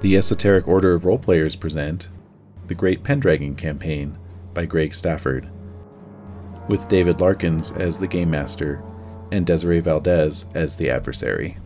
The Esoteric Order of Roleplayers present The Great Pendragon Campaign by Greg Stafford, with David Larkins as the Game Master and Desiree Valdez as the adversary.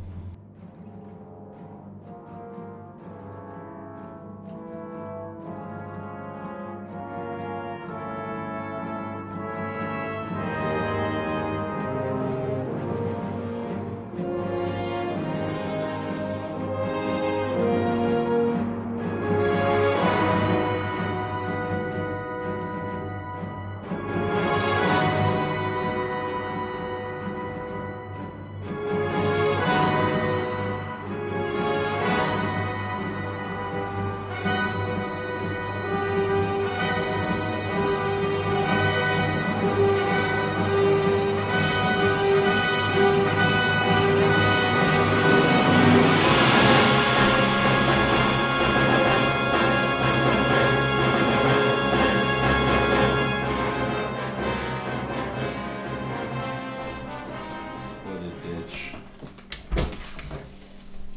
What a ditch.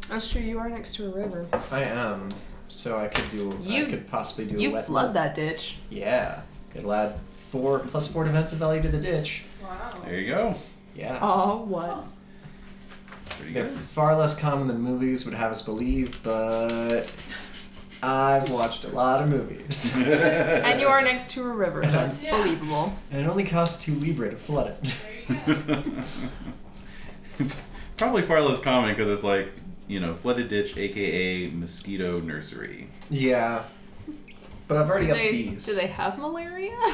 That's true. You are next to a river. I am. So I could do. You- I could possibly do a You wet flood that ditch. Yeah. It'll add four plus four defensive value to the ditch. Wow. There you go. Yeah. Oh, Uh, what? Pretty They're good. far less common than movies would have us believe, but I've watched a lot of movies. And you are next to a river. That's Yeah. believable. and it only costs two Libra to flood it. There you go. it's probably far less common because it's like, you know, flooded ditch, aka mosquito nursery. yeah. But I've already Do got they bees. do they have malaria?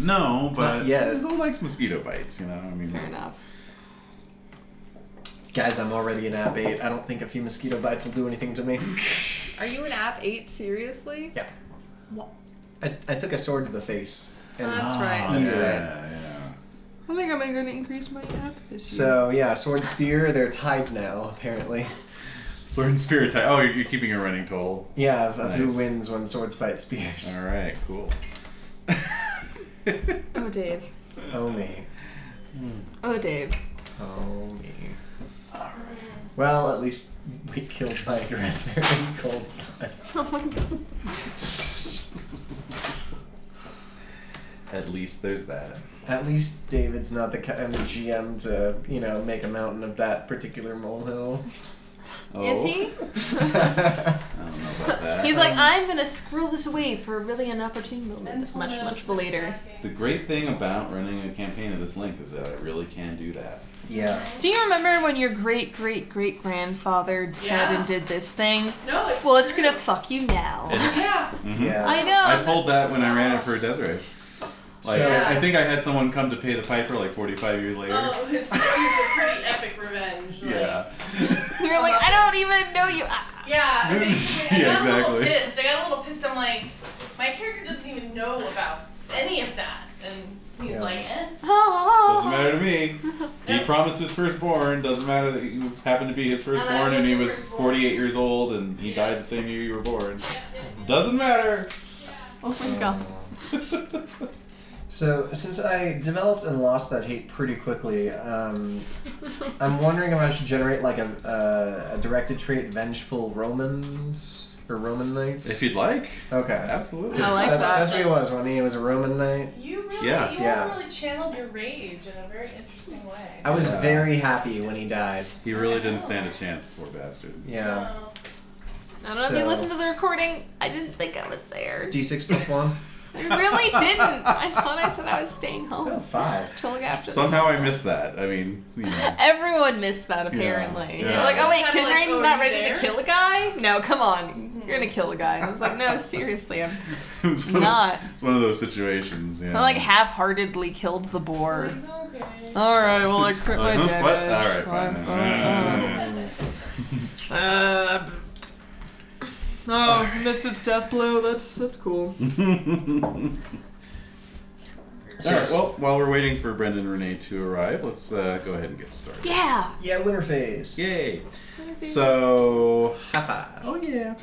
No, but Not yet. who likes mosquito bites? You know, I mean, Mm. Fair enough. Guys, I'm already an app 8. I don't think a few mosquito bites will do anything to me. Are you an app eight seriously? I, I took a sword to the face. And Oh, That's Ah, right, that's yeah, right. yeah. I think I'm gonna increase my app this year. So yeah, sword spear, they're tied now apparently. Sword and spear type. Oh, you're, you're keeping a running total. Yeah, of, of Nice. who wins when swords fight spears. All right, cool. Oh Dave. Oh me, Oh Dave. oh me. Well, at least we killed my aggressor in cold blood. Oh my god. At least there's that. At least David's not the kind of GM to you know make a mountain of that particular molehill. Oh, Is he? I don't know about that. He's Um, like, I'm gonna squirrel this away for really an opportune moment, much, much later. The great thing about running a campaign of this length is that I really can do that. yeah. Do you remember when your great great great grandfather said Yeah. and did this thing? No, it's Well, it's true. gonna fuck you now. Yeah. Mhm. Yeah. I know. I pulled Oh, that's- that when I ran it for Desiree. Like, So- I think I had someone come to pay the piper like 45 years later. Oh, it was, it was a pretty epic revenge. Like, yeah. You're like, I don't even know you. I- Yeah. I This- got yeah, a little exactly. pissed. I got a little pissed. I'm like, my character doesn't even know about any of that, and he's Yeah. like, eh. Ah. Doesn't matter to me. He promised his firstborn. Doesn't matter that you happened to be his firstborn and he was 48 years old and he died the same year you were born. Doesn't matter. Oh my god. So, since I developed and lost that hate pretty quickly, um, I'm wondering if I should generate like a, a, a directed trait, vengeful Romans or Roman knights. if you'd like, okay. absolutely. I like that. That's what he was, wasn't he? He was a Roman knight. You really, Yeah. you Yeah. really channeled your rage in a very interesting way. I was Yeah. very happy when he died. He really didn't stand a chance, poor bastard. Yeah. Oh. I don't know if you So- listened to the recording. I didn't think I was there. D6 plus one? I really didn't. I thought I said I was staying Oh, home five. to look after. the Somehow I house. missed that. I mean, you know. Everyone missed that apparently. Yeah. They're like, oh wait, Kinda like, Kinrain's oh, not you ready there? to kill a guy? No, come on, you're gonna kill a guy. And I was like, no, seriously, I'm it was one of- not. It's one of those situations. Yeah. I like half-heartedly killed the boar. Okay. All right, well I crit my Like, huh, Uh-huh. what? damage. All right, fine. Uh, oh, missed its death blow. That's that's cool. All right. Well, while we're waiting for Brendan and Renee to arrive, let's uh, go ahead and get started. Yeah. Yeah, winter phase. Yay! So, High five. oh yeah.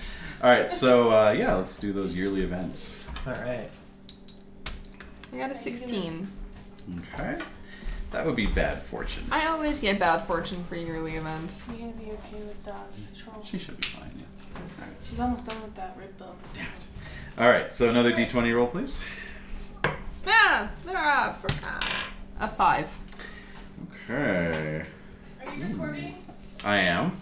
All right. So uh, yeah, let's do those yearly events. All right. I got a 16. Okay. That would be bad fortune. I always get bad fortune for yearly events. You're gonna be okay with dog patrol. She should be fine, yeah. All right. She's almost done with that rib bone. Damn it. All right, so another d20 roll, please. Ah, ah, for- ah. a five. Okay. Are you recording? I am.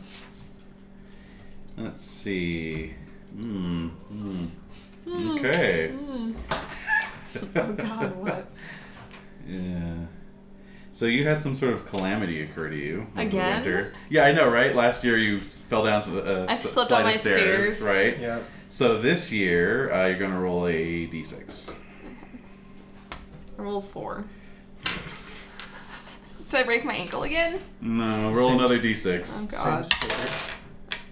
Let's see. Hmm. hmm. Okay. Mm. Oh God, what? Yeah. So you had some sort of calamity occur to you over the Again? winter. Yeah, I know, right? Last year you fell down some. Uh, I've s- slipped on flight of my stairs, stairs. right? Yeah. So this year uh, you're gonna roll a d6. I roll four. Did I break my ankle again? No, roll Same another s- d6. Oh God. Same stairs.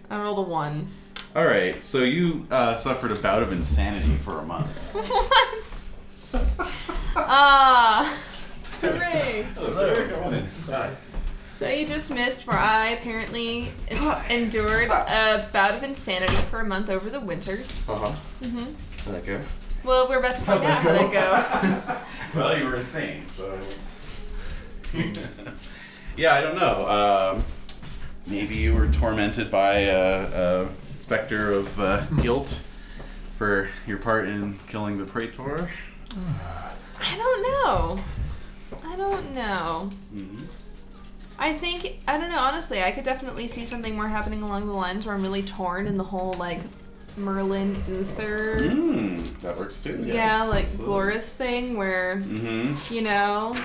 I rolled a one. All right. So you uh, suffered a bout of insanity for a month. what? Ah. Hooray! Hello, Sorry. So you just missed where I apparently en- endured a bout of insanity for a month over the winter. Uh huh. hmm How'd that go? Well, we're about to find out how that go. well, you were insane, so. yeah, I don't know. Um, maybe you were tormented by a, a specter of uh, guilt for your part in killing the Praetor. I don't know. I don't know. hmm I think I don't know. Honestly, I could definitely see something more happening along the lines where I'm really torn in the whole like Merlin Uther. Mm-hmm. Mm, that works too. Yeah, like absolutely. Glorious thing where Mm-hmm. you know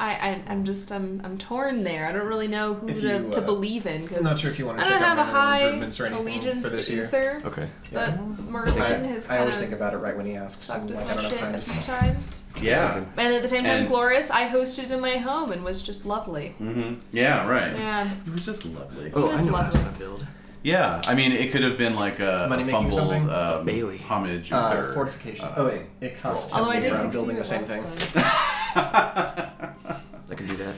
I, I I'm just I'm I'm torn there. I don't really know who If to, you, to uh, believe in because I'm not sure if you want I to don't check out have a my little high improvements or anything allegiance for to this year. Uther, Okay. but Merlin has I, I kind always of think about it right when he asks. fucked I'm with like, I don't my have shit time a to few times. Yeah. And at the same time, And- Glorious, I hosted in my home and was just lovely. Mm-hmm. Yeah. Right. Yeah. It was just lovely. Oh, I know what I was gonna build. Yeah, I mean, it could have been like a, a Money making fumbled something? um, Bailey. homage. or Uh, their, fortification. uh, oh wait, it costs. roll. Although I ten did for succeed building at the same last thing. time. I can do that.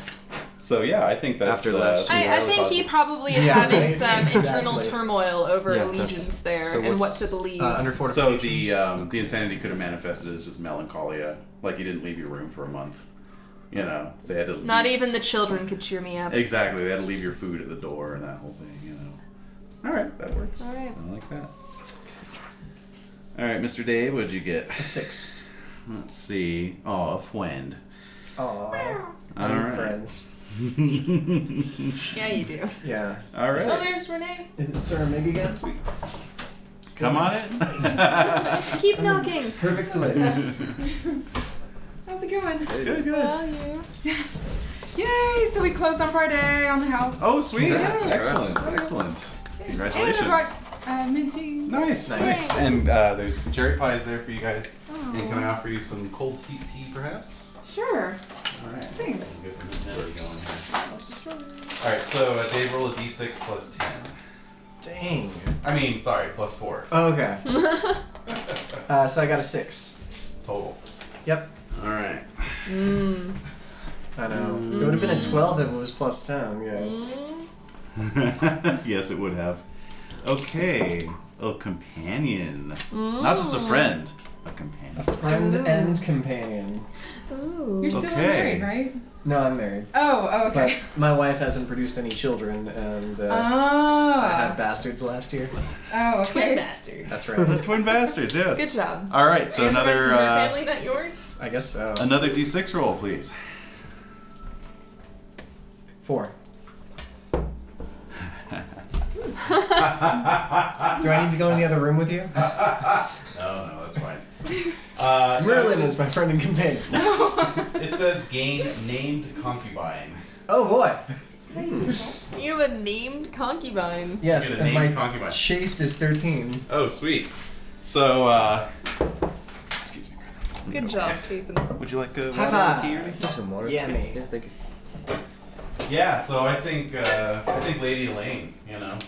so yeah, I think that's After last uh, year. I, I that's think he positive. probably is Yeah, having right, some internal exactly. turmoil over Yeah, that's- allegiance there so and what what's- to believe. Uh, under So fortification. the um, the insanity could have manifested as just melancholia, like you didn't leave your room for a month. You know, they had to Not e-, leave- even the children could cheer me up. exactly they had to leave your food at the door and that whole thing. You know, all right, that works. All right. I like that. All right, Mr. Dave, what'd you get? a six. Let's see. Oh, a friend. Aww. All I need right. friends. Yeah, you do. Yeah. All right. Oh, there's Renee. Is it Sarah Mig again? Come on it. Keep knocking. Perfect place. How's it going? good, good. Love you. Yay! So we closed on Friday on the house. Oh, sweet. Congrats. Excellent. Excellent. Congratulations. And I brought uh, minty. Nice, Nice. nice. And uh, there's cherry pies there for you guys. And can I offer you some cold seat tea, perhaps? Sure. All right. Thanks. All right. So uh, Dave, roll a d6 plus 10. Dang. Oh, I mean, sorry, plus four Okay. Uh, so I got a six. total. Yep. All right. Mm. I know. It would have been a Mm. twelve if it was plus ten, guys. yes, it would have. Okay. A companion, not just a Mm. friend, a companion. Mm. Friend and companion. Ooh. You're still Okay. married, right? No, I'm married. Oh, oh okay. But my wife hasn't produced any children, and uh, I had Ah. bastards last year. Oh, Twin okay. bastards. That's right. twin bastards. Yes. Good job. All right. Uh, So Is it another. her uh, family, not yours? I guess so. Another d6 roll, please. Four. no, Do I need to go in the other room with you? no, that's fine. Uh, Merlin is my friend and companion. It says gain named concubine. Oh boy. You have a named concubine. Yes, Get a and named my concubine. chaste is thirteen. Oh, sweet. So, uh, excuse me. Good job, Tathan. Would you like a High water or five. tea or anything? Just some water. Yummy. Yeah, thank you. Yeah. So I think uh, I think Lady Elaine. You know.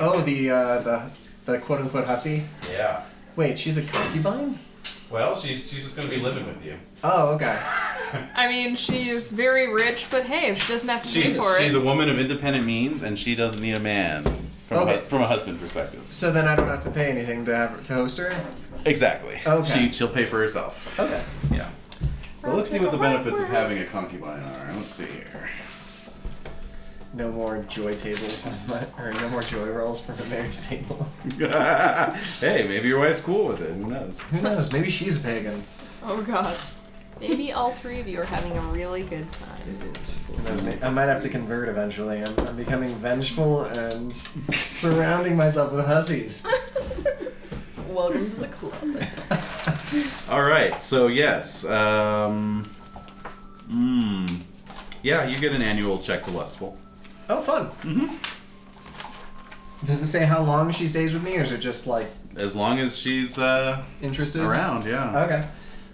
Oh, the uh, the the quote unquote hussy. Yeah. Wait, she's a concubine? Well, she's she's just gonna be living with you. Oh, okay. I mean, she's very rich, but hey, if she doesn't have to She's, pay for she's it. a woman of independent means, and she doesn't need a man from a, Okay. hu- from a husband perspective. So then I don't have to pay anything to have to host her. Exactly. Okay. She she'll pay for herself. Okay. Yeah. But let's see what the benefits of having a concubine are. Let's see here. No more joy tables, on my, or no more joy rolls from a marriage table. hey, maybe your wife's cool with it. Who knows? Who knows? Maybe she's pagan. Oh god. Maybe all three of you are having a really good time. Who knows? May- I might have to convert eventually. I'm, I'm becoming vengeful and surrounding myself with hussies. Welcome to the club. All right. So yes. Um. Mm, yeah, you get an annual check to lustful. Oh, fun. Mm-hmm. Does it say how long she stays with me, or is it just like As long as she's uh, interested? around, yeah. Okay.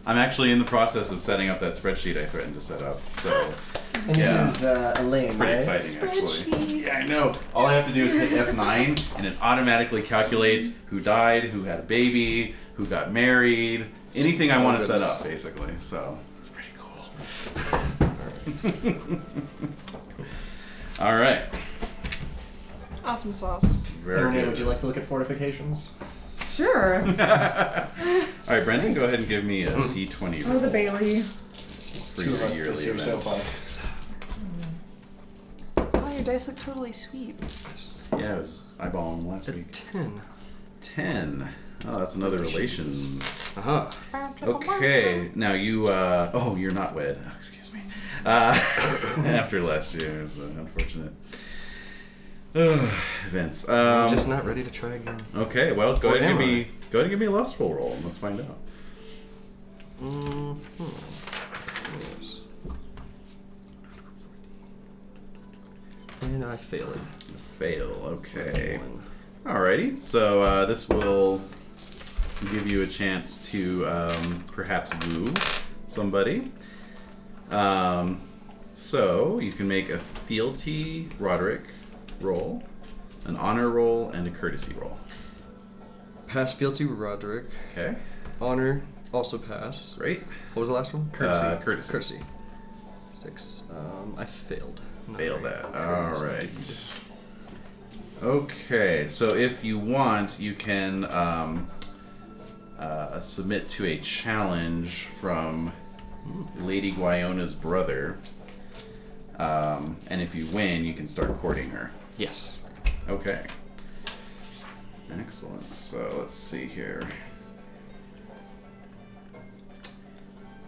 I'm actually in the process of setting up that spreadsheet I threatened to set up. So And Yeah. this is uh, Elaine, pretty right? exciting, actually. Spreadsheets. Yeah, I know. All I have to do is hit F9, and it automatically calculates who died, who had a baby, who got married, anything I want to set up, basically. So it's pretty cool. All right. Awesome sauce. Very Renee, good. would you like to look at fortifications? Sure. All right, Brendan, go ahead and give me a D20. Oh, the roll. Bailey. It's Three two of us yearly this year so event. far. Oh, your dice look totally sweet. Yeah, I was eyeballing them last week. Ten. 10. Oh, that's another relations. Uh-huh. Okay, now you, uh, oh, you're not wed. Oh, excuse me. Uh, after last year's uh, unfortunate uh, events. Um, I'm just not ready to try again. okay, well, go Or ahead, and give am I? me, go ahead and give me a lustful roll and let's find out. hmm Yes. And I fail it. Fail, okay. One. Alrighty, so uh, this will give you a chance to um, perhaps woo somebody. Um, so you can make a fealty Roderick roll, an honor roll, and a courtesy roll. Pass fealty Roderick. Okay, Honor also pass. great. What was the last one? Courtesy. Uh, courtesy. Courtesy. Six. Um, I failed. Not Fail very that. good. All right. Okay, so if you want, you can um, uh, submit to a challenge from Lady Guiona's brother. Um, and if you win, you can start courting her. Yes. Okay. Excellent. So let's see here.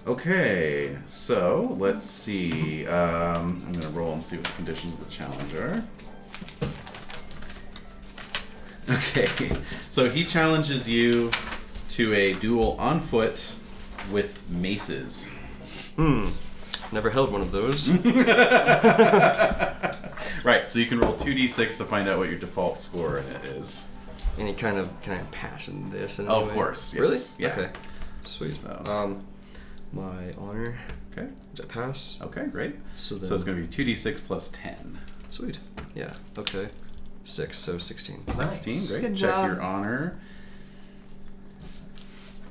Okay, so let's see. Um, I'm gonna roll and see what the conditions of the challenge are. Okay, so he challenges you to a duel on foot with maces. Hmm. Never held one of those. right, so you can roll 2d6 to find out what your default score in it is. Any kind of can I passion this? In any Mm-hmm. Of way? course, yes. Really? Yeah. Okay. Sweet. So- Um, my honor. Okay. Did I pass? Okay, great. So then. So it's going to be 2d6 plus 10. Sweet. Yeah. Okay. Six. So sixteen. 16, great. Good Check job. your honor.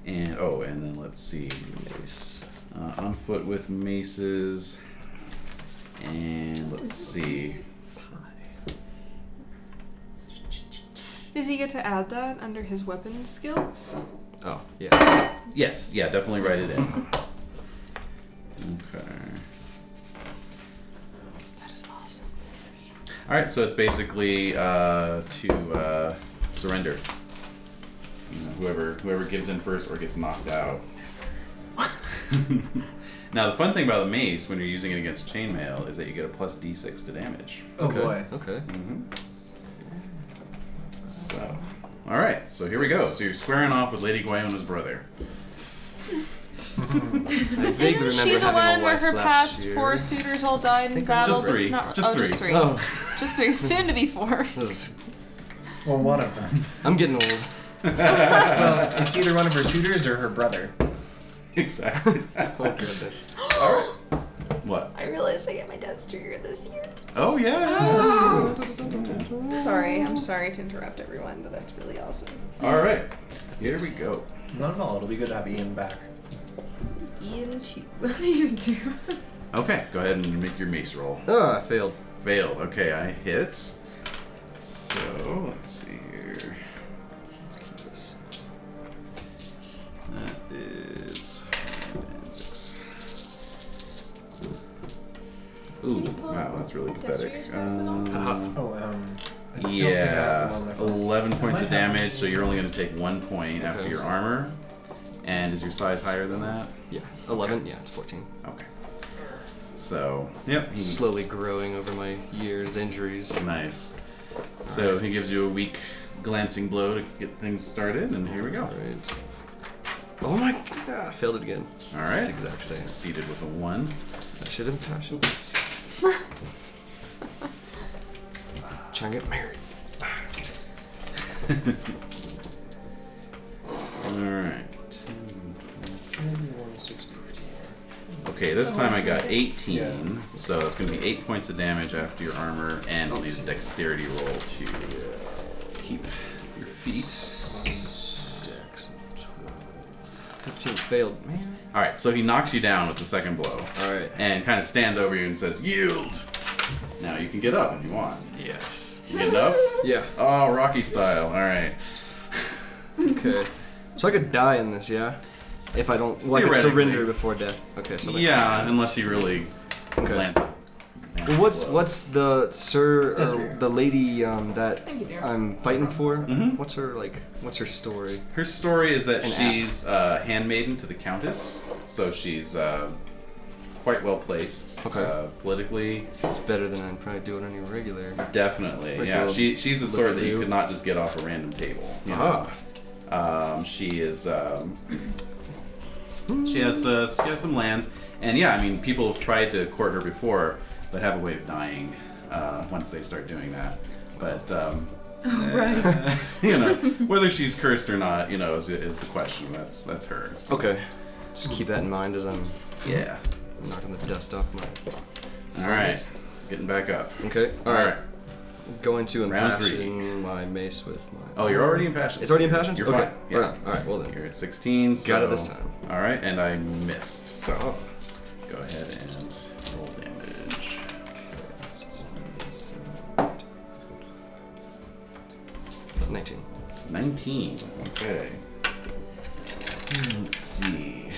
And, oh, and then let's see. Nice. Uh, on foot with maces. And let's see. Does he get to add that under his weapon skills? Oh yeah. Yes, yeah, definitely write it in. Okay. That is awesome. All right, so it's basically uh, to uh, surrender. You know, whoever whoever gives in first or gets knocked out. now the fun thing about the mace when you're using it against chainmail is that you get a plus d6 to damage. Oh okay. boy. Okay. Mm-hmm. So, all right, so here we go. So you're squaring off with Lady Guiona's brother. I vaguely Isn't she the remember having one a where wife her last past year. four suitors all died in battle? Just but it's three. not- Just oh, just three. three. Oh. Just three. Soon to be four. this is- Well, one of them. I'm getting old. well, it's either one of her suitors or her brother. exactly. Oh goodness. What? Oh, I realized I get my dad's trigger this year. Oh Oh. yeah. Yeah. Sorry, I'm sorry to interrupt everyone, but that's really awesome. All right, here we go. Not at all. It'll be good to have Ian back. Ian two. Ian two. Okay, go ahead and make your mace roll. Oh, I failed. Failed. Okay, I hit. So let's see here. That is five and six. That's really pathetic. Dexterous dice at Um, all? Oh, um. I don't think I have yeah, them on my phone. 11 points of might have- damage, so you're only going to take one point Okay, after your so- armor. And is your size higher than that? Yeah, 11? Yeah, it's 14. Okay. So, yep. he- Slowly growing over my years, injuries. Nice. So he gives you a weak glancing blow to get things started, and here we go. Alright. Oh my god, I failed it again. All It's right. the exact same. Succeeded with a one. I should have passion. Trying to get married. All right. Okay, this Oh, time I got 18, Yeah. so it's going to be 8 points of damage after your armor, and I'll need a dexterity roll to uh, keep your feet. Six and 12. 15 failed, man. Alright, so he knocks you down with the second blow, Alright. and kind of stands over you and says, Yield! Now you can get up if you want. Yes. You get up? Yeah, Oh, Rocky style, alright. okay. So I could die in this, yeah? If I don't. Well, I could surrender Theoretically. before death. Okay, so. like- Yeah, unless you really Okay. lands a- lands Well, what's a blow. what's the sir or Desiree. the lady um, that Thank you, dear. I'm fighting for? Mhm. What's her like? What's her story? Her story is that An app. she's uh, handmaiden to the Countess, so she's uh, quite well placed Okay. uh, politically. It's better than I'd probably do it on your regular. Definitely, Like yeah. Uh-huh. a She, she's the sort that you look-a-loo. could not just get off a random table. you know? Ah, Um, she is. Um, she has. Uh, she has some lands, and yeah, I mean, people have tried to court her before, but have a way of dying uh, once they start doing that. But um, right. eh, you know, whether she's cursed or not, you know, is, is the question. That's that's hers. Okay. Just keep that in mind as I'm Yeah. knocking the dust off my. All right, getting back up. Okay. All right. Going to Round three. impassion my mace with my. Oh, you're already impassioned. It's already impassioned. You're okay. fine. Yeah. Right on. All right. Well then. You're at 16. So... Got it this time. All right, and I missed. So go ahead and roll damage. Nineteen. 19. Okay. Hmm, Let's see.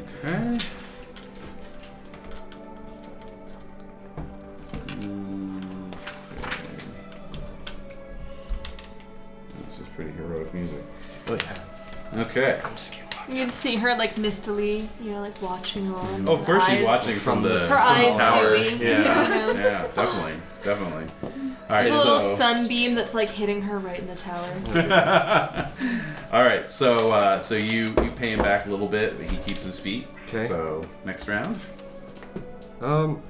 Okay. Mm, okay. This is pretty heroic music. Oh yeah. Okay. I'm scared. You'd see her like mistily, you know, like watching on. Oh, of course Her she's eyes- watching from the Her eyes tower. doing. Yeah, Yeah. yeah, definitely, definitely. All right, There's a little so. sunbeam that's like hitting her right in the tower. All right, so uh, so you you pay him back a little bit, but he keeps his feet. 'Kay. So next round. Um,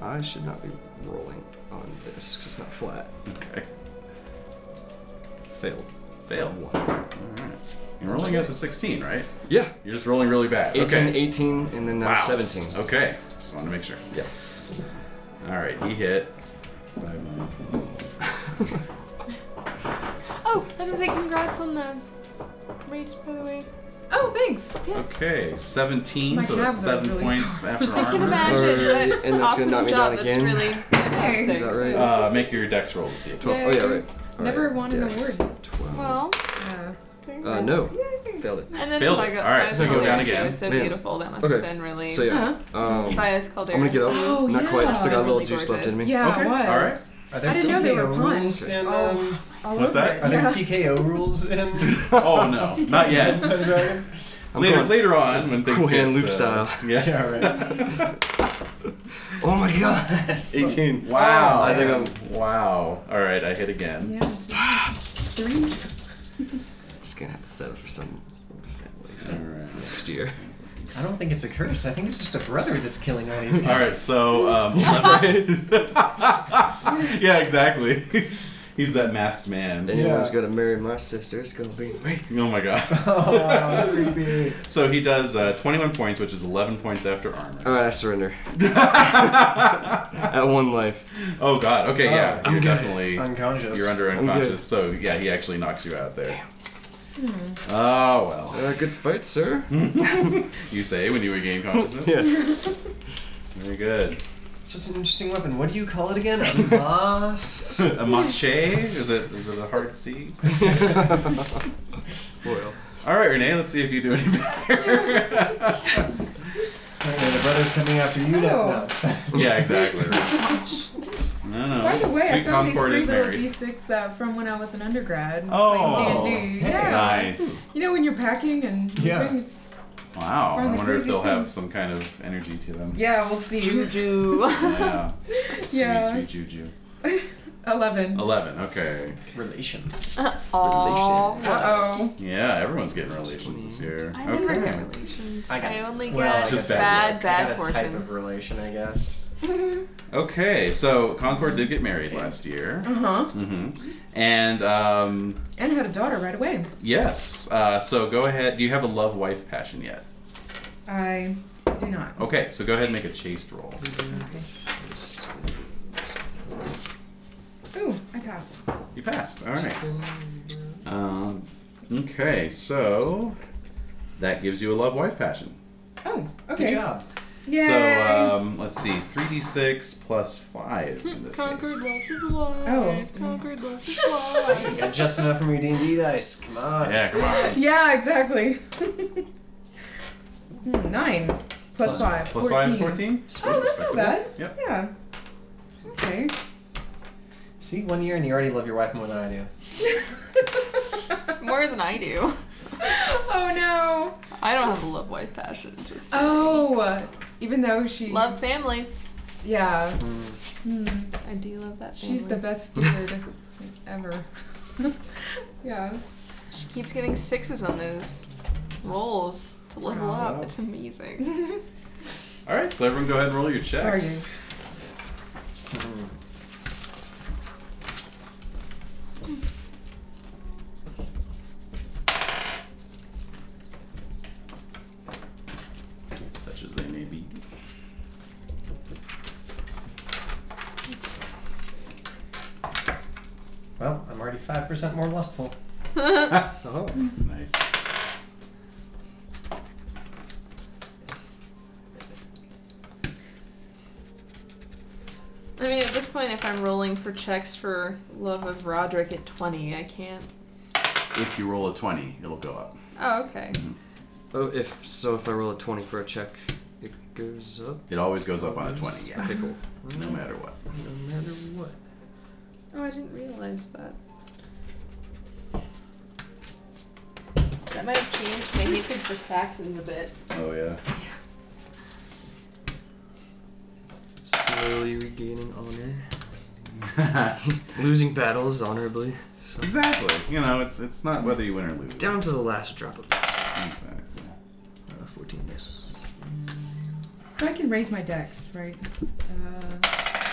I should not be rolling on this because it's not flat. Okay. Failed. Fail. One. All right. You're rolling as a 16, right? Yeah. You're just rolling really bad. 18, okay. 18, and then now Wow. 17. Okay. Just wanted to make sure. Yeah. All right, he hit. By one. Oh, I was gonna say congrats on the race, by the way. Oh, thanks. Okay, 17, My so that's calves are seven really points sore. after I can armor. Can imagine Alright, that and that's awesome gonna knock me job. down That's again. really Is that right? Uh, make your dex roll to see if 12. Oh, yeah, right. All Never right, won an dex. award. 12. well. Uh, there you uh, go. no. yay. Failed it. And then Failed it. my God, All right, Baez so go Caldera down too again. is so Man. beautiful. That must have Okay. been really. So, yeah. Um, I'm Baez Caldera. going to get up. Oh, not yeah. quite. I still got a little Really juice left in gorgeous. me. Yeah, Okay, it was. alright. Are there I didn't know they were TKO rules puns. in, Oh. um, All What's over that? it. Are there Yeah. TKO rules in? Oh no, not yet. Dungeons and Dragons? I'm later, going- later on this is when things Cool get, Hand Luke uh, style. Yeah. Yeah, right. Oh my god. 18. Wow. I think I'm Wow. All right, I hit again. Yeah. Three. just going to have to settle for some All right. next year. I don't think it's a curse. I think it's just a brother that's killing all these guys. All right. So. Um, yeah. Exactly. He's, he's that masked If man. anyone's Yeah. going to marry my sister, it's going to be me. Oh my Oh, wow, god. creepy. so he does uh, 21 points, which is 11 points after armor. Alright, I surrender. At one life. oh god. Okay. Yeah. you're Oh, Ah, I'm good. definitely. Unconscious. You're under I'm good. unconscious, so yeah, he actually knocks you out there. Oh well. Uh, good fight, sir. Hmm? you say when you regain consciousness. yes. Very good. Such an interesting weapon. What do you call it again? A moss? A mache? Is it is it a hard C? Royal. All right, Renee. Let's see if you do any better. Apparently the brother's coming after you Oh. now. No. Yeah, exactly. No, no. By the Oh, way, Sweet I found these Concord three is little married. d6 uh, from when I was an undergrad Oh, playing D&D. hey. Yeah. nice. You know when you're packing and Yeah. moving, it's- Wow. One I of the wonder if they'll craziest have things. some kind of energy to them. yeah, we'll see. Juju. Yeah. Sweet, Yeah. sweet juju. Eleven. Eleven. Okay. Relations. Aw. Uh oh. Yeah, everyone's getting relations this year. I okay. never get relations. I I, got- only get well, I It's just guess I- bad bad, bad, I got a type fortune. of relation, I guess. Okay, so Concord did get married last year. Uh huh. hmm And um, And had a daughter right away. yes, uh, so go ahead. Do you have a love wife passion yet? I do not. Okay, so go ahead and make a chaste roll. Ooh, I pass. You passed. All right. Um, okay, so that gives you a love wife passion. Oh, Good okay. job. Yay. So um, let's see, three d six plus five in this Conquered case. loves his wife. Oh. Conquered loves his wife. You got just enough from your D&D dice. Come on. Yeah, come on. yeah, exactly. Hmm, Nine plus, Plus- five. Plus five is fourteen. Sweet, Oh, that's respectable. not bad. Yep. Yeah. Okay. See, one year and you already love your wife more than I do. More than I do. oh no. I don't have a love wife passion. Just Oh, even though she love family. Yeah. Mm. Hmm. I do love that. Family. She's the best steward like, ever. yeah. She keeps getting sixes on those rolls to level Wow. up. It's amazing. All right, so everyone, go ahead and roll your checks. Sorry. Mm. Such as they may be. Well, I'm already 5% more lustful. Oh. Nice. I mean, at this point, if I'm rolling for checks for love of Roderick at 20, I can't. If you roll a twenty, it'll go up. Oh, okay. oh, if so, if I roll a twenty for a check, it goes up. It always goes up on a twenty. Yeah. Okay, cool. No matter what. No matter what. Oh, I didn't realize that. That might have changed my hatred for Saxons a bit. Oh yeah. Slowly regaining honor. Losing battles honorably. So. exactly. You know, it's it's not whether you win or lose. Down to the last drop of blood. Exactly. uh, 14. Yes. So I can raise my decks, right? Uh,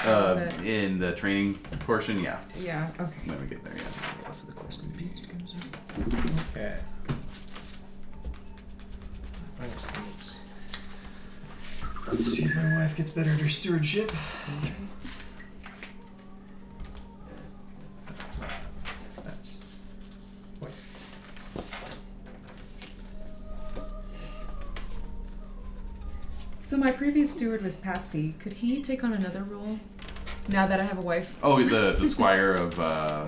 Uh, That's in the training portion, yeah. yeah. Okay. When we get there, yeah. Yeah, for the question. Okay. I just think it's. Let's see if my wife gets better at her stewardship. That's. Wait. So my previous steward was Patsy. Could he take on another role? Now that I have a wife. Oh, the the squire of. Uh,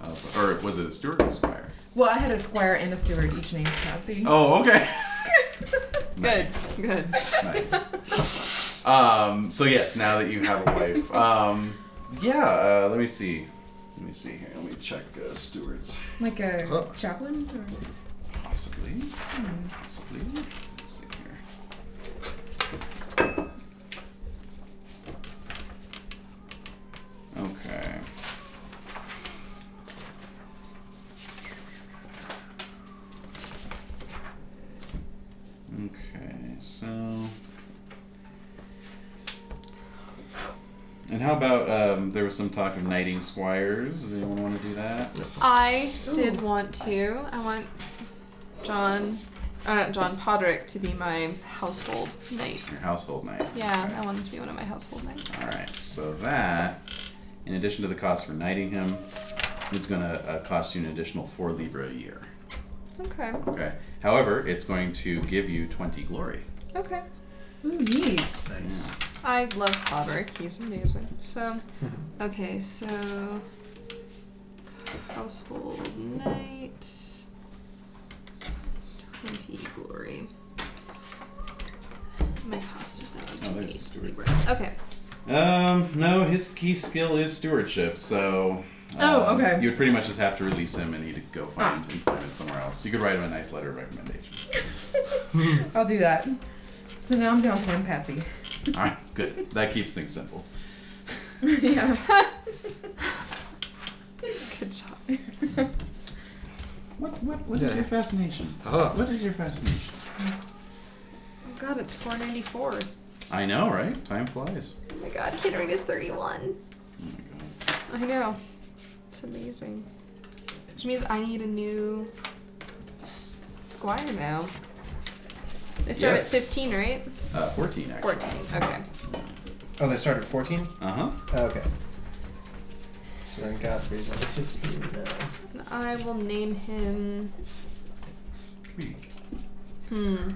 of, or was it Stuart or Squire? Well, I had a squire and a steward, each named Patsy. Oh, okay. Good, good. Nice. Um, so yes, now that you have a wife, um, yeah. Uh, let me see. Let me see here. Let me check uh, Stewart's. like a Huh. chaplain? Or... Possibly. Possibly. Let's see here. Okay. Okay, so. And how about um, there was some talk of knighting squires? Does anyone want to do that? I did Ooh. want to. I want John, or not John Podrick, to be my household knight. Your household knight. Yeah, okay. I want him to be one of my household knights. All right, so that, in addition to the cost for knighting him, is going to uh, cost you an additional four libra a year. Okay, Okay. However, it's going to give you twenty glory. okay. Ooh, neat. Nice. Mm. I love Podrick. He's amazing. So, okay, so household knight, twenty glory. My cost is now up to Oh, there's eight. Steward. Okay. Um, no, his key skill is stewardship, so. Oh, um, okay. Ah. You would pretty much just have to release him and he'd go find employment somewhere else. You could write him a nice letter of recommendation. I'll do that. So now I'm down to one Patsy. Alright, good. That keeps things simple. yeah. Good job. What, what, what Okay. fascination? Oh. What is your fascination? Oh god, it's 494. I know, right? Time flies. Oh my god, Kindering is 31. Oh my god. I know. It's amazing. Which means I need a new s- squire now. They start Yes. at 15, right? Uh, 14, actually. 14. Okay. Oh, they started at 14? Uh huh. Okay. So then Godfrey's only 15 now. And I will name him. Hmm.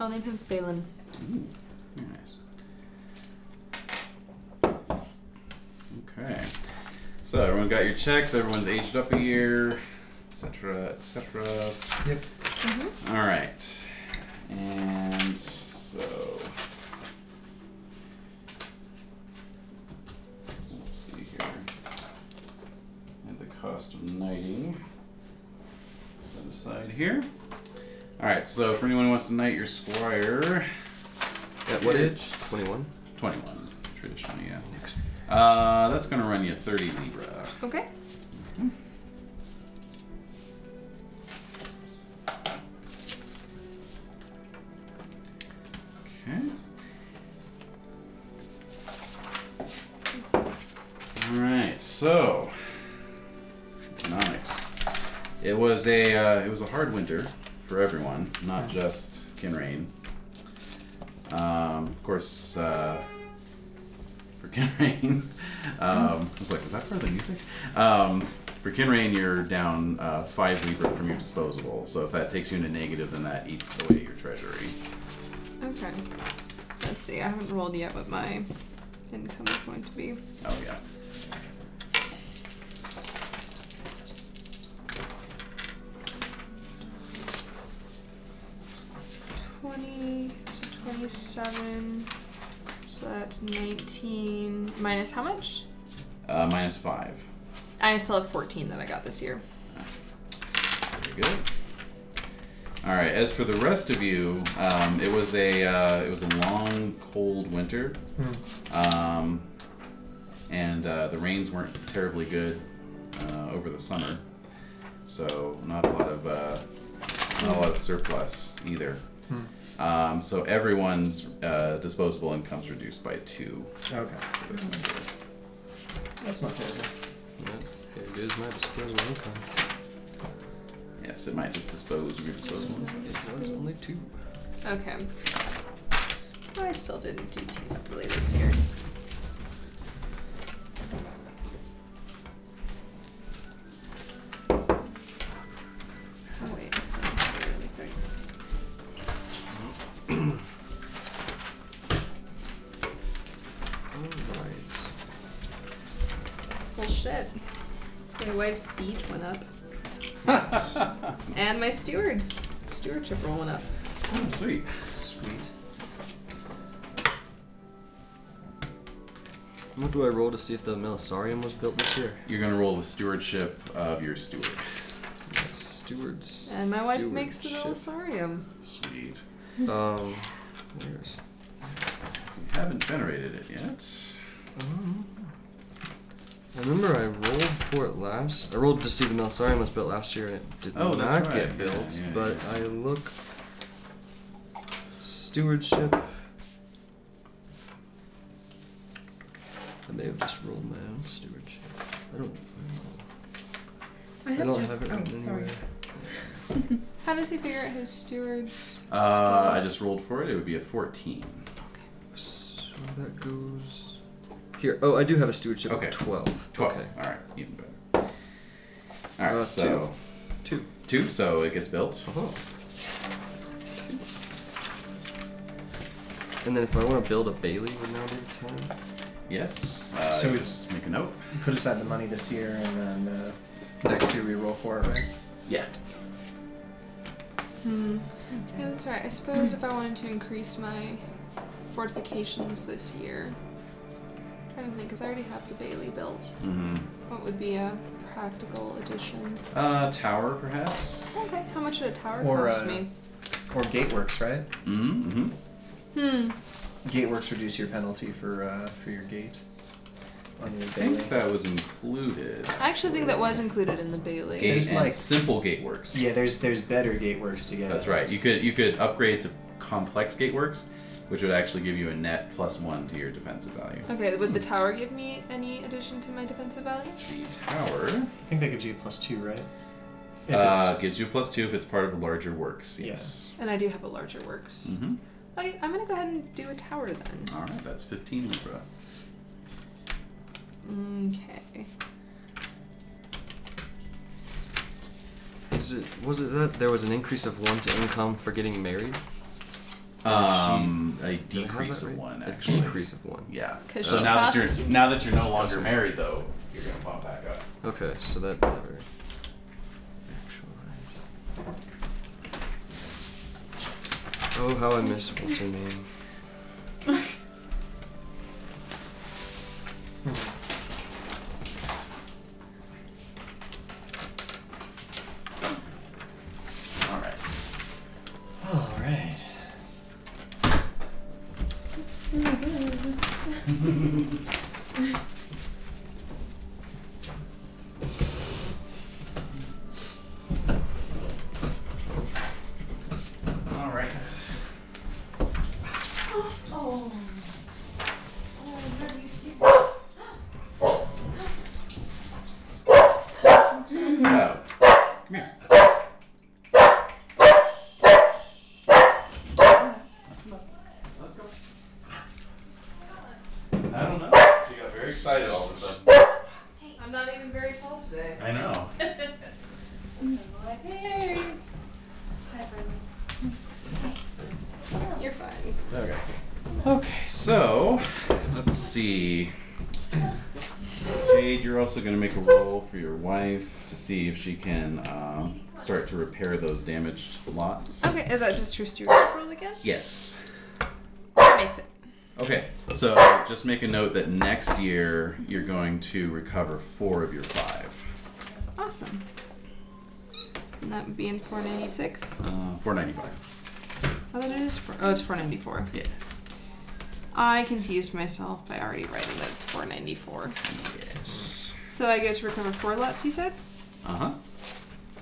I'll name him Phelan. Ooh, very nice. Okay. So everyone got your checks. Everyone's aged up a year, etc., etc. Yep. All right. And so. Let's see here. And the cost of knighting set aside here. All right. So for anyone who wants to knight your squire, At what age? It's- 21. 21 traditionally, yeah. Uh, that's gonna run you 30 libra. Okay. Okay. All right, so economics. It was a uh, it was a hard winter for everyone, not just Kinrain. Um, of course, uh, for Kinrain, um, I was like, is that part of the music? Um, for Kinrain, you're down uh, five libra from your disposable. So if that takes you into negative, then that eats away your treasury. Okay. Let's see. I haven't rolled yet what my income is going to be. Oh yeah. Twenty. So twenty-seven. So that's nineteen minus how much? Uh, minus five. I still have fourteen that I got this year. Very good. All right. As for the rest of you, um, it was a uh, it was a long, cold winter, um, and uh, the rains weren't terribly good uh, over the summer, so not a lot of uh, not a lot of surplus either. Um, so everyone's uh, disposable income's reduced by two. Okay. That's not terrible. That's as good as my disposable income. Yes, it might just dispose of your disposable. It was only two. Okay. I still didn't do too really this year. Oh wait, that's what I'm doing really quick. Alright. Well shit. My wife's siege went up. And my stewards stewardship roll went up. Oh, sweet. Sweet. What do I roll to see if the Melisarium was built this year? You're gonna roll the stewardship of your steward. Stewards. And my wife makes the Stewardship. Belisarium. Sweet. Um, where's. We haven't generated it yet. Um, I remember I rolled for it last. I rolled to see the Melisarium was built last year and it did Oh, not that's right. get Yeah, built, yeah, but yeah. I look. Stewardship. I may have just rolled my own stewardship. I don't. I I have don't just. have it oh, written sorry. anywhere. How does he figure out who's stewards? Uh, I just rolled for it. It would be a 14. So that goes. Here. Oh, I do have a stewardship Okay. of 12. 12. Okay. All right, even better. All right, Uh, so Two. two. so it gets built. Oh. And then if I want to build a Bailey, would now be the time? Yes. Uh, So- just make a note. Put aside the money this year, and then uh, next year we roll for it, right? Yeah. Hmm. Yeah, that's right. I suppose if I wanted to increase my fortifications this year, I'm trying to think, because I already have the Bailey built. hmm Mm-hmm. What would be a practical addition? Uh, tower, perhaps. Okay, how much would a tower Or, cost uh, me? Or Gateworks, right? Mm-hmm. hmm Hmm. Gateworks reduce your penalty for uh, for your gate on your I daily. think that was included. I actually think that was included in the Bailey. Gate There's and like- simple gate works. Yeah, there's there's better Gateworks to get. That's right. You could you could upgrade to complex gateworks, which would actually give you a net plus one to your defensive value. Okay, would the tower give me any addition to my defensive value? The tower I think that gives you a plus two, right? If uh, gives you a plus two if it's part of larger works. Yeah. Yes. And I do have a larger works. hmm Okay, I'm gonna go ahead and do a tower then. All right, that's fifteen Libra. Okay. Is it was it that there was an increase of one to income for getting married? Um, a Did I have decrease that of right? one, A actually. decrease of one. Yeah. 'Cause so she now that cost you're you. now that you're no longer Cost me. married, though, you're gonna bump back up. Okay, so that never actualized. Oh, how I miss what's her name. All right. All right. All right. Oh. Oh, have you seen- Oh. Come here. Let's go. I don't know. She got very excited all of a sudden. I'm not even very tall today. I know. I'm like, hey. Hi, Brendan. You're fine. Okay. Okay, so let's see. Jade, you're also going to make a roll for your wife to see if she can uh, start to repair those damaged lots. Okay, is that just true stewardship roll again? Yes. That makes it. Okay, so just make a note that next year you're going to recover four of your five. Awesome. And that would be in 496. Uh, 495. Oh, that is four, oh, it's 494. Yeah. I confused myself by already writing that it's 494. Yes. So I get to recover four lots, you said? Uh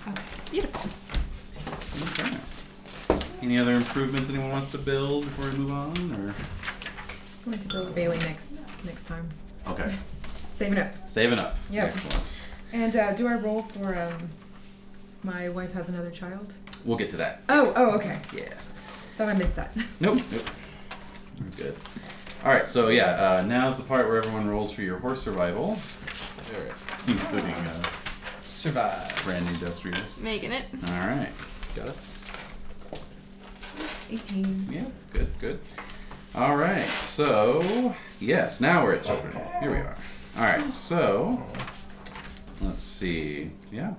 Okay, beautiful. huh. Okay. Any other improvements anyone wants to build before we move on? Or I'm going to build a Bailey next next time. okay, Saving up. saving up. Yeah. Excellent. And uh, do I roll for um, my wife has another child? We'll get to that. Oh, oh, okay. Yeah. Thought I missed that. Nope. nope. We're good. All right, so yeah, uh, now's the part where everyone rolls for your horse survival, including uh, Survive. brand industrious. Making it. All right. Got it? 18. Yeah, good, good. All right, so yes, now we're at children. Here we are. All right, so let's see. Yeah,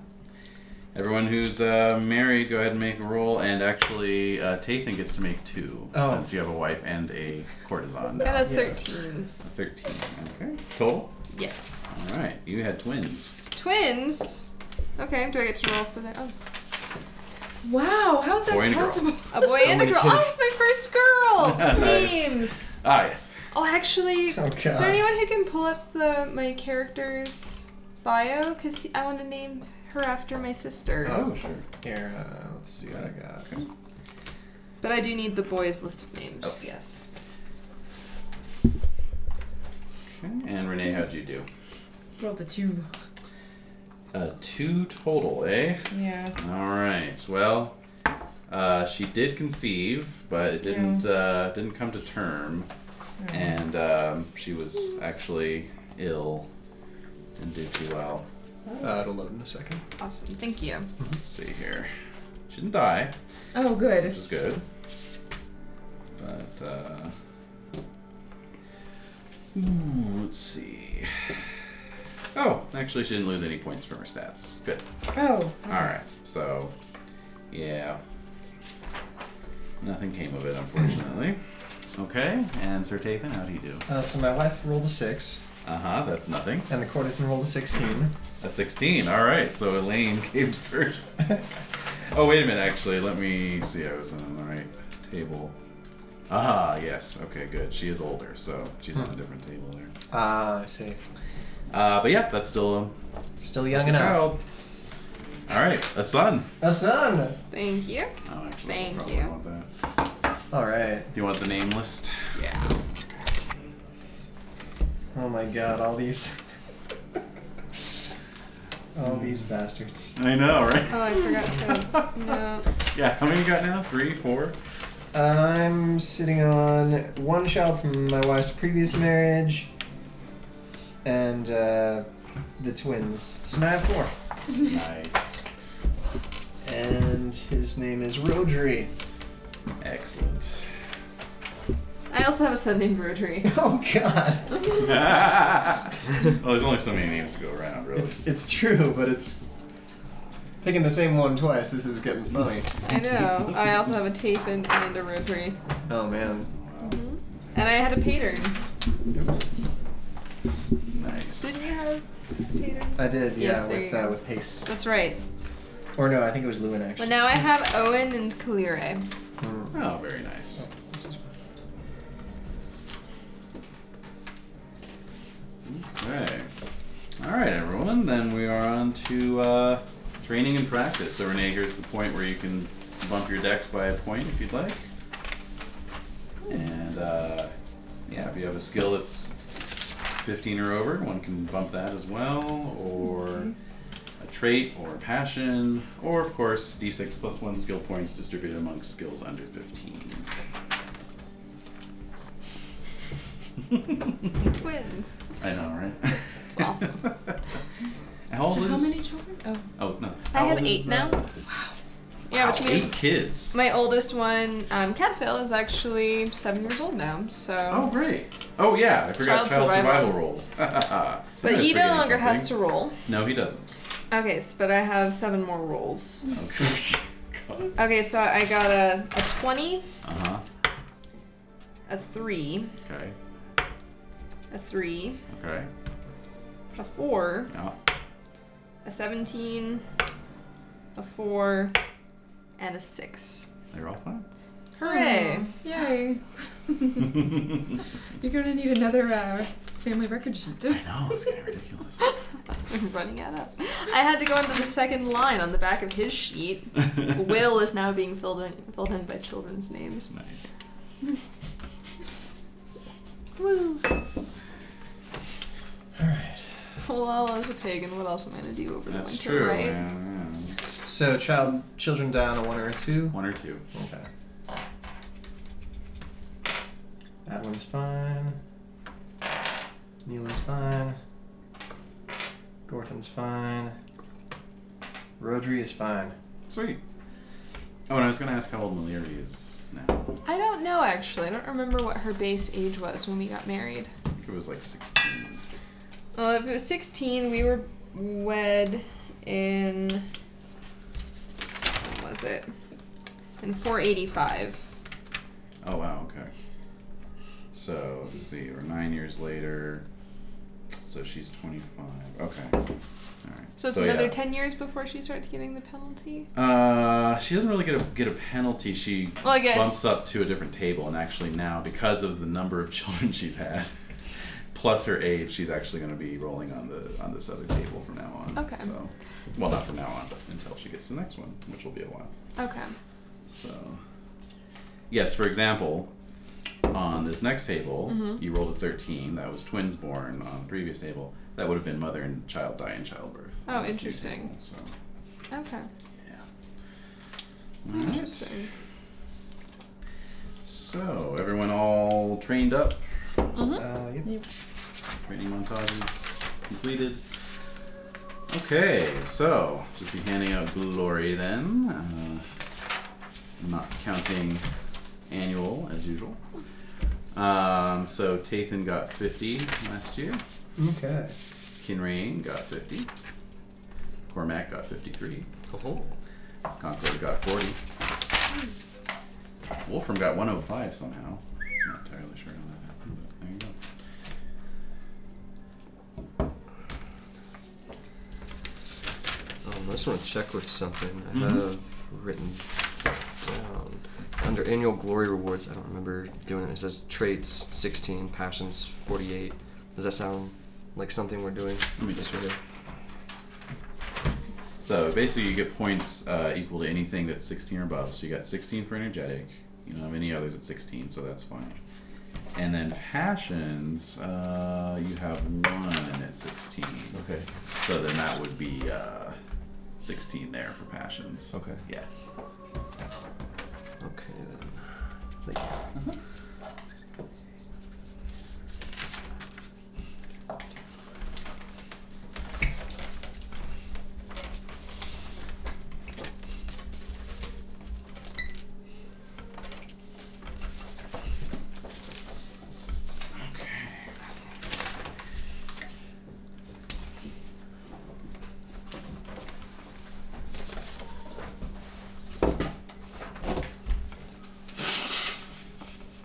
everyone who's uh, married, go ahead and make a roll. And actually, uh, Tathan gets to make two Oh. since you have a wife and a courtesan. Got a Yeah. 13. Thirteen. Okay, total. Yes. All right, you had twins. Twins. Okay, do I get to roll for that? Oh, Wow, how is that Boy and a girl. possible? a boy So and a many girl. Oh, kids. it's my first girl. Nice. Names. Ah, yes. Oh, actually, Oh god. Is there anyone who can pull up the my character's bio? Cause I want to name her after my sister. Oh. sure. Here, uh, let's see what I got. But I do need the boys' list of names. Okay. Yes. Okay. And Renee, how'd you do? Rolled a 2. Uh, two total, eh? Yeah. All right. Well, uh, she did conceive, but it didn't uh, didn't come to term, and um, she was actually ill and did too well. Uh, it'll load in a second. Awesome. Thank you. Let's see here. She didn't die, Oh, good. which is good. But uh, Ooh, let's see. Oh, actually, she didn't lose any points from her stats. Good. Oh. All right. So, yeah. Nothing came of it, unfortunately. Okay, and Sir Tathan, how do you do? Uh, so my wife rolled a six, Uh huh, that's nothing. and the courtesan rolled a sixteen. A 16, alright, so Elaine came first. oh, wait a minute, actually, let me see, I was on the right table. Ah, yes, okay, good. She is older, so she's on a different table there. Ah, I see. Uh, but yeah, that's still Still young a enough. child. Alright, a son. A son. Thank you. Oh, actually, Thank we'll probably you. want that. All right. Do you want the name list? Yeah. Oh my god, all these. all these bastards. I know, Oh, right? I forgot to. No. Yeah, how many you got now? Three, four? I'm sitting on one child from my wife's previous marriage, and uh, the twins. So now I have four. nice. And his name is Rodri. Excellent. I also have a son named Rotary. Oh god. well, there's only so many names to go around, really. It's it's true, but it's picking the same one twice. This is getting funny. I know. I also have a Tathan and a Rotary. Oh man. And I had a Patern. nice. Didn't you have Paterns? I did, Yes, yeah, there you with go. uh, with pace. That's right. Or no, I think it was Lewin actually. But now I have Owen and Kalire. Hmm. Oh, very nice. This is- Okay. All right, everyone. Then we are on to uh, training and practice. So Renee, here's the point where you can bump your decks by a point if you'd like. And uh, yeah, if you have a skill that's 15 or over, one can bump that as well, or a trait or a passion, or of course d6 plus one skill points distributed amongst skills under 15. Twins. I know, right? It's awesome. how old So is? how many children? Oh. Oh no. I How have old eight is, now. uh, Yeah, which wow, means eight kids. my oldest one, um, Catfill, is actually seven years old now. So. Oh great. Oh yeah, I forgot Child child, survival, survival. rules. but he no longer has to roll. No, he doesn't. Oh, Okay, s- but I have seven more rolls. Okay. God. Okay, so I got a, a 20, Uh huh. a 3, Okay. a 3, Okay. a 4, Yeah. a 17, a 4, and a 6. They're all fine. Hooray! Yay. I You're gonna need another uh, family record sheet. know it's kind of ridiculous. I'm running out of. I had to go into the second line on the back of his sheet. Will is now being filled in, filled in by children's names. Nice. Woo! Alright. Well, I was a pig, and what else am I gonna do over the That's winter, true. right? Man. yeah. So child children down a one or a two. One or two. Okay. That one's fine. Neelan's fine. Gortham's fine. Rodri is fine. Sweet. Oh, and I was gonna ask how old Maliri is now. I don't know actually. I don't remember what her base age was when we got married. I think it was like 16. Well, if it was 16, we were wed in. When was it? In 485. Oh wow, okay. So let's see, we're nine years later. So she's twenty-five. Okay. All right. So it's another yeah. 10 years before she starts getting the penalty? Uh, she doesn't really get a get a penalty. She Well, I guess- bumps up to a different table, and actually now because of the number of children she's had, plus her age, she's actually going to be rolling on the on this other table from now on. Okay. So, well, not from now on, but until she gets to the next one, which will be a while. Okay. So, yes, for example, on this next table, Mm-hmm. you rolled a 13. That was twins born on the previous table. That would have been mother and child die in childbirth. Oh, on this new interesting. table, so, Okay. All right. Interesting. So, everyone all trained up, Uh, yep. training montages completed. Okay, so just be handing out glory then. Uh, not counting annual as usual. Um, so Tathan got 50 last year. Okay. Kinrain got 50. Cormac got 53. Oh. Concord got 40. Wolfram got 105 somehow. I'm not entirely sure how that happened, but there you go. Um, I just want to check with something I Mhm. have written down. Under annual glory rewards, I don't remember doing it. It says traits 16, passions 48. Does that sound like something we're doing? Let me this check. year? So basically, you get points uh, equal to anything that's 16 or above. So you got 16 for energetic. You don't have any others at 16, so that's fine. And then passions, uh, you have one at 16. Okay. So then that would be uh, 16 there for passions. Okay. Yeah. Okay then. Thank you.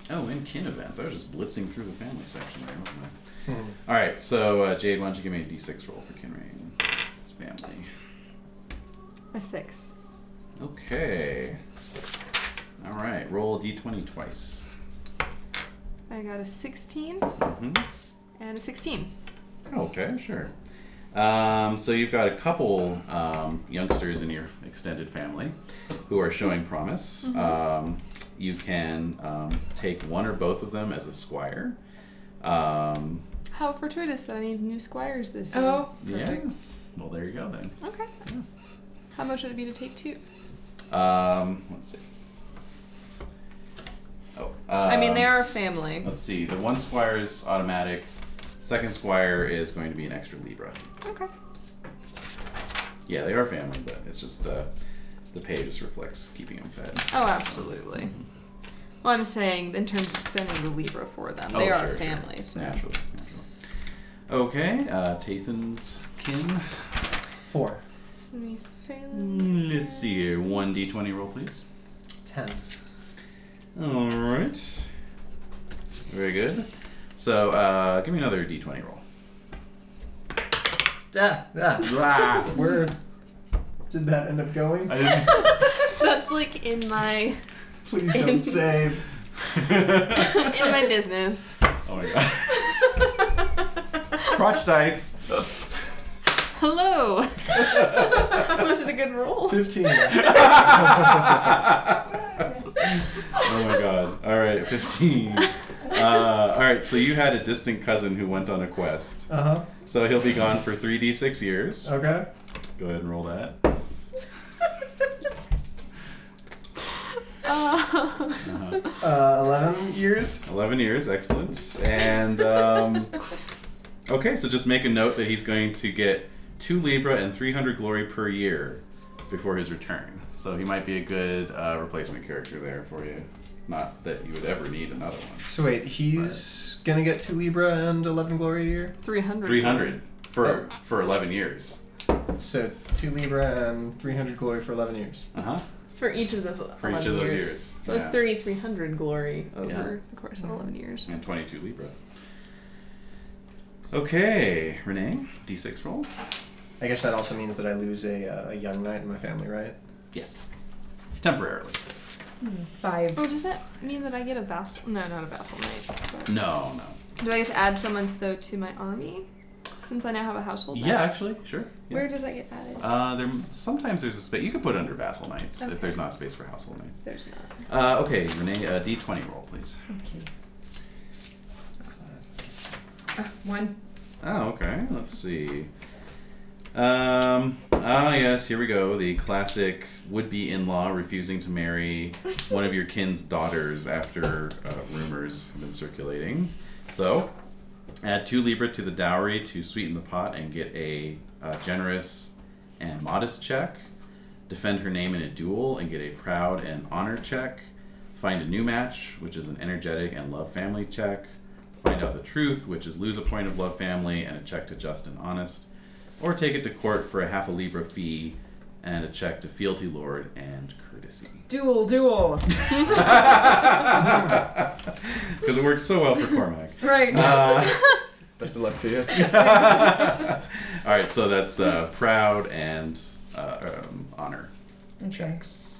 Oh, and kin events. I was just blitzing through the family section there, wasn't I? All right, so uh, Jade, why don't you give me a d6 roll for Kinraid and his family? A six. Okay. All right, roll a d20 twice. I got a 16 hmm and a 16. Okay, sure. Um, so you've got a couple um, youngsters in your extended family who are showing promise. Mm-hmm. Um, you can um, take one or both of them as a squire. Um, How fortuitous that I need new squires this year. Oh, yeah. Well, there you go then. Okay. How much would it be to take two? Um, let's see. Oh, I mean, um, they are a family. Let's see. The one squire is automatic. Second squire is going to be an extra libra. Okay. Yeah, they are family, but it's just uh, the pay just reflects keeping them fed. Oh, absolutely. Mm-hmm. Well, I'm saying in terms of spending the Libra for them, they Oh, are sure, a sure. family, so. Naturally, naturally. Okay, uh, Tathan's kin. Four. So we fail- Let's see here. One d20 roll, please. Ten. All right. Very good. So, uh, give me another d20 roll. Ah, ah. Where did that end up going? I didn't- That's like in my Please don't save. in my business. oh my god. Crotch dice. Oh Hello. Was it a good roll? Fifteen. Oh my god. All right, 15. Uh, all right, so you had a distant cousin who went on a quest. Uh huh. So he'll be gone for 3d6 years. Okay. Go ahead and roll that. Uh, Uh-huh. Uh, eleven years. 11 years, excellent. And um, okay, so just make a note that he's going to get 2 Libra and 300 glory per year before his return. So he might be a good uh, replacement character there for you. Not that you would ever need another one. So wait, he's gonna get two Libra and eleven glory a year. 300. 300 for for 11 years. So it's two Libra and three hundred glory for eleven years. Uh-huh. For each of those 11 For each of those years. So it's Yeah. 3,300 glory over Yeah. the course of 11 years. And 22 Libra. Okay, Renee, d6 roll. I guess that also means that I lose a, uh, a young knight in my family, right? Yes. Temporarily. Five. Oh, does that mean that I get a vassal? No, not a vassal knight. but- No, no. Do I just add someone though to my army? Since I now have a household. Yeah, knight? actually, sure. Yeah. Where does that get added? Uh, there sometimes there's a space you could put under vassal knights Okay. if there's not space for household knights. There's not. Uh, okay, Renee, uh, d20 roll, please. Okay. Uh, one. Oh, okay. Let's see. Um, ah, yes, here we go. The classic would be in law refusing to marry one of your kin's daughters after uh, rumors have been circulating. So, add two Libra to the dowry to sweeten the pot and get a uh, generous and modest check. Defend her name in a duel and get a proud and honor check. Find a new match, which is an energetic and love family check. Find out the truth, which is lose a point of love family and a check to just and honest. Or take it to court for a half a libra fee and a check to fealty lord and courtesy. Duel, duel. Because it worked so well for Cormac. Right. Uh, Best of luck to you. All right, so that's uh, proud and uh, um, honor okay. checks.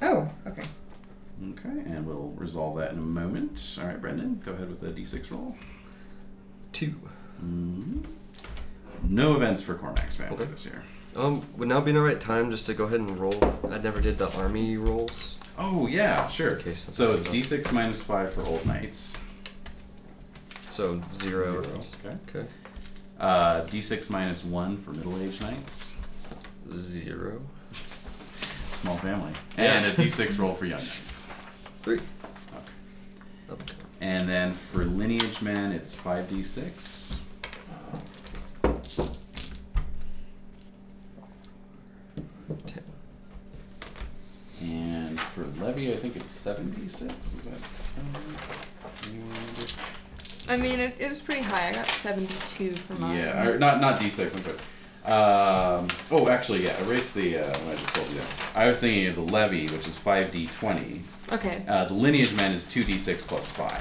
Oh, okay. Okay, and we'll resolve that in a moment. All right, Brendan, go ahead with the d6 roll. Two. Mhm. No events for Cormac's family Okay. this year. Um, would now be the right time just to go ahead and roll? I never did the army rolls. Oh yeah, sure. Okay, so- so it's d6 minus five for old knights. So zero. Zero, okay. Okay. Uh, d6 minus one for middle-aged knights. Zero. Small family. Yeah. And a d6 roll for young knights. Three. Okay. Okay. And then for lineage men, it's 5d6. Ten. And for levy, I think it's 7d6. Is that sound right? Anyone remember? I mean, it, it was pretty high. I got 72 for mine. Yeah, or not not d6. I'm sorry. Um, oh, actually, yeah. Erase the uh, what I just told you. There. I was thinking of the levy, which is 5d20. Okay. Uh, the lineage man is 2d6 plus 5.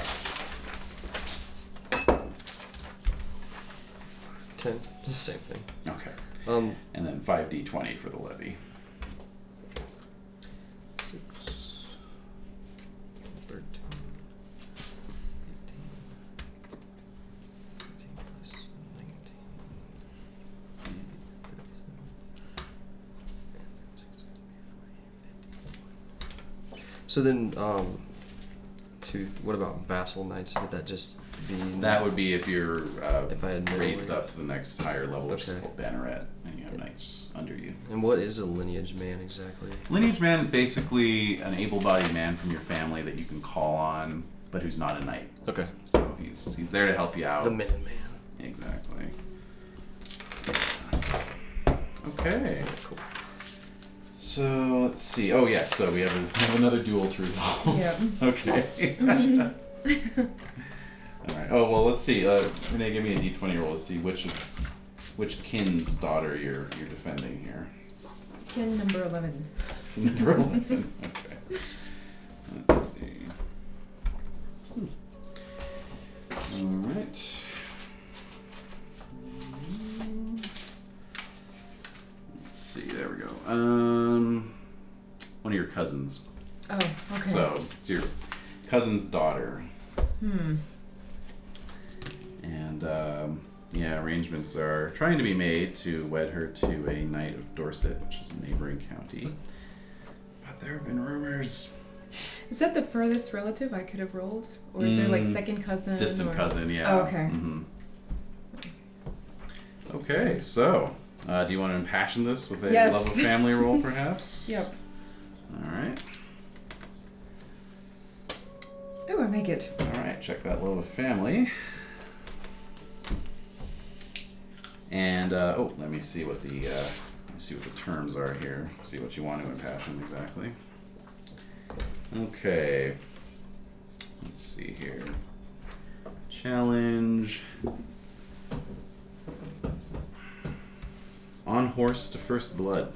Ten. It's the same thing. Okay. Mm-hmm. Um, And then 5d20 for the levy. six. Thirteen. Fifteen. Fifteen plus nineteen. Thirty-seven. So then, um, two. What about vassal knights? Would that just be That would be if you're uh, If I had middle raised rank. up to the next higher level, which is Okay. called banneret, and you have knights under you. And what is a lineage man exactly? Lineage man is basically an able-bodied man from your family that you can call on, but who's not a knight. Okay. So he's he's there to help you out. The Minuteman. Exactly. Okay. Cool. So let's see. Oh yes. So we have, a, we have another duel to resolve. Yep. okay. All right. Oh well. Let's see. Uh, Renee, give me a d20 roll to see which of which kin's daughter you're you're defending here. Kin number 11. Number 11. Okay. Let's see. All right. Let's see. There we go. Um, one of your cousins. Oh, okay. So it's your cousin's daughter, Hmm. and um, yeah, arrangements are trying to be made to wed her to a knight of Dorset, which is a neighboring county. But there have been rumors Is that the furthest relative I could have rolled? Or is there like Mm, second cousin? Distant or- cousin, yeah. Oh, okay. hmm Okay, so uh, do you want to impassion this with a Yes. love of family role, perhaps? Yep. All right. Oh, I make it. All right. Check that love of family. And uh, oh, let me see what the uh, let me see what the terms are here. See what you want to impassion exactly. Okay. Let's see here. Challenge. On horse to first blood.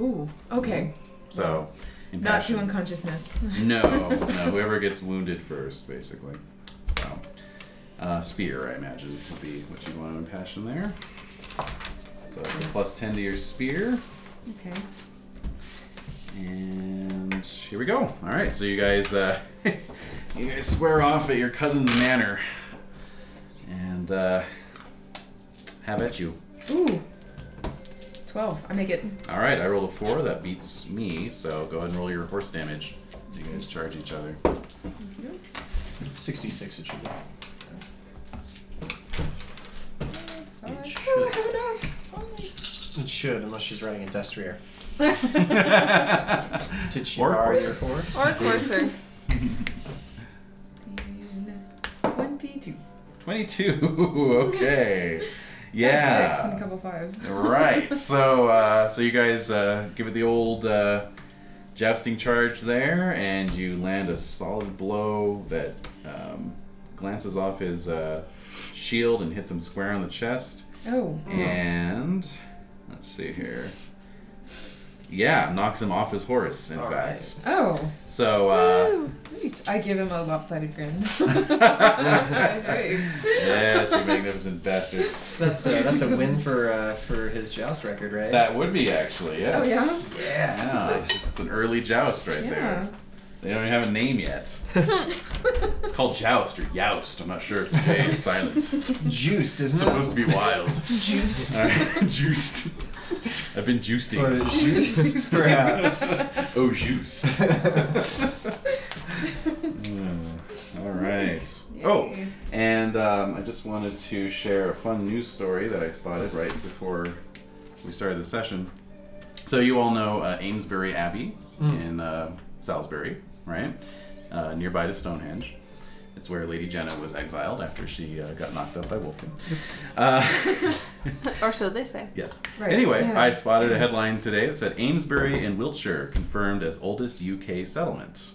Ooh, okay. So, Not to impassion. unconsciousness. No, no. Whoever gets wounded first, basically. So, uh, spear, I imagine, would be what you want to impassion there. So it's a plus ten to your spear, Okay. and here we go. All right, so you guys, uh, you guys swear off at your cousin's manor, and uh, have at you. Ooh. 12. I make it. All right, I rolled a four. That beats me. So go ahead and roll your horse damage. You guys charge each other. 66 it should be. It Oh, should. I have It should, unless she's riding a destrier. enough. Did she Or a borrow horse. your horse? Or coarser. And 22. 22. okay. I have Yeah. Six and a couple fives. right. So uh, so you guys uh, give it the old uh, jousting charge there, and you land a solid blow that um, glances off his uh, shield and hits him square on the chest. Oh, And let's see here. Yeah, knocks him off his horse, in All fact. oh, So, uh, Woo. Great. I give him a lopsided grin. yes, you magnificent bastard. So that's a, that's a win for uh, for his joust record, right? That would be actually, Oh yes. yeah, yeah. Yeah, it's an early joust right yeah. there. They don't even have a name yet. It's called joust or joust. I'm not sure if the J is silent. It's It's juiced, isn't it? supposed to be wild. Juiced. Alright, juiced. I've been juicing. Or juiced, perhaps. Oh, juiced. All right. Oh, Yay. and um, I just wanted to share a fun news story that I spotted right before we started the session. So you all know uh, Amesbury Abbey in uh, Salisbury, right? Uh, nearby to Stonehenge. It's where Lady Jenna was exiled after she uh, got knocked up by Wolfkin. Uh, or so they say. Yes. Right, Anyway, yeah. I spotted a headline today that said Amesbury and Wiltshire confirmed as oldest UK settlement.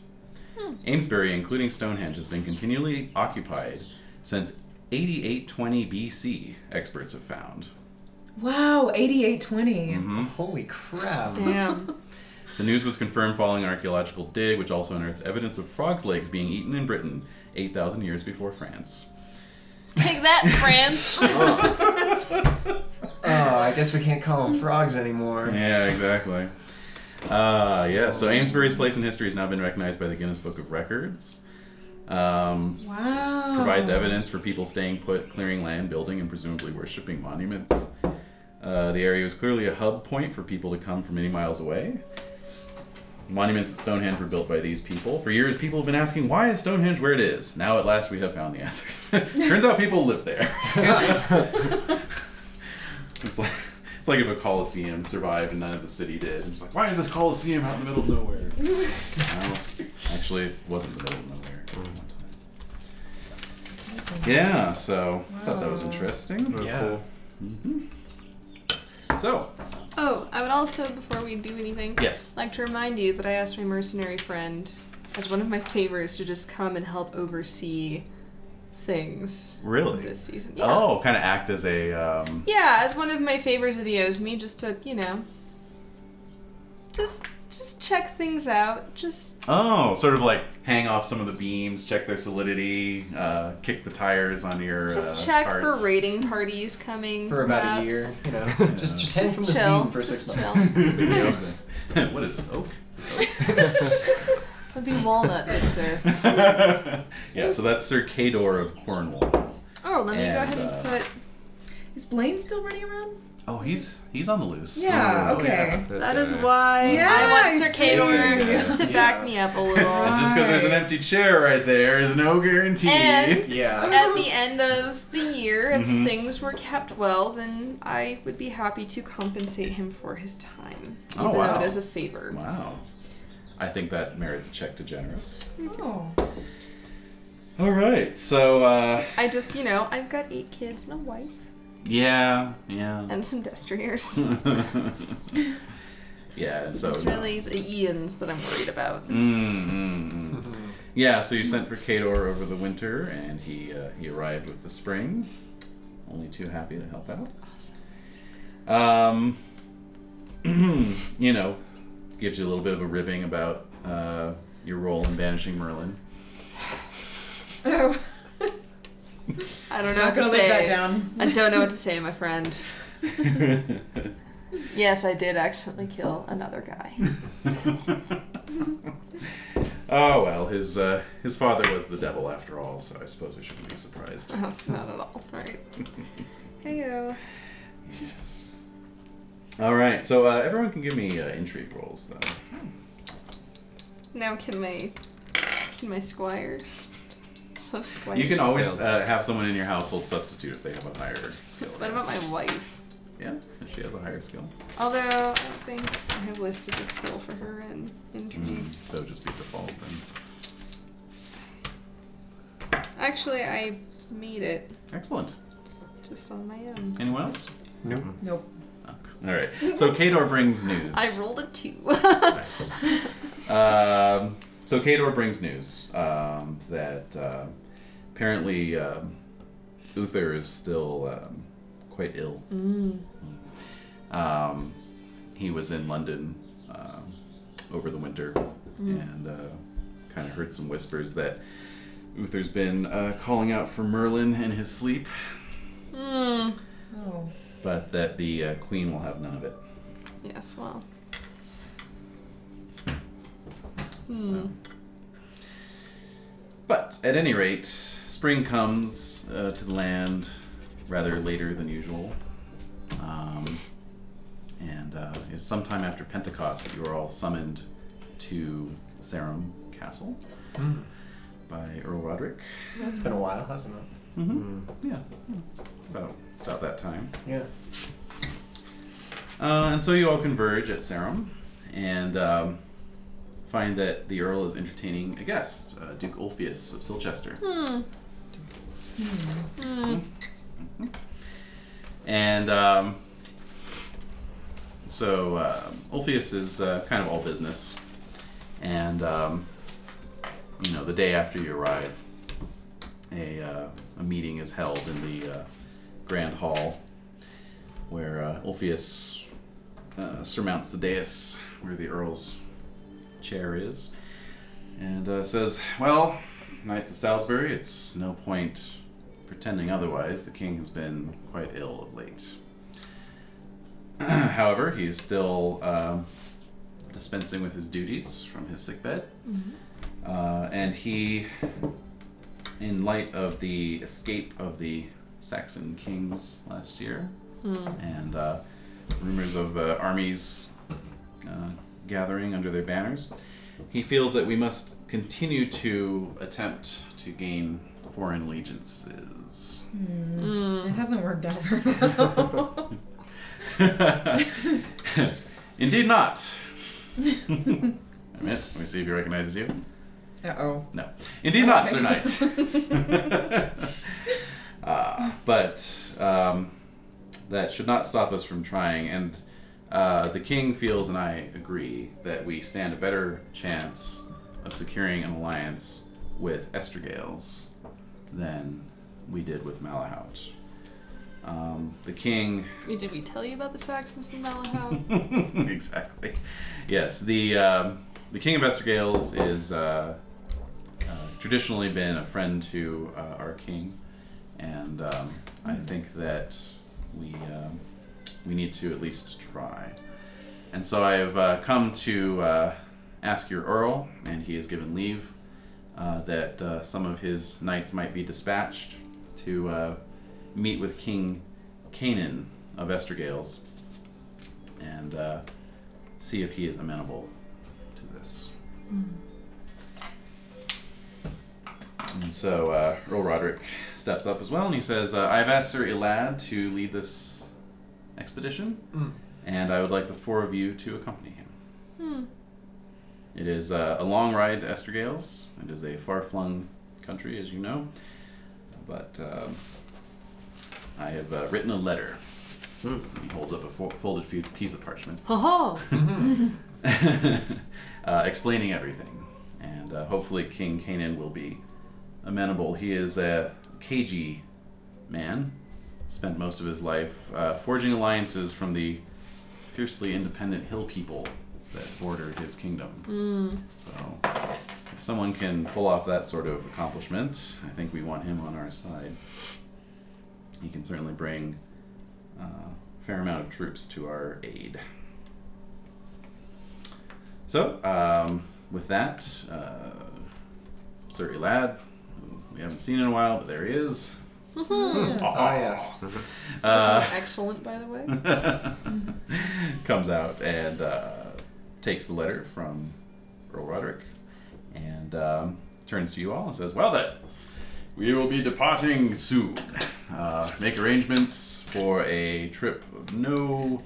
Hmm. Amesbury, including Stonehenge, has been continually occupied since 8820 BC, experts have found. Wow, eighty-eight twenty. Mhm. Holy crap. Damn. The news was confirmed following an archaeological dig, which also unearthed evidence of frogs' legs being eaten in Britain 8,000 years before France. Take that, France. Oh, I guess we can't call them frogs anymore. Yeah, exactly. Uh, yeah, so Amesbury's place in history has now been recognized by the Guinness Book of Records. Um, Wow. provides evidence for people staying put, clearing land, building, and presumably worshipping monuments. Uh, the area was clearly a hub point for people to come from many miles away. Monuments at Stonehenge were built by these people. For years, people have been asking, why is Stonehenge where it is? Now, at last, we have found the answer. Turns out people live there. it's, like, it's like if a Colosseum survived and none of the city did. It's like, why is this Colosseum out in the middle of nowhere? well, actually, it wasn't the middle of nowhere. at one time. Yeah, so I thought that was interesting. Mm-hmm. Yeah. So, oh, I would also, before we do anything, yes. like to remind you that I asked my mercenary friend, as one of my favors, to just come and help oversee things Really? this season. Yeah. Oh, kind of act as a. Um, Yeah, as one of my favors that he owes me, just to you know, just just check things out. Just oh, sort of like hang off some of the beams, check their solidity, uh, kick the tires on your. just uh, check carts. for raiding parties coming. For about a perhaps. year, you know. Just, just hang Just from this chill. beam for six Just months. chill. Yeah, exactly. what is this oak? Is this oak? It'd be walnut mixer. yeah, so that's Sir Cador of Cornwall. Oh, let me go And, ahead and uh, put. Is Blaine still running around? Oh, he's he's on the loose. Yeah. Oh, okay. yeah. That is why I Yeah, want I Sir see. Cador to Yeah. back me up a little. And just because there's an empty chair right there is no guarantee. And Yeah. at the end of the year, if Mm-hmm. Mhm. things were kept well, then I would be happy to compensate him for his time, even Oh, wow. though it is a favor. Wow. I think that merits a check to generous. Mm-hmm. Oh. All right. So, uh, I just, you know, I've got eight kids and a wife yeah, yeah. and some destriers. yeah, so. it's really the Ians that I'm worried about. Mm, mm, mm. Yeah, so you sent for Kador over the winter, and he uh, he arrived with the spring. Only too happy to help out. Awesome. Um, you know, gives you a little bit of a ribbing about uh, your role in banishing Merlin. Oh. I don't know what Not to gonna say. live that down. I don't know what to say, my friend. Yes, I did accidentally kill another guy. oh well, his uh, his father was the devil after all, so I suppose we shouldn't be surprised. Oh, Not at all. All right. Heyo. Yes. All right, so uh, everyone can give me uh, intrigue rolls though. Now can my can my squire? So squire. You can always uh, have someone in your household substitute if they have a higher skill. What about my wife? Yeah, if she has a higher skill. Although I don't think I have listed a skill for her in interview. Mm-hmm. So it'd just be default then. Actually, I made it Excellent. just on my own. Anyone else? Nope. All right. So Kador brings news. I rolled a two. Nice. Um, so Kador brings news um, that uh, apparently um, Uther is still um, quite ill. Mm. Um, he was in London um, over the winter and uh, kind of heard some whispers that Uther's been uh, calling out for Merlin in his sleep, Mm. Oh. but that the uh, queen will have none of it. Yes, well. Hmm. So. But at any rate, spring comes uh, to the land rather later than usual. Um, and uh, it's sometime after Pentecost that you are all summoned to Sarum Castle Hmm. by Earl Roderick. It's been a while, hasn't it? Mm-hmm. Mm. Yeah, yeah. it's about, about that time. Yeah. Uh, and so you all converge at Sarum and um, find that the Earl is entertaining a guest, uh, Duke Ulfius of Silchester. Hmm. Hmm. And um, so uh, Ulfius is uh, kind of all business. And, um, you know, the day after you arrive, a, uh, a meeting is held in the uh, Grand Hall where uh, Ulfius uh, surmounts the dais where the Earl's chair is and uh, says, Well, Knights of Salisbury, it's no point pretending otherwise, the king has been quite ill of late. However, he is still um dispensing with his duties from his sickbed. Uh, and he, in light of the escape of the Saxon kings last year Hmm. and uh, rumors of uh, armies uh, gathering under their banners, he feels that we must continue to attempt to gain foreign allegiances. hmm. Mm. It hasn't worked out very well. Indeed not. I meant, let me see if he recognizes you. uh oh. No. Indeed not, Sir Okay. Knight. uh, but um, that should not stop us from trying. And uh, the king feels, and I agree, that we stand a better chance of securing an alliance with Estergales than we did with Malahout. Um, the king Wait, Did we tell you about the Saxons in Malahout? exactly. Yes, the um, the King of Estergales is uh, uh, traditionally been a friend to uh, our king, and um, I think that we um, we need to at least try. And so I have uh, come to uh, ask your earl, and he has given leave uh, that uh, some of his knights might be dispatched to uh, meet with King Canaan of Estergales and uh, see if he is amenable to this. And so uh, Earl Roderick steps up as well and he says, uh, I've asked Sir Elad to lead this expedition, Mm. and I would like the four of you to accompany him. Hmm. It is uh, a long ride to Estergales. It is a far flung country, as you know. But um, I have uh, written a letter. Hmm. He holds up a fo- folded fe- piece of parchment. Ho ho! uh, explaining everything. And uh, hopefully, King Kanan will be amenable. He is a cagey man, spent most of his life uh, forging alliances from the fiercely independent hill people that border his kingdom. Mm. So, if someone can pull off that sort of accomplishment, I think we want him on our side. He can certainly bring uh, a fair amount of troops to our aid. So, um, with that, uh, Sir Elad, who we haven't seen in a while, but there he is. Mm. Yes. Ah, yes. Uh, Hmm. Hmm. Excellent, by the way. comes out and uh, takes the letter from Earl Roderick and um, turns to you all and says, Well, then, we will be departing soon. Uh, make arrangements for a trip of no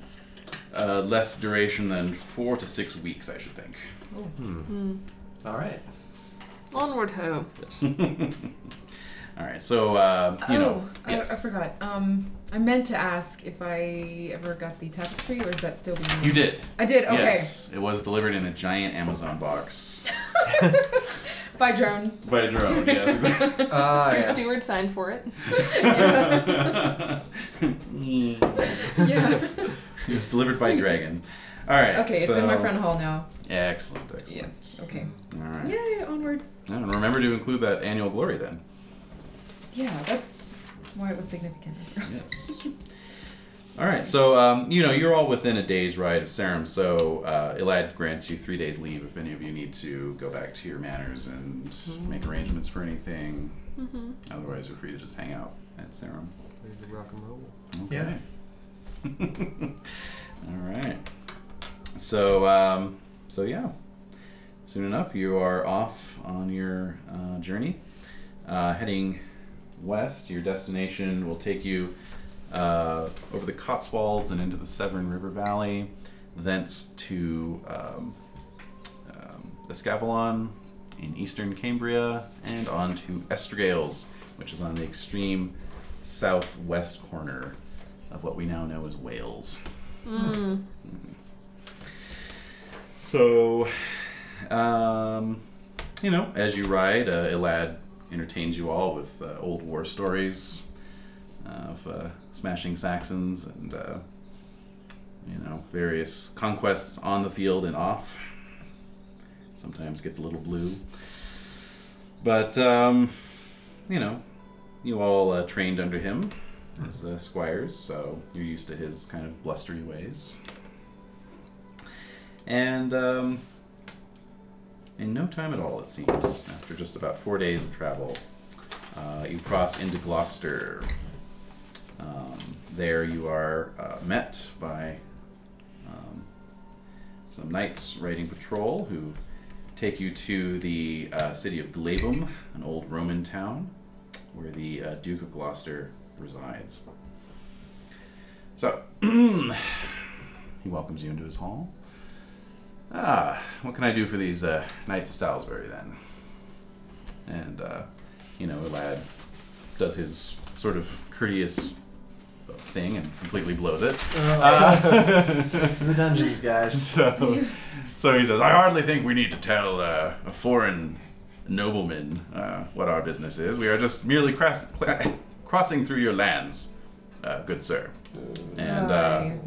uh, less duration than four to six weeks, I should think. All right. Onward ho. Yes. uh, All right. So uh, you know. oh, I, yes. I forgot. Um, I meant to ask if I ever got the tapestry, or is that still being? You did. I did. Okay. Yes. It was delivered in a giant Amazon box By drone. by a drone. Yes. Exactly. Ah, Your yes. steward signed for it. Yeah. Yeah. It was delivered by Sweet. dragon. All right. Okay, it's in my so- front hall now. Excellent. Excellent. Yes. Okay. All right. Yay! Onward. Yeah, and remember to include that annual glory then. Yeah, that's why it was significant. Yes. All right, so um, you know you're all within a day's ride of Sarum, so uh, Elad grants you three days leave if any of you need to go back to your manors and Mm-hmm. make arrangements for anything. Mhm. Otherwise, you're free to just hang out at Sarum. Ready to rock and roll. Okay. all right. So um, so yeah, soon enough you are off on your uh, journey, uh, heading west. Your destination will take you uh, over the Cotswolds and into the Severn River Valley, thence to um, um, Escavalon in eastern Cambria, and on to Estragales, which is on the extreme southwest corner of what we now know as Wales. Hmm. Mm. So, um, you know, as you ride, uh, Elad entertains you all with uh, old war stories of uh, smashing Saxons and, uh, you know, various conquests on the field and off. Sometimes gets a little blue. But, um, you know, you all uh, trained under him as uh, squires, so you're used to his kind of blustery ways. And um, in no time at all, it seems, after just about four days of travel, uh, you cross into Gloucester. Um, there you are uh, met by um, some knights riding patrol who take you to the uh, city of Glabum, an old Roman town where the uh, Duke of Gloucester resides. So, he welcomes you into his hall. Ah, what can I do for these uh, Knights of Salisbury then? And, uh, you know, Elad does his sort of courteous thing and completely blows it. Ah. Uh, To Oh. the dungeons, guys. so, so he says, I hardly think we need to tell uh, a foreign nobleman uh, what our business is. We are just merely cras- cla- crossing through your lands, uh, good sir. And uh, Aye.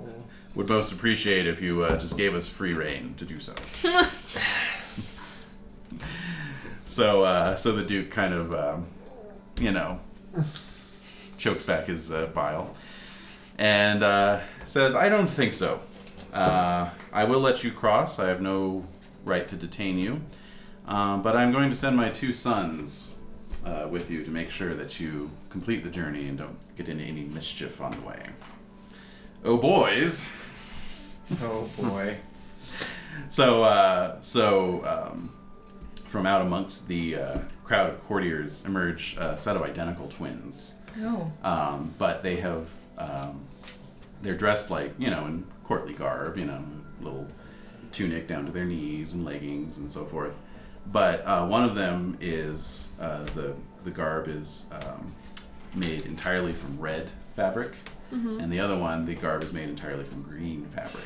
would most appreciate if you uh, just gave us free reign to do so. so, uh, so the Duke kind of, um, you know, chokes back his uh, bile and uh, says, I don't think so. Uh, I will let you cross. I have no right to detain you. Um, but I'm going to send my two sons uh, with you to make sure that you complete the journey and don't get into any mischief on the way. Oh, boys! Oh boy. So, uh, so um, from out amongst the uh, crowd of courtiers emerge a set of identical twins. Oh. um, but they have um, they're dressed like you know in courtly garb you know little tunic down to their knees and leggings and so forth but uh, one of them is uh, the the garb is um, made entirely from red fabric and the other one the garb is made entirely from green fabric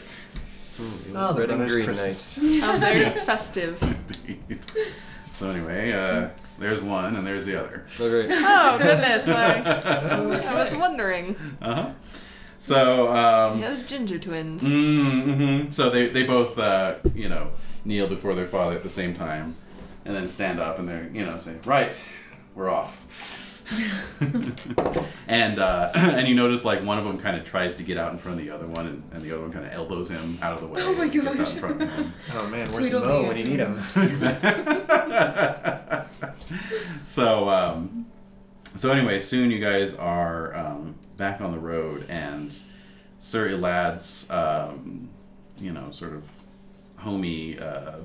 Oh, the Red and brother's green, Christmas. How very festive. Indeed. so anyway uh, there's one and there's the other Nice. Oh, great. Oh goodness, I, I was wondering. uh-huh. so um, Yeah, those ginger twins. Mm-hmm. So they, they both, uh, you know, kneel before their father at the same time and then stand up and they're, you know, say, right, we're off. and uh, and you notice like one of them kind of tries to get out in front of the other one and, and the other one kind of elbows him out of the way. Oh my and gets out in gosh. front of him. Oh man, where's Tweedledee Mo and when you need him? so um, so anyway, soon you guys are um, back on the road, and Sir Elad's um, you know sort of homey uh,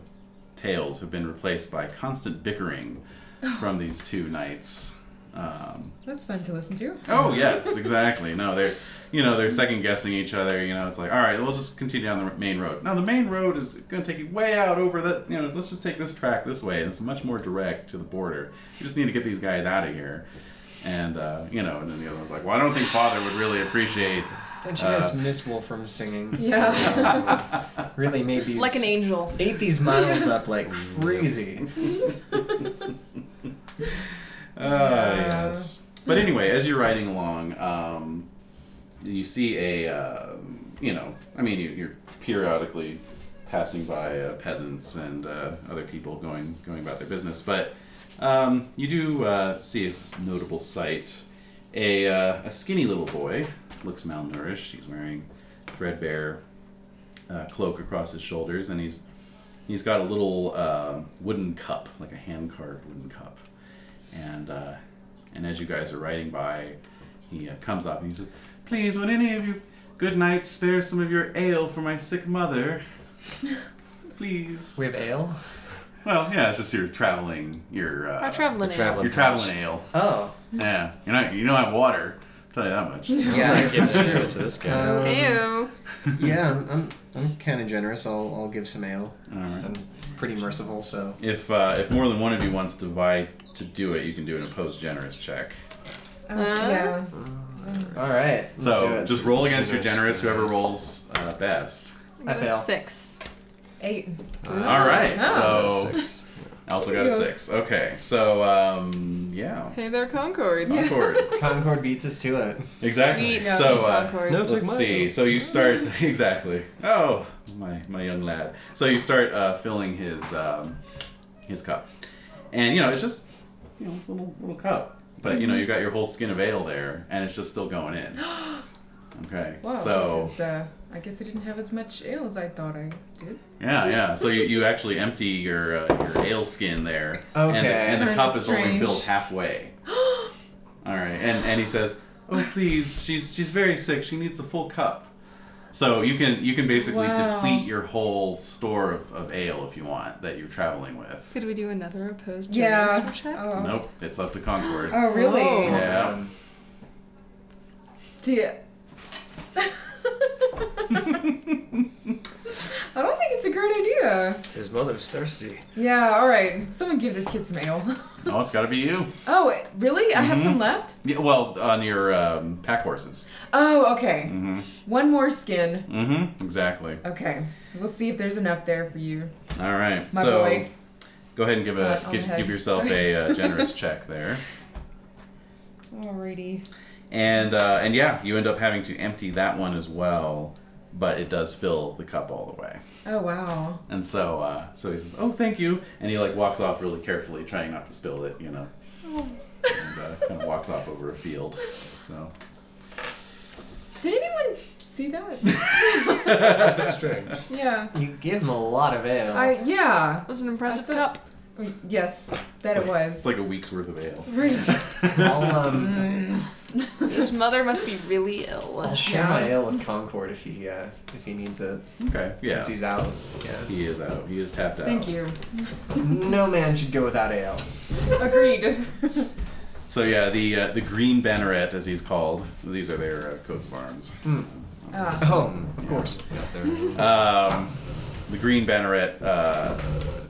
tales have been replaced by constant bickering from these two knights. Um, That's fun to listen to. Oh yes, exactly. No, they're you know they're second guessing each other. You know, it's like all right, we'll just continue down the main road. Now the main road is going to take you way out over the you know let's just take this track this way and it's much more direct to the border. We just need to get these guys out of here. And uh, you know, and then the other one's like, "Well, I don't think Father would really appreciate." Don't you Uh, guys miss Wolfram singing? Yeah. Really made these Like an angel. ate these miles up like crazy. Ah, yes. But anyway, as you're riding along, um, you see a, uh, you know, I mean, you, you're periodically passing by uh, peasants and uh, other people going going about their business, but um, you do uh, see a notable sight. A, uh, a skinny little boy looks malnourished. He's wearing threadbare uh, cloak across his shoulders, and he's he's got a little uh, wooden cup, like a hand carved wooden cup and uh, and as you guys are riding by, he uh, comes up and he says, "Please, would any of you good knights spare some of your ale for my sick mother? Please." We have ale. Well, yeah, it's just your traveling, your uh, Our traveling the ale. traveling- your traveling ale. Oh. Yeah, you're not you don't have water. I'll tell you that much. Yeah, I guess give that's shit true. to this guy. Um, Ew. yeah, I'm I'm, I'm kind of generous. I'll I'll give some ale. All right. I'm pretty merciful, so If uh, if more than one of you wants to vie to do it, you can do an opposed generous check. Oh, yeah. all right. Let's do so it. just roll against your generous, Generous, good. whoever rolls uh, best. I It was fail. Six. Eight. Ah. All right. Oh. So Six. I also got a Yeah. six. Okay, so um, yeah, Hey there, Concord. Concord. Concord beats us to it. exactly. Sweet so fucking uh, Concord. No, take let's mine. see. So you start exactly. Oh, my my young lad. So you start uh, filling his um, his cup, and you know it's just you know little little cup, but Mm-hmm. you know you got your whole skin of ale there, and it's just still going in. Okay. Wow, so this is, uh, I guess I didn't have as much ale as I thought I did. yeah, yeah. So you, you actually empty your uh, your ale skin there, and the, Okay. and the Kinda cup is only strange. filled halfway. All right, and and he says, "Oh please, she's she's very sick. She needs a full cup." So you can you can basically Wow. deplete your whole store of, of ale if you want that you're traveling with. Could we do another opposed Yeah. generous check? Oh. Nope, it's up to Concord. Oh, really? Whoa. Yeah. Um, See, I don't think it's a great idea. His mother's thirsty. Yeah, all right. Someone give this kid some ale. No, it's got to be you. oh, really? I have Mhm. some left? Yeah, well, on your um, pack horses. Oh, okay. Mm-hmm. One more skin. Mm-hmm. Exactly. Okay. We'll see if there's enough there for you, All right. my so boy. go ahead and give a Uh, on give, the head. give yourself a uh, generous check there. Alrighty. And uh, and yeah, you end up having to empty that one as well, but it does fill the cup all the way. Oh, wow. And so, uh, so he says, "Oh, thank you," and he like walks off really carefully, trying not to spill it, you know, and uh, kind of walks off over a field. So, Did anyone see that? Strange. yeah. you give him a lot of ale. I yeah. That was an impressive I cup. thought- Yes, that it it's was. like a week's worth of ale. Right. I'll um, Mm, His mother must be really ill. I'll share my ale with Concord if he uh, if he needs it Okay, yeah, since he's out. Yeah. he is out. He is tapped out. Thank you. No man should go without ale. Agreed. So yeah, the uh, the green banneret, as he's called, these are their uh, coats of arms. Ah. Oh, of course. Got there. Um, the green banneret, uh,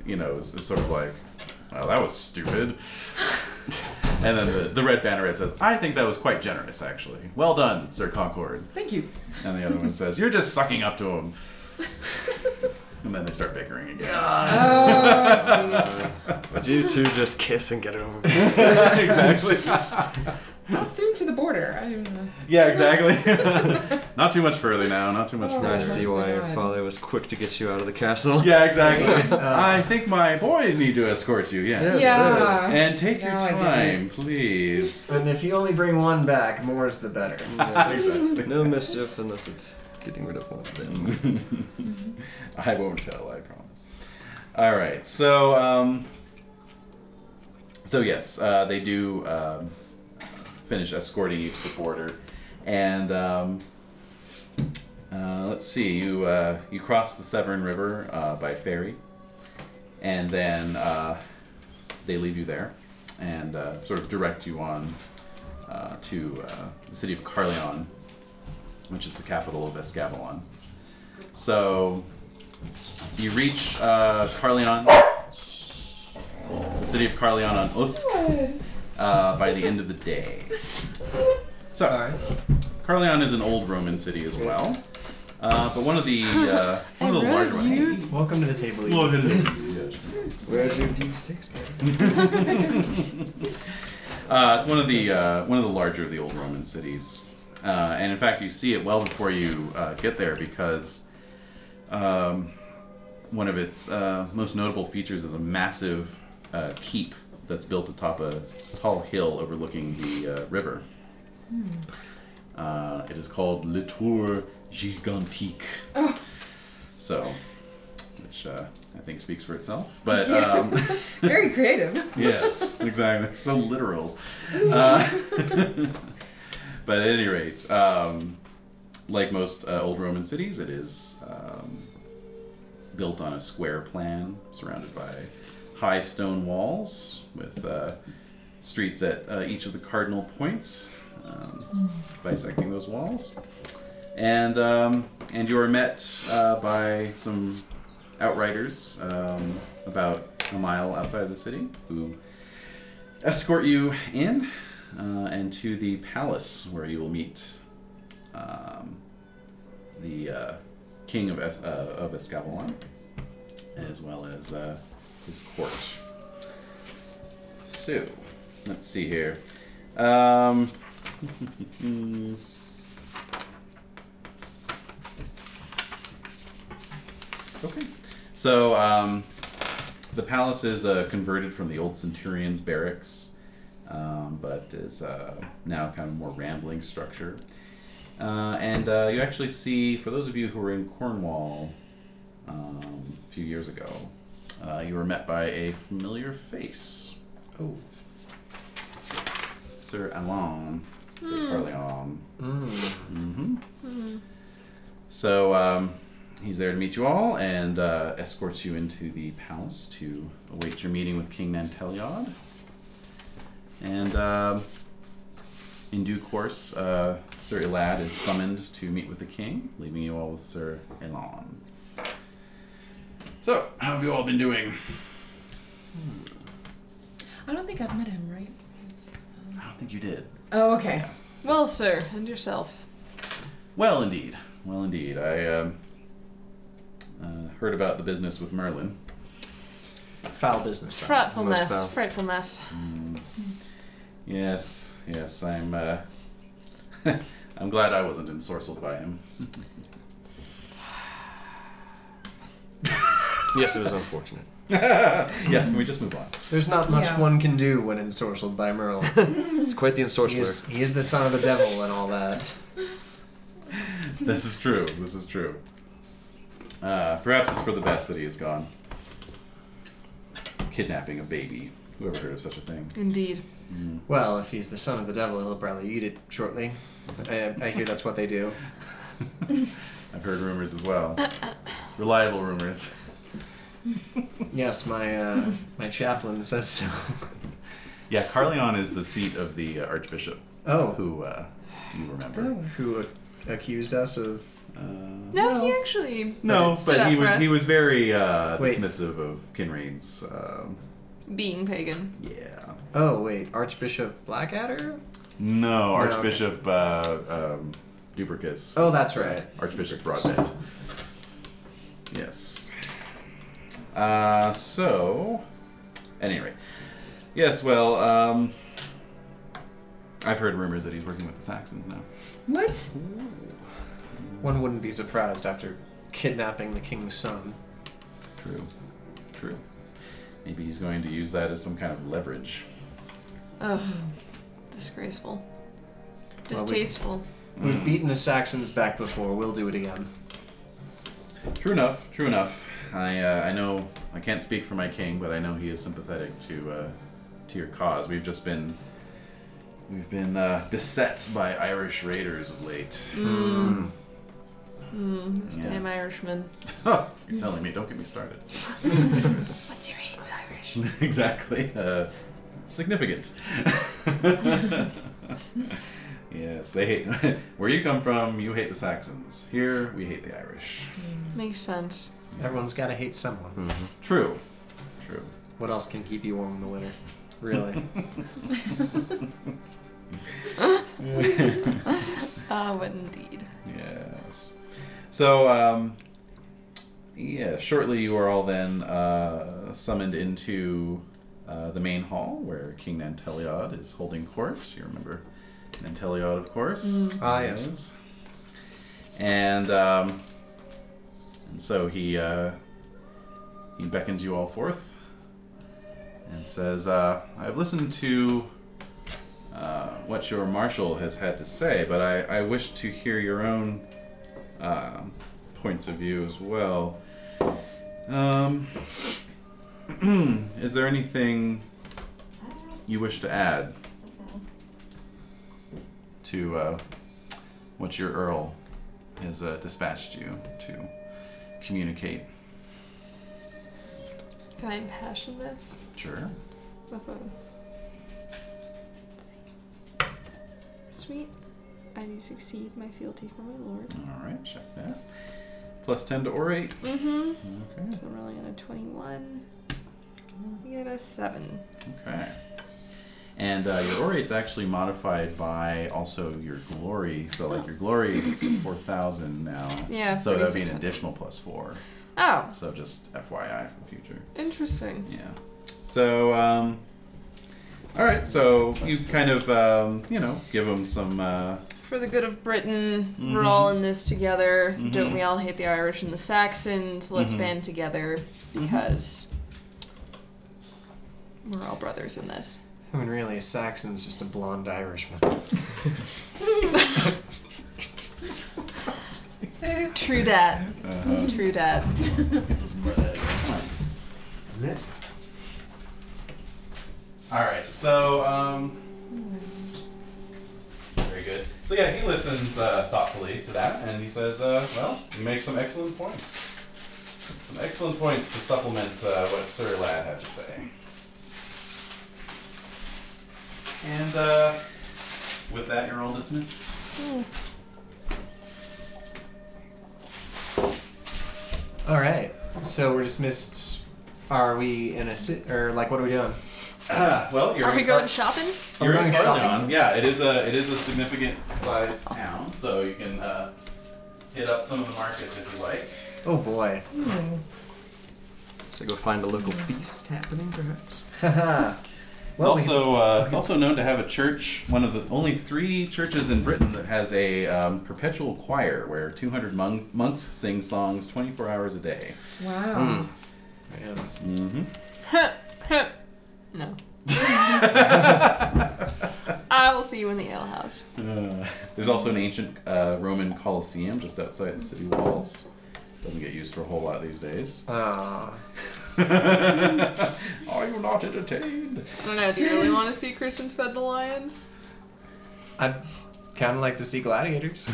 you know, is, is sort of like, "Well, that was stupid," and then the, the red banneret says, "I think that was quite generous, actually. Well done, Sir Concord." Thank you. And the other one says, You're just sucking up to him. and then they start bickering again. Oh, Would you two just kiss and get it over? with? exactly. jeez. How soon to the border? I don't know. Yeah, exactly. not too much further now, not too much Oh. Now I further. see why your father was quick to get you out of the castle. Yeah, exactly. Uh, I think my boys need to escort you, yes. Yes. Yeah. And take your Now I get time, please. And if you only bring one back, more's the better. Exactly. No mischief unless it's getting rid of one of them. I won't tell, I promise. All right, so um, so yes, uh, they do um, finish escorting you to the border, and um, uh, let's see, you uh, you cross the Severn River uh, by ferry, and then uh, they leave you there, and uh, sort of direct you on uh, to uh, the city of Carleon, which is the capital of Escavalon. So you reach uh, Carleon, the city of Carleon on Usk, Good. uh, by the end of the day. So, Alright. Carleon is an old Roman city as well, uh, but one of the uh, one of the larger ones. Welcome to the table. Well, Ethan. good. Where's your D6, baby? uh, it's one of the uh, one of the larger of the old Roman cities, uh, and in fact, you see it well before you uh, get there because um, one of its uh, most notable features is a massive uh, keep that's built atop a tall hill overlooking the uh, river. Uh, it is called Le Tour Gigantique. So, which uh, I think speaks for itself, but. Um, Very creative. yes, exactly. So literal. Uh, but at any rate, um, like most uh, old Roman cities, it is um, built on a square plan, surrounded by high stone walls with uh, streets at uh, each of the cardinal points, um, bisecting those walls. And um, and you are met uh, by some outriders um, about a mile outside of the city who escort you in uh, and to the palace where you will meet um, the uh, king of es- uh, of Escavalon as well as uh, his court. So let's see here. Um, okay. So um, the palace is uh, converted from the old centurion's barracks, um, but is uh, now kind of a more rambling structure. Uh, and uh, you actually see, for those of you who were in Cornwall um, a few years ago, uh, you were met by a familiar face. Oh. Sir Alain de Carleon. Mm. hmm So um, he's there to meet you all and uh, escorts you into the palace to await your meeting with King Nanteliod. And um, in due course, uh, Sir Elad is summoned to meet with the king, leaving you all with Sir Elon. So, how have you all been doing? I don't think I've met him, right? I don't think you did. Oh, okay. Well, sir, and yourself. Well, indeed. Well, indeed. I um, uh, heard about the business with Merlin. Foul business. though. Frightful Most mess. uh, foul. Frightful mess. Yes, yes, I'm. Uh, I'm glad I wasn't ensorcelled by him. Yes, it was unfortunate. yes, can we just move on? There's not much Yeah. one can do when ensorcelled by Merlin. It's quite the He's, ensorceler. he is the son of the devil and all that. This is true. This is true. Uh, perhaps it's for the best that he is gone. Kidnapping a baby. Whoever heard of such a thing? Indeed. Well, if he's the son of the devil, he'll probably eat it shortly. I, I hear that's what they do. I've heard rumors as well. Reliable rumors. Yes, my uh, my chaplain says so. Yeah, Carleon is the seat of the uh, Archbishop, Oh, who uh, you remember. Oh. who ac- accused us of? Uh, No, he actually No, Stood but up he for was us. he was very uh, Wait. dismissive of Kinraid's. Um, being pagan. yeah. Oh wait, Archbishop Blackadder? No, okay. Archbishop uh, um, Dubricus. Oh, that's right. Archbishop Broadbent. Yes. Uh, so, at any rate, yes. Well, um, I've heard rumors that he's working with the Saxons now. What? One wouldn't be surprised after kidnapping the king's son. True. True. Maybe he's going to use that as some kind of leverage. Ugh. Disgraceful. we- Distasteful. We've beaten the Saxons back before. We'll do it again. True enough. True enough. I uh, I know I can't speak for my king, but I know he is sympathetic to uh, to your cause. We've just been we've been uh, beset by Irish raiders of late. Mm, this Yeah. damn Irishman. Huh, you're telling me. Don't get me started. What's your name, Irish? exactly. Uh, significant. yes, they hate. Where you come from, you hate the Saxons. Here, we hate the Irish. Makes sense. Everyone's gotta hate someone. True. True. What else can keep you warm in the winter? Really? Ah, what indeed. Yes. So, um, yeah, shortly you are all then uh, summoned into uh, the main hall where King Nanteliod is holding court. You remember Nanteliod, of course. Ah, yes. And, um, and so he uh, he beckons you all forth and says, uh, "I've listened to." uh, what your marshal has had to say, but I, I wish to hear your own um points of view as well. Um, is there anything you wish to add to uh, what your earl has uh, dispatched you to communicate? Can I passion this Sure. with a sweet? I do succeed my fealty for my lord. All right, check that. Plus 10 to orate. Mm-hmm. Okay. So I'm rolling on a 21. I get a 7. Okay. And uh, your orate's actually modified by also your glory. So like your glory is four thousand now. Yeah, So that'd be an 4600. additional plus four. Oh, So just FYI for future. interesting. Yeah. So um, all right. So you kind of um, you know give them some. Uh, For the good of Britain, we're Mhm. all in this together. Don't Mhm. we all hate the Irish and the Saxons? Let's Mhm. band together Mm-hmm. because we're all brothers in this. I mean, really, Saxon's just a blonde Irishman. Eh. True dat. uh, True dat. All right, so um, very good. So yeah, he listens uh, thoughtfully to that, and he says, uh, "Well, you make some excellent points. Some excellent points to supplement uh, what Sir Lad had to say." And uh, with that, you're all dismissed. All right. So we're dismissed. Are we in a sit or like what are we doing? well, you're Are in we Car- going shopping? Are we You're going in shopping? Carleon. Yeah, it is a it is a significant sized town, so you can uh, hit up some of the markets if you like. Oh boy. So go find a local feast happening, perhaps. Haha. It's well, we- also uh, it's also known to have a church, one of the only three churches in Britain that has a um, perpetual choir where 200 mon- monks sing songs 24 hours a day. Wow. Man. Mm-hmm. no. I will see you in the ale house. there's also an ancient uh, Roman Colosseum just outside the city walls. Doesn't get used for a whole lot these days. Aw. Are you not entertained? I don't know. Do you really want to see Christian fed the lions? I'd kind of like to see gladiators.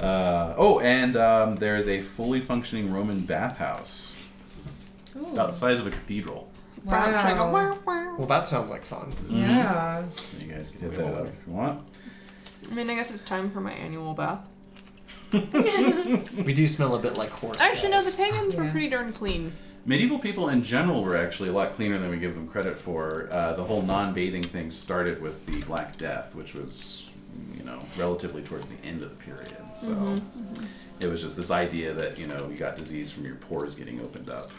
Uh, oh, and um, there is a fully functioning Roman bathhouse about the size of a cathedral. Wow. Mm-hmm. Well, that sounds like fun. Yeah. So you guys can hit that up if you want. I mean, I guess it's time for my annual bath. We do smell a bit like horse. Actually, no, the guys. pagans were Yeah. pretty darn clean. Medieval people in general were actually a lot cleaner than we give them credit for. Uh, the whole non-bathing thing started with the Black Death, which was, you know, relatively towards the end of the period. So it was just this idea that you know you got disease from your pores getting opened up.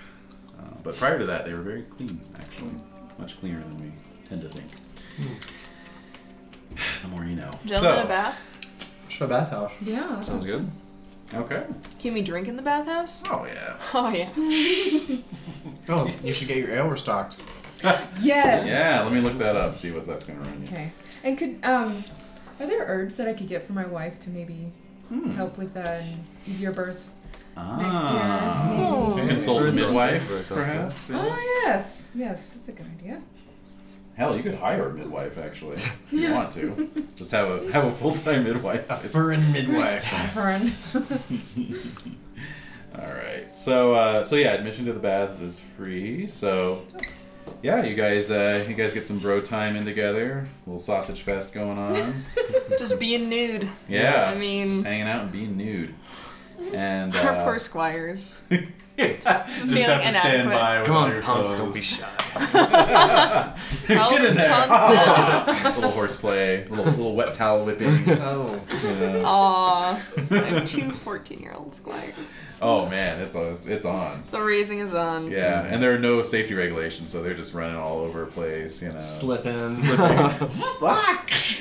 Uh, but prior to that, they were very clean, actually, much cleaner than we tend to think. the more you know. Gentlemen, so, a bath. Show bathhouse. Yeah. Sounds good. Okay. Can we drink in the bathhouse? Oh yeah. Oh yeah. Oh, you should get your ale restocked. Yes. Yeah. Let me look that up. See what that's gonna run you. Okay. And could um, are there herbs that I could get for my wife to maybe Hmm. help with an easier birth? Ah. Next year, maybe. You Consult the Birth midwife, doctor, birth doctor. perhaps. Oh yes, yes, that's a good idea. Hell, you could hire a midwife actually, if you want to. Just have a have a full time midwife. A foreign midwife. Fern. All right. So uh, so yeah, admission to the baths is free. So yeah, you guys uh, you guys get some bro time in together. little sausage fest going on. Just being nude. Yeah. I mean- just hanging out and being nude. And Our uh, poor squires. just have to Feeling stand inadequate. by with Come all on, your punks, don't foes. be shy. How Get does in there. punks little horseplay, little little wet towel whipping. Oh, Yeah. Aw. I have two 14 year old squires. Oh man, it's on. It's on. The raising is on. Yeah, and there are no safety regulations, so they're just running all over the place. You know. slip in. Ah,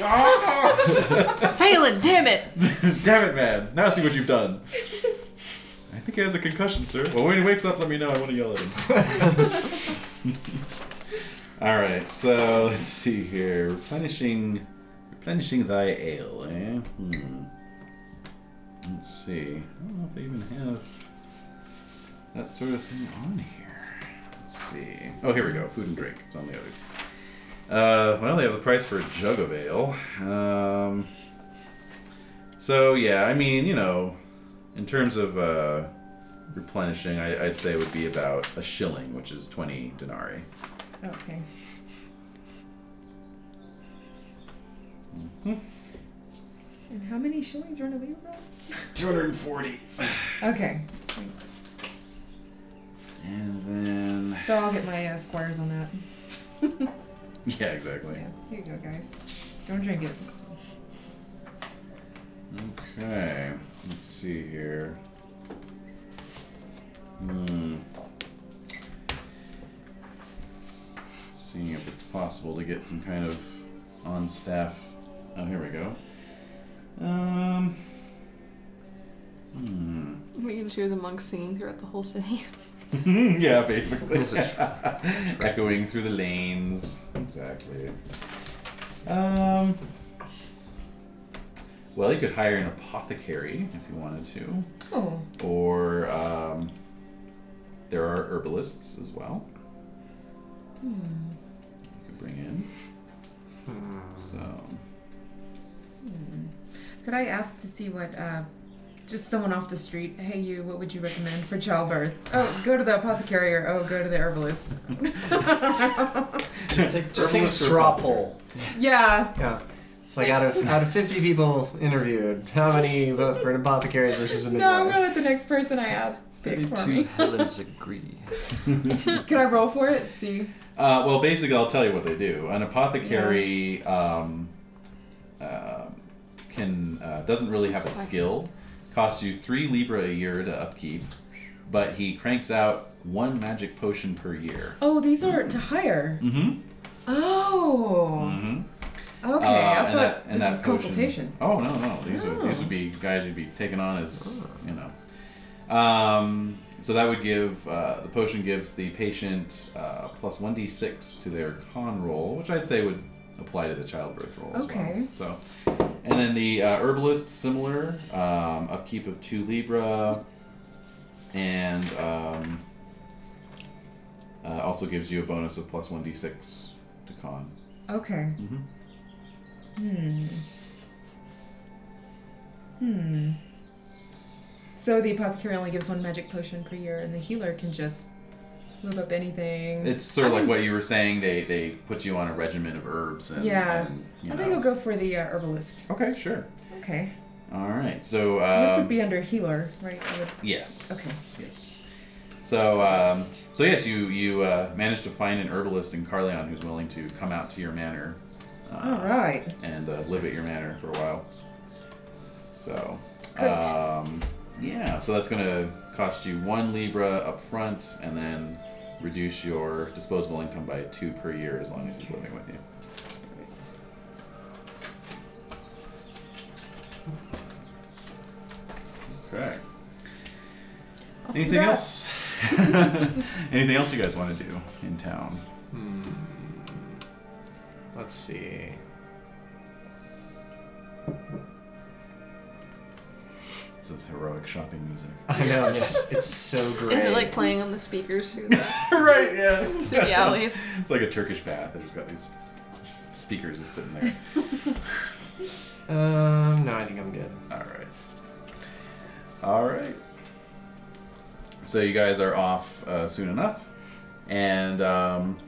ah. Phelan, damn it! Damn it, man! Now I see what you've done. I think he has a concussion, sir. Well, when he wakes up, let me know. I want to yell at him. All right, so let's see here. Replenishing, replenishing thy ale, eh? Hmm. Let's see. I don't know if they even have that sort of thing on here. Let's see. Oh, here we go. Food and drink. It's on the other. Uh, well, they have the price for a jug of ale. Um, so yeah, I mean, you know, in terms of uh, replenishing, I, I'd say it would be about a shilling, which is twenty denarii. Okay. Mm-hmm. And how many shillings were in a Libra? 240. Okay, thanks. And then So I'll get my uh, squires on that. yeah, exactly. yeah, here you go, guys. Don't drink it. Okay, let's see here. Hmm. Seeing if it's possible to get some kind of on staff. Oh, here we go. Um. Hmm. We can hear the monks singing throughout the whole city. Mm-hmm, yeah, basically. It's a Echoing through the lanes. Exactly. Um. Well, you could hire an apothecary if you wanted to. Oh, or um, there are herbalists as well. You could bring in. So could I ask to see what, uh, just someone off the street, hey you, what would you recommend for childbirth? Oh, go to the apothecary or oh, go to the herbalist. Just take, just take a Herbalist or straw apothecary? poll. yeah. Yeah. It's like out of out of 50 people interviewed, how many vote for an apothecary versus a No, I'm gonna midwife? let the next person I ask pick for Thirty-two me. Helens agree. Can I roll for it? See. Uh, well, basically, I'll tell you what they do. An apothecary um, uh, can uh, doesn't really have a skill. Costs you three libra a year to upkeep, but he cranks out one magic potion per year. Oh, these are to hire. Mm-hmm. Oh. Mm-hmm. Okay. Uh, I and thought that- and this that is potion- consultation. Oh no, no, these would these would be guys you'd be taking on as Oh. you know. Um, so that would give uh, the potion gives the patient uh, plus one d six to their con roll, which I'd say would apply to the childbirth roll. as well. Okay. So, and then the uh, herbalist similar um, upkeep of two libra, and um, uh, also gives you a bonus of plus one d six to con. Okay. hmm Hmm. Hmm. So the apothecary only gives one magic potion per year, and the healer can just move up anything. It's sort of I like think- what you were saying. They they put you on a regimen of herbs and Yeah. and, you I think know. I'll go for the uh, herbalist. Okay, sure. Okay. All right. So this um, would be under healer, right? I would- yes. Okay. Yes. So um, Herbalist. so yes, you you uh, managed to find an herbalist in Carleon who's willing to come out to your manor. Uh, All right. And uh, live at your manor for a while. So. Great. Um, yeah. So that's gonna cost you one libra up front, and then reduce your disposable income by two per year as long as he's living with you. Okay. Off to Anything Brad. else? Anything else you guys want to do in town? Let's see. This is heroic shopping music. I know it's it's so great. Is it like playing on the speakers through the, right, yeah. through the alleys? It's like a Turkish bath. They've just got these speakers just sitting there. Um, no, I think I'm good. All right. All right. So you guys are off uh, soon enough, and um,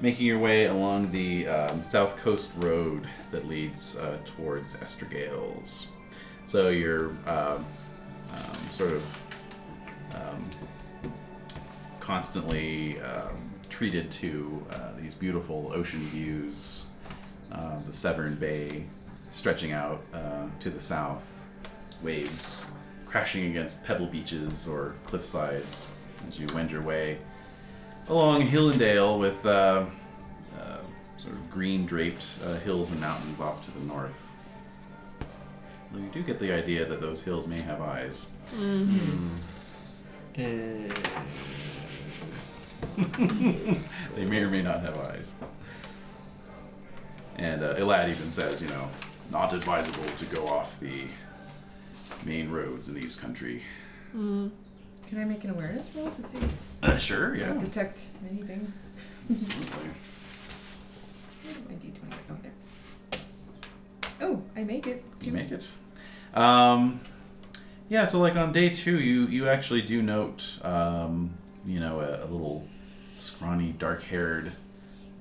making your way along the um, south coast road that leads uh, towards Estergales. So you're um, um, sort of um, constantly um, treated to uh, these beautiful ocean views, uh, the Severn Bay stretching out uh, to the south, waves crashing against pebble beaches or cliff sides as you wend your way along Hillendale with uh, uh, sort of green draped uh, hills and mountains off to the north. Though you do get the idea that those hills may have eyes. eh, they may or may not have eyes. And uh, Elad even says, you know, not advisable to go off the main roads in East Country. Mm. Can I make an awareness roll to see Uh, sure, if I yeah. detect anything? Absolutely. Where did my d20 go? There's. Oh, I make it. You Two. make it. Um, yeah, so like on day two, you you actually do note, um, you know, a, a little scrawny, dark-haired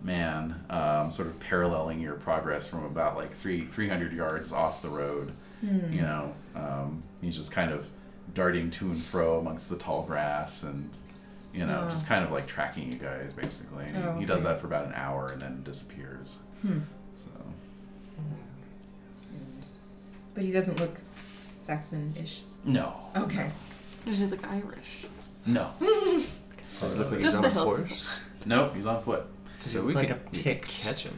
man, um, sort of paralleling your progress from about like three three hundred yards off the road. Hmm. You know, um, he's just kind of darting to and fro amongst the tall grass and. You know, Oh. just kind of like tracking you guys, basically. And he- Oh, He does okay. that for about an hour and then disappears. Hmm. So, But he doesn't look Saxon-ish. no, Okay. Does he look Irish? no, Does it look like Just he's on the a hill. horse? no. He's on foot. Does So he we look like like a a pick? Pict. Catch him.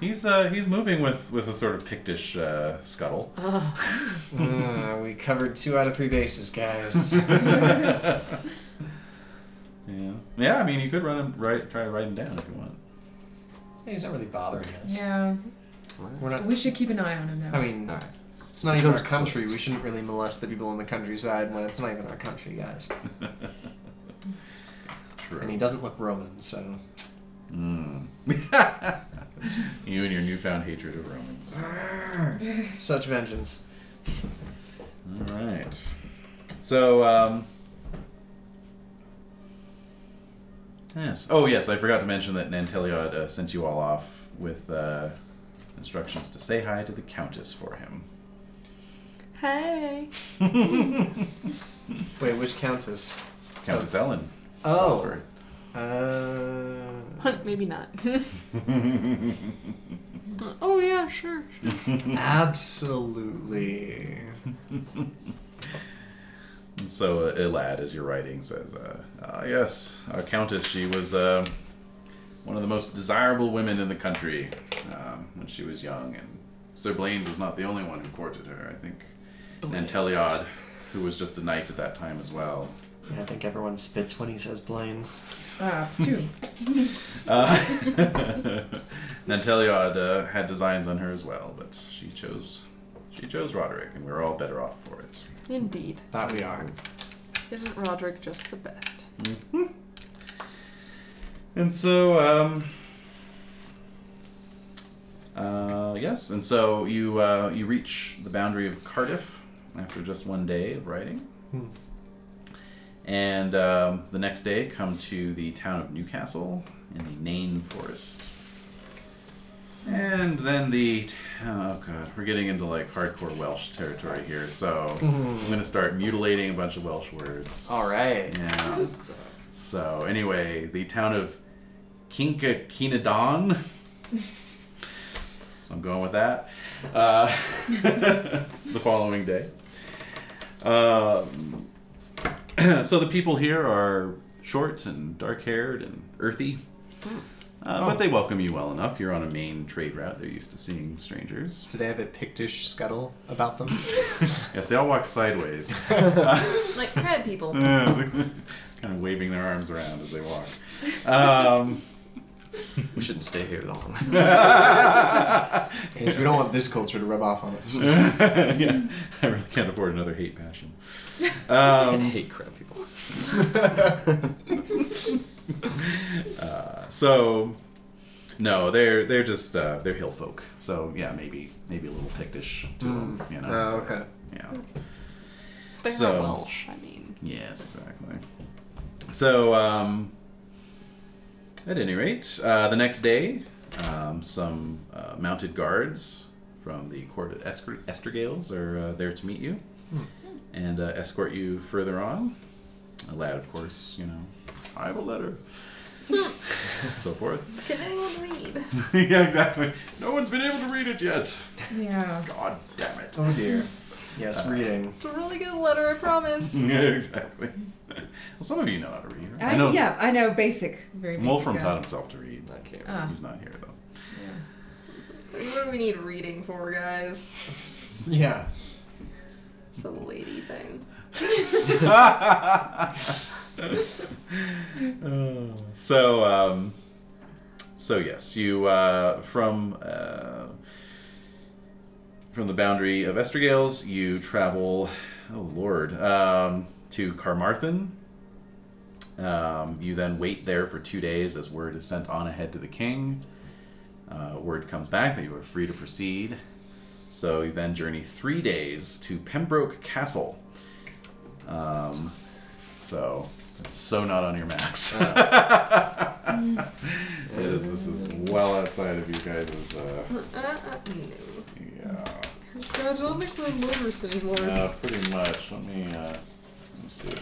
He's uh, he's moving with with a sort of Pictish uh, scuttle. Uh, we covered two out of three bases, guys. yeah, yeah. I mean, you could run him right, try to write him down if you want. He's not really bothering us. Yeah. We're not. We should keep an eye on him though. I mean, Alright. it's not even our Becomes country. close. We shouldn't really molest the people in the countryside when it's not even our country, guys. True. And he doesn't look Roman, so. Mm. you and your newfound hatred of Romans. Such vengeance. All right. So, um, yes. Oh, yes. I forgot to mention that Nanteliod uh, sent you all off with uh, instructions to say hi to the Countess for him. Hey. Wait, which countess? Countess Ellen. Oh. Salisbury. Uh, Huh, Maybe not. oh yeah, sure. absolutely. And so uh, Elad, as you're writing, says, uh, "Ah, "Yes, our countess. She was uh, one of the most desirable women in the country um, when she was young, and Sir Blaines was not the only one who courted her. I think Nanteliod, who was just a knight at that time as well. Yeah, I think everyone spits when he says Blaine's. Uh, two. Uh, Nanteliod uh, had designs on her as well, but she chose." She chose Roderick, and we we're all better off for it. Indeed. That we are. Isn't Roderick just the best? And so, um, uh, yes, and so you uh, you reach the boundary of Cardiff after just one day of riding, Hmm. and um, the next day come to the town of Newcastle in the Nain Forest, and then the t- oh god, we're getting into like hardcore Welsh territory here, so I'm gonna start mutilating a bunch of Welsh words. All right. Yeah. So anyway, the town of Kinkakinadon. so I'm going with that. Uh, the following day. Um, so the people here are short and dark-haired and earthy. Uh, But they welcome you well enough. You're on a main trade route. They're used to seeing strangers. Do they have a Pictish scuttle about them? Yes, they all walk sideways. Like crab people. kind of waving their arms around as they walk. Um, We shouldn't stay here long. Because we don't want this culture to rub off on us. yeah, I really can't afford another hate passion. I Um, hate crab people. uh, so, no, they're they're just uh, they're hill folk. So yeah, maybe maybe a little Pictish to them, you know. Oh, okay. Yeah. They're So- Welsh, I mean. Yes, exactly. So, um, at any rate, uh, the next day, um, some uh, mounted guards from the court at Esker- Hmm. Estergales are uh, there to meet you and uh, escort you further on. Aloud, of course, you know. I have a letter. Hmm. so forth. Can anyone read? yeah, exactly. No one's been able to read it yet. Yeah. God damn it. Oh dear. Yes, reading. It's a really good letter, I promise. yeah, exactly. well, some of you know how to read. Right? I, know. Yeah, I know. Basic. Very basic. Wolfram uh, taught himself to read. I can't. Ah. He's not here though. what do we need reading for, guys? Yeah. It's a lady thing. Uh, so, um, so yes, you uh, from uh, from the boundary of Estergales, you travel. Oh Lord, um, to Carmarthen. Um, you then wait there for two days as word is sent on ahead to the king. Uh, word comes back that you are free to proceed. So you then journey three days to Pembroke Castle. Um, so it's so not on your maps. it is, this is well outside of you guys' uh, Uh, uh, no. yeah. Guys, I don't make my motors anymore. Yeah, Uh, pretty much. Let me, uh, let me see.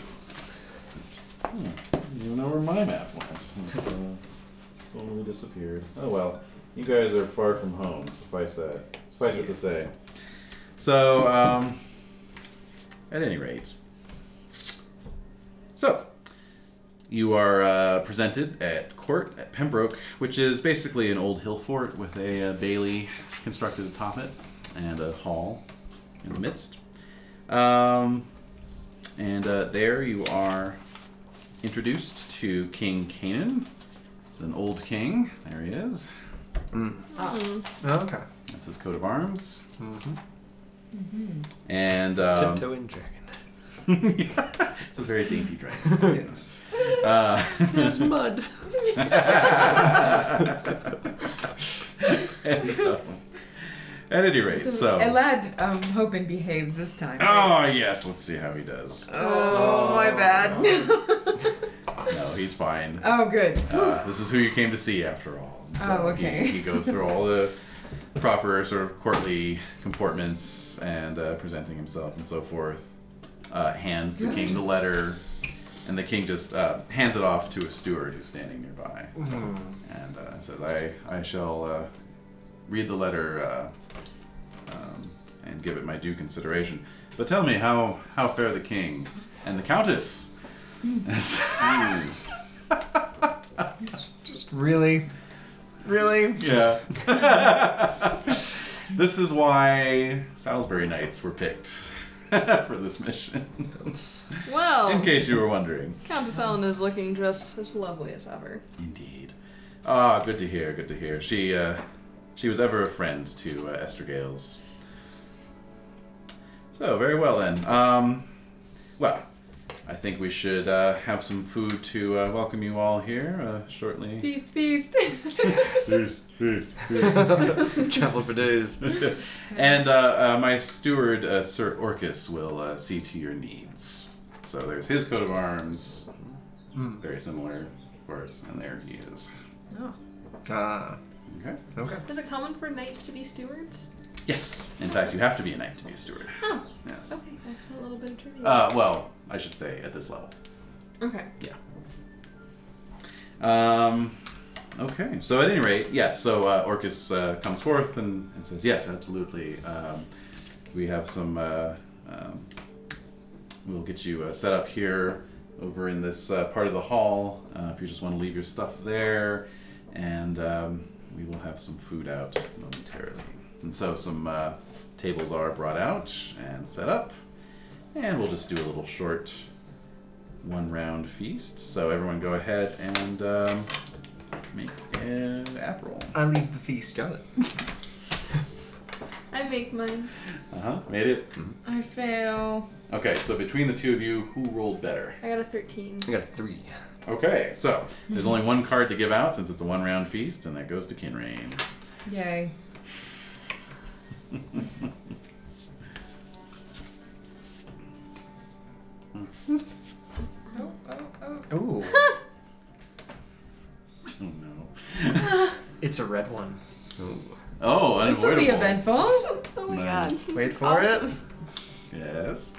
Hmm. I don't even know where my map went. It's, uh, totally disappeared. Oh well. You guys are far from home, suffice that. Suffice it to say. So, um, at any rate. So, you are uh, presented at court at Pembroke, which is basically an old hill fort with a uh, bailey constructed atop it and a hall in the midst. Um, and uh, there you are introduced to King Canaan. He's an old king. There he is. Okay. That's his coat of arms. Mhm. And um, Tiptoeing dragon. it's a very dainty dragon. yes. Uh, There's mud. ah. and, um, at any rate, so. Elad, um, hoping behaves this time. Oh yes, let's see how he does. Oh, my bad. No, he's fine. oh, good. Uh, this is who you came to see after all. And Oh, okay. He, he goes through all the proper sort of courtly comportments and uh, presenting himself and so forth. Uh, hands the king the letter, and the king just uh, hands it off to a steward who's standing nearby, Hmm, and uh, says, "I I shall uh, read the letter uh, um, and give it my due consideration. But tell me how how fare the king and the countess." Hmm. Just really, really. Yeah. this is why Salisbury Knights were picked for this mission. Well, In case you were wondering. Countess Ellen is looking just as lovely as ever. Indeed. Ah, good to hear. Good to hear. She uh, she was ever a friend to uh, Esther Gales. So very well then. Um, well, I think we should uh, have some food to uh, welcome you all here uh, shortly. Feast, feast. Peace, peace, peace. Traveled for days. and uh, uh, my steward, uh, Sir Orcus, will uh, see to your needs. So there's his coat of arms, Mm. very similar, of course, and there he is. Ah. Okay. Okay. Is it common for knights to be stewards? Yes. In fact, you have to be a knight to be a steward. Oh, Yes. okay. Excellent little bit of trivia. Uh, well, I should say at this level. okay. Um, okay. So at any rate, yes. So uh, Orcus uh, comes forth and, and says, "Yes, absolutely. Um, we have some. Uh, um, we'll get you uh, set up here, over in this uh, part of the hall. Uh, if you just want to leave your stuff there, and um, we will have some food out momentarily." And so some uh, tables are brought out and set up, and we'll just do a little short one round feast. So everyone go ahead and um, make an app roll. I leave the feast. Got it. I make mine. Uh huh. Made it. I fail. Okay, so between the two of you, who rolled better? I got a 13. I got a three. Okay, so there's only one card to give out since it's a one round feast, and that goes to Kinrain. Yay. Oh, oh, oh. Ooh. Oh Oh no. it's a red one. Ooh. oh, This will be unavoidable. eventful. Oh my Nice. god. Wait for Awesome. it. Yes.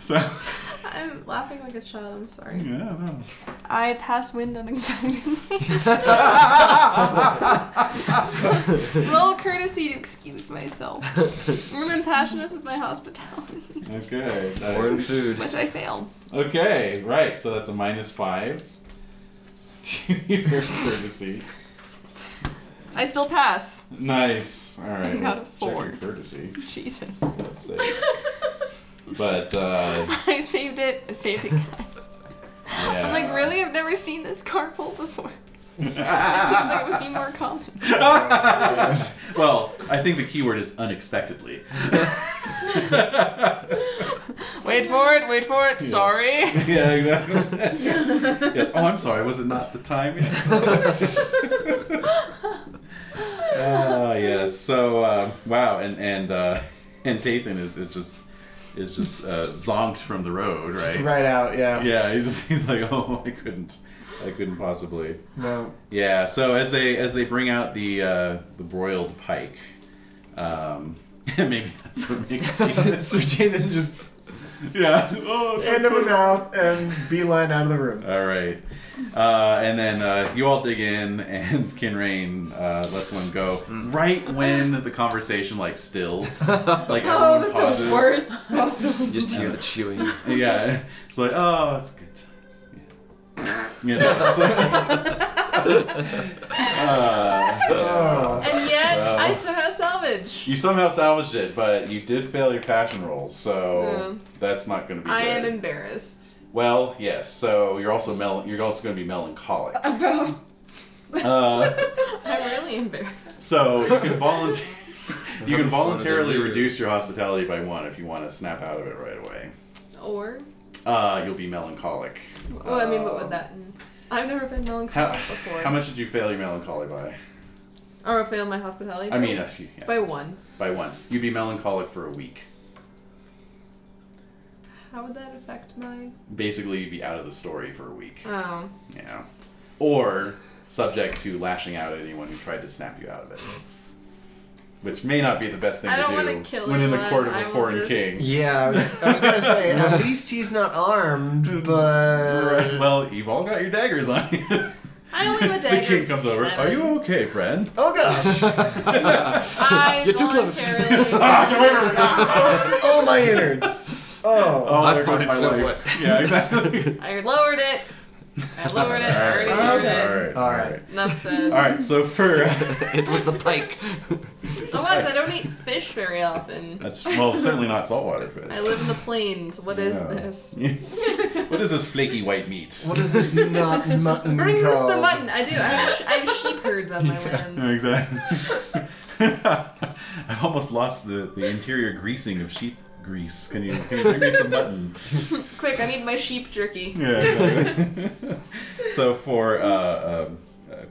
So. I'm laughing like a child. I'm sorry. Yeah, no. I pass wind unexpectedly. Roll courtesy to excuse myself. I'm impassionate with my hospitality, Okay. that More than is- food. which I failed. Okay, right. So that's a minus five. to your courtesy. I still pass. Nice. All right. I got a check your four. Courtesy. Jesus. Let's see. But uh, I saved it. I saved it, guys. yeah. I'm like, really? I've never seen this car pull before. It seems like it would be more common. well, I think the key word is unexpectedly. yeah, Wait for it. Wait for it. Sorry. exactly. Yeah, Oh, I'm sorry. Was it not the time yet? Ah, yes. So, uh, wow, and and uh, and Tathan is, is just is just uh, zonked from the road, right? Just right out, yeah. Yeah, he's just he's like, oh, I couldn't, I couldn't possibly. No. Yeah. So as they as they bring out the uh, the broiled pike, um, maybe that's what makes Tathan. Sir Jathan just yeah. Oh, hand him an out and beeline out of the room. All right. Uh, and then uh, you all dig in, and Kinrain uh, lets one go right when the conversation like stills, like Oh, everyone that's pauses. the worst possible. Just hear the chewing. Yeah, it's like oh, it's good times. Yeah. yeah so- Uh, yeah. Oh. And yet, Wow. I somehow salvage. You somehow salvaged it, but you did fail your passion roll, so Yeah. that's not going to be I good. am embarrassed. Well, yes. So you're also mel- you're also going to be melancholic. About Uh, I'm really embarrassed. So you can volunteer. You How can much fun voluntarily did you- reduce your hospitality by one if you want to snap out of it right away. Or, Uh, you'll be melancholic. well, I mean, what Um, would that? I've never been How, melancholic before. how much did you fail your melancholy by? Or failed my hospitality. I by- mean, uh, excuse, yeah, by one. by one. You'd be melancholic for a week. How would that affect my? Basically, you'd be out of the story for a week. Oh, Yeah. Or subject to lashing out at anyone who tried to snap you out of it. Which may not be the best thing I don't to wanna do kill when in the anyone. court of I a will foreign just- king. Yeah, I was, I was gonna say, at least he's not armed, but Right, Well, you've all got your daggers on you. I only have a the dagger king comes over. Are you okay, friend? oh gosh, I You're too close. Ah, voluntarily. oh my innards. Oh, I've there goes voted my so wife. what? Yeah, exactly. I lowered it. I lowered it. I already All right. lowered Okay. All it. right. All right. Enough said. All right. So for it was the pike. Otherwise, I don't eat fish very often. that's well, certainly not saltwater fish. I live in the plains. What is Yeah. this? what is this flaky white meat? what is this not mutton Bring this the called? mutton. I do. I have, sh- I have sheep herds on my lands. exactly. I've almost lost the, the interior greasing of sheep grease. Can you, can you bring me some mutton? Quick, I need my sheep jerky. Yeah. Exactly. so for uh, uh, uh,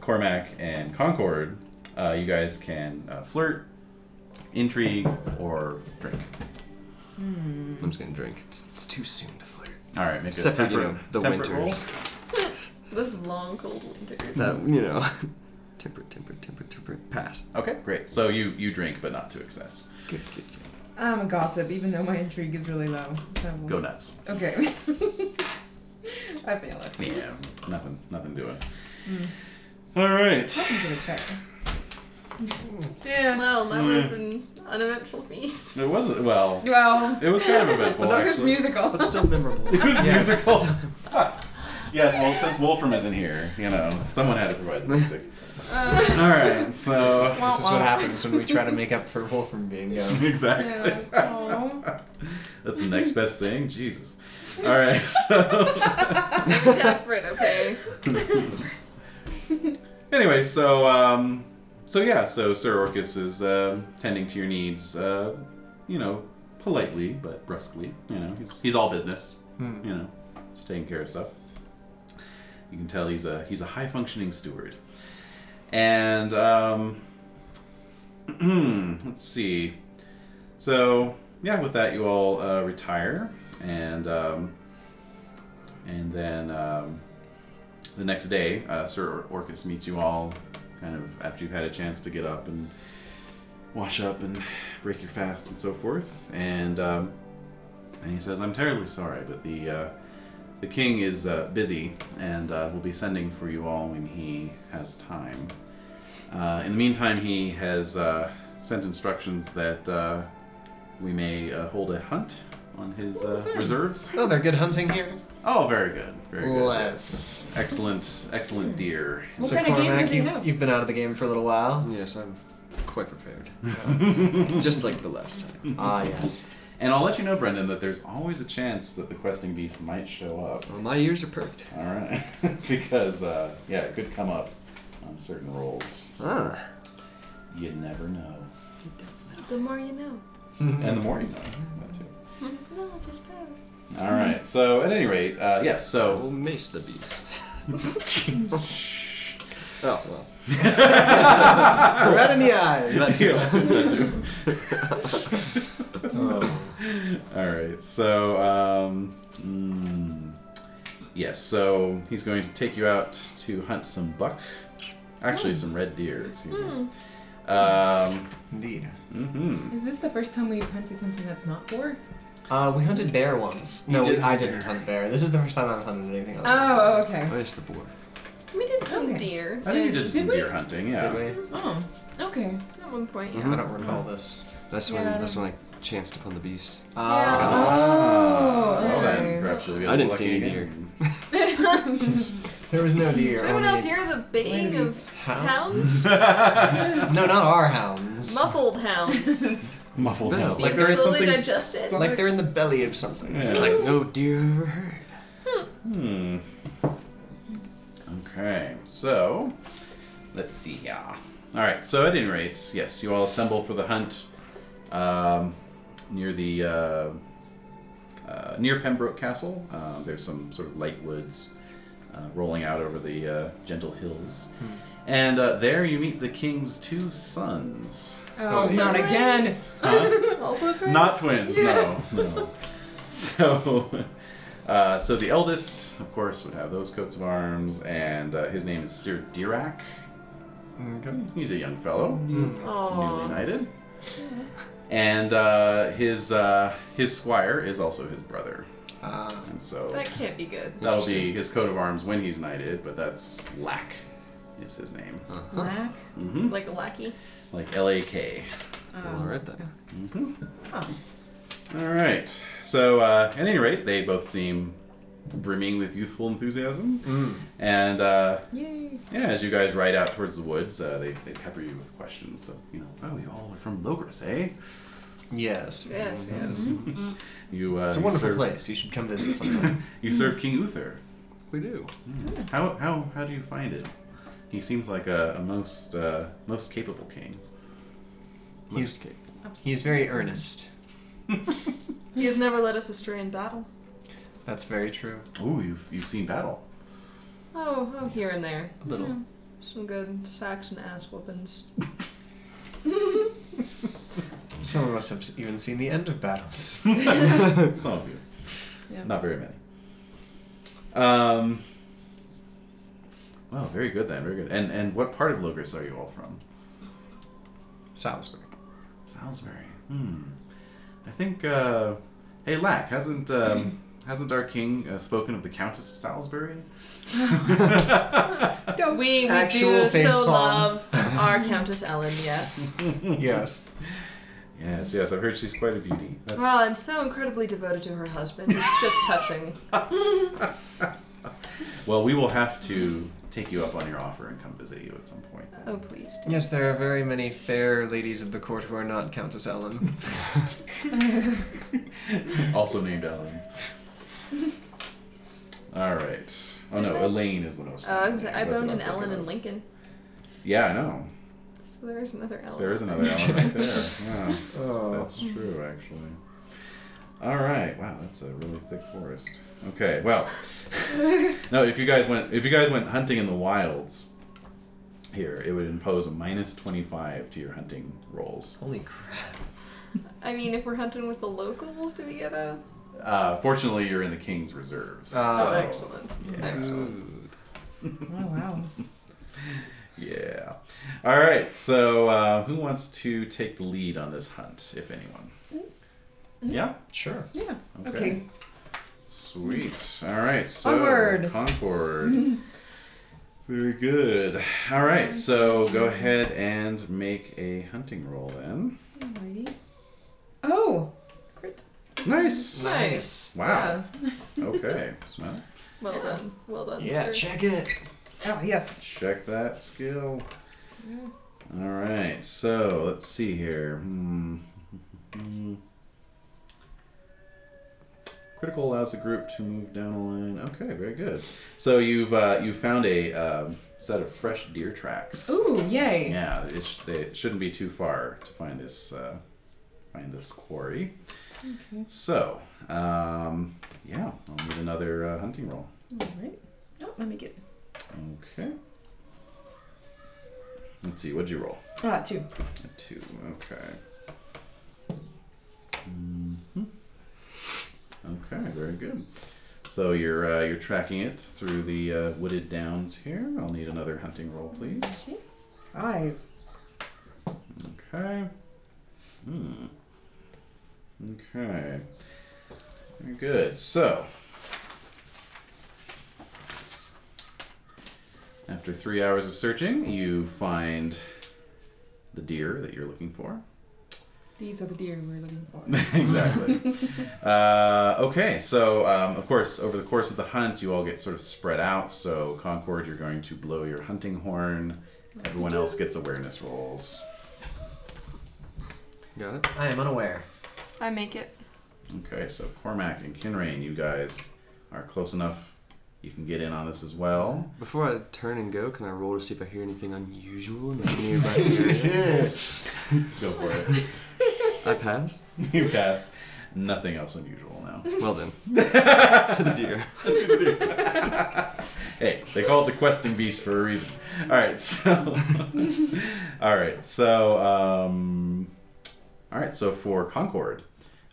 Cormac and Concord, uh, you guys can uh, flirt, intrigue, or drink. I'm just gonna drink. It's, it's too soon to flirt. All right, make Except a for, you temperate, know, the temperate roll. winters. This long, cold winter. That you know, temperate, temperate, temperate, temperate. Pass. Okay, great. So you you drink, but not to excess. Good, good. I'm a gossip, even though my intrigue is really low. So we'll- Go nuts. Okay. I fail it. Yeah, nothing, nothing doing. Mm. All right. I'm gonna check. Yeah. Well, that Yeah. was an uneventful feast. It wasn't well. Well, It was kind of eventful, it was actually. musical. But still memorable. It was Yes. musical. yes. Well, since Wolfram isn't here, you know, someone had to provide the music. Uh, All right. This So is, this is Wah, what wah. happens when we try to make up for Wolfram being gone. exactly. Yeah, aw. That's the next best thing. Jesus. All right. So. I'm desperate, okay? anyway, so um, so yeah, so Sir Orcus is um tending to your needs, uh, you know, politely but brusquely. You know, he's, he's all business. Hmm. You know, just taking care of stuff. You can tell he's a he's a high functioning steward. And um, let's see. So yeah, with that, you all uh, retire, and um, and then. Um, the next day, uh, Sir Orcus meets you all, kind of after you've had a chance to get up and wash up and break your fast and so forth. And um, and he says, "I'm terribly sorry, but the uh, the king is uh, busy and uh, will be sending for you all when he has time." Uh, in the meantime, he has uh, sent instructions that uh, we may uh, hold a hunt on his uh, reserves. Oh, they're good hunting here. Oh, very good, very good. Let's. Excellent, excellent deer. What so kind of game Cormac, does he you've, have? you've been out of the game for a little while. Yes, I'm quite prepared. Just Just like the last time. Ah, yes. and I'll let you know, Brendan, that there's always a chance that the questing beast might show up. Well, my ears are perked. All right, because uh, yeah, it could come up on certain rolls. So Ah. You never know. The more you know. And the more you know, that too. No, just better. All right. So at any rate, uh, yes. I will so mace the beast. oh, well. Right in the eyes. Yeah, that too. Oh. All right. So, um, mm, yes. So he's going to take you out to hunt some buck. Actually, some red deer. Excuse me. Um, Indeed. mhm. Is this the first time we've hunted something that's not boar? Uh, we hunted bear once. You No, did we, I hunt didn't bear. hunt bear. This is the first time I've hunted anything. Other than Oh, okay. Where's the boar? We did some Okay. deer I think you at- did some we? deer hunting. Yeah. Did we? Oh, okay. at one point. Yeah. I don't recall this. That's Yeah, I when don't that's when I chanced upon the beast. Ah. Ah, Oh, well then, okay. perhaps you'll be I didn't lucky see any again. deer. There was no deer. Does anyone only else hear the baying of hound- hounds? No, not our hounds. Muffled hounds. Muffled Bell. hounds. Like they're is slowly something digested. stuck- Like they're in the belly of something. Yeah. It's like no deer ever heard. Hmm. Okay, so let's see here. All right, so at any rate, yes, you all assemble for the hunt um, near the uh, uh, near Pembroke Castle. Uh, there's some sort of light woods uh, rolling out over the uh, gentle hills, and uh, there you meet the king's two sons. Oh, Also not twins. again. Huh? also twins. Not twins, Yeah. no, no. So, uh, so the eldest, of course, would have those coats of arms, and uh, his name is Sir Dirac. Okay. He's a young fellow, Hmm. Mm-hmm. newly Aw. knighted, and uh, his uh, his squire is also his brother, Uh, and so That can't be good. that'll be his coat of arms when he's knighted, but that's Lack, is his name, Uh-huh. Black. hmm Like a lackey. like L A K. Well, all right then. Mhm. Oh. All right. So, uh, at any rate, they both seem brimming with youthful enthusiasm. mm. And uh, Oh, Yay. yeah, as you guys ride out towards the woods, uh, they, they pepper you with questions. So, you know, oh, you all are from Logris, eh? Yes. Mm-hmm. Yes, yes. You, uh, It's a you wonderful serve- place. Mm-hmm. You should come visit sometime. You serve King Uther. We do. How, how, how do you find it? He seems like a, a most uh, most capable king. he's Must- he's very earnest. He has never led us astray in battle. That's very true. Ooh, you've, you've seen battle. Oh, oh, here and there. A little. Some good Saxon ass whoopings. Some of us have s- even seen the end of battles. Some of you. Yeah. Not very many. Um. Well, very good then, very good. And and what part of Logris are you all from? Salisbury. Salisbury. Hmm. I think. Uh, hey, Lack hasn't um, hasn't our king uh, spoken of the Countess of Salisbury? We, we Actual do so facepalm. love our Countess Ellen, yes. Yes. yes, yes. I've heard she's quite a beauty. That's- Well, and so incredibly devoted to her husband. It's just touching. Well, we will have to take you up on your offer and come visit you at some point. Oh, please. do. Yes, there are very many fair ladies of the court who are not Countess Ellen. Oh, also named Ellen. All right. Oh no, Elaine is the most. Uh, common I was gonna say, name. I That's boned what an I'm Ellen thinking in of. Lincoln. Yeah, I know. So there's another Ellen. There is another Ellen right there. Yeah, Oh. that's true actually. All right. Wow, that's a really thick forest. Okay. Well, no. If you guys went, if you guys went hunting in the wilds, here it would impose a minus twenty-five to your hunting rolls. Holy crap. I mean, if we're hunting with the locals, do we get a? Uh, fortunately, you're in the king's reserves. Ah. So so- excellent. Excellent. Oh wow. Yeah. All right. So, uh, who wants to take the lead on this hunt, if anyone? Yeah. Sure. Yeah. Okay. Mm-hmm. Okay. Sweet. All right. So Onward. Concord. Very good. All right. Mm-hmm. So go ahead and make a hunting roll then. Alrighty. Oh. Crit. Nice. Nice. Wow. Okay. Smell. Well done. Well done, Yeah, sir. check it. Yeah. Oh yes. Check that skill. All right, so let's see here. Hmm. Critical allows the group to move down a line. Okay, very good. So you've uh, you found a um set of fresh deer tracks. Ooh, yay. Yeah, it sh- they it shouldn't be too far to find this uh, find this quarry. Okay. So um, yeah, I'll need another uh, hunting roll. Alright. Oh, let me get Okay. Let's see. What'd you roll? ah two. A two. Okay. hmm Mm-hmm. Okay. Very good. So you're uh, you're tracking it through the uh, wooded downs here. I'll need another hunting roll, please. Okay. Five. Okay. Hmm. Okay. Very good. So, after three hours of searching, you find the deer that you're looking for. These are the deer we're looking for. exactly. uh, okay, so um, of course, over the course of the hunt, you all get sort of spread out. So, Concord, you're going to blow your hunting horn. Everyone else gets awareness rolls. Got it? I am unaware. I make it. Okay, so Cormac and Kinrain, you guys are close enough. You can get in on this as well. Before I turn and go, can I roll to see if I hear anything unusual in the nearby area? Go for it. I passed. you pass. Nothing else unusual now. Well then, to the deer. hey, they call it the questing beast for a reason. All right, so all right, so um, all right, so for Concord,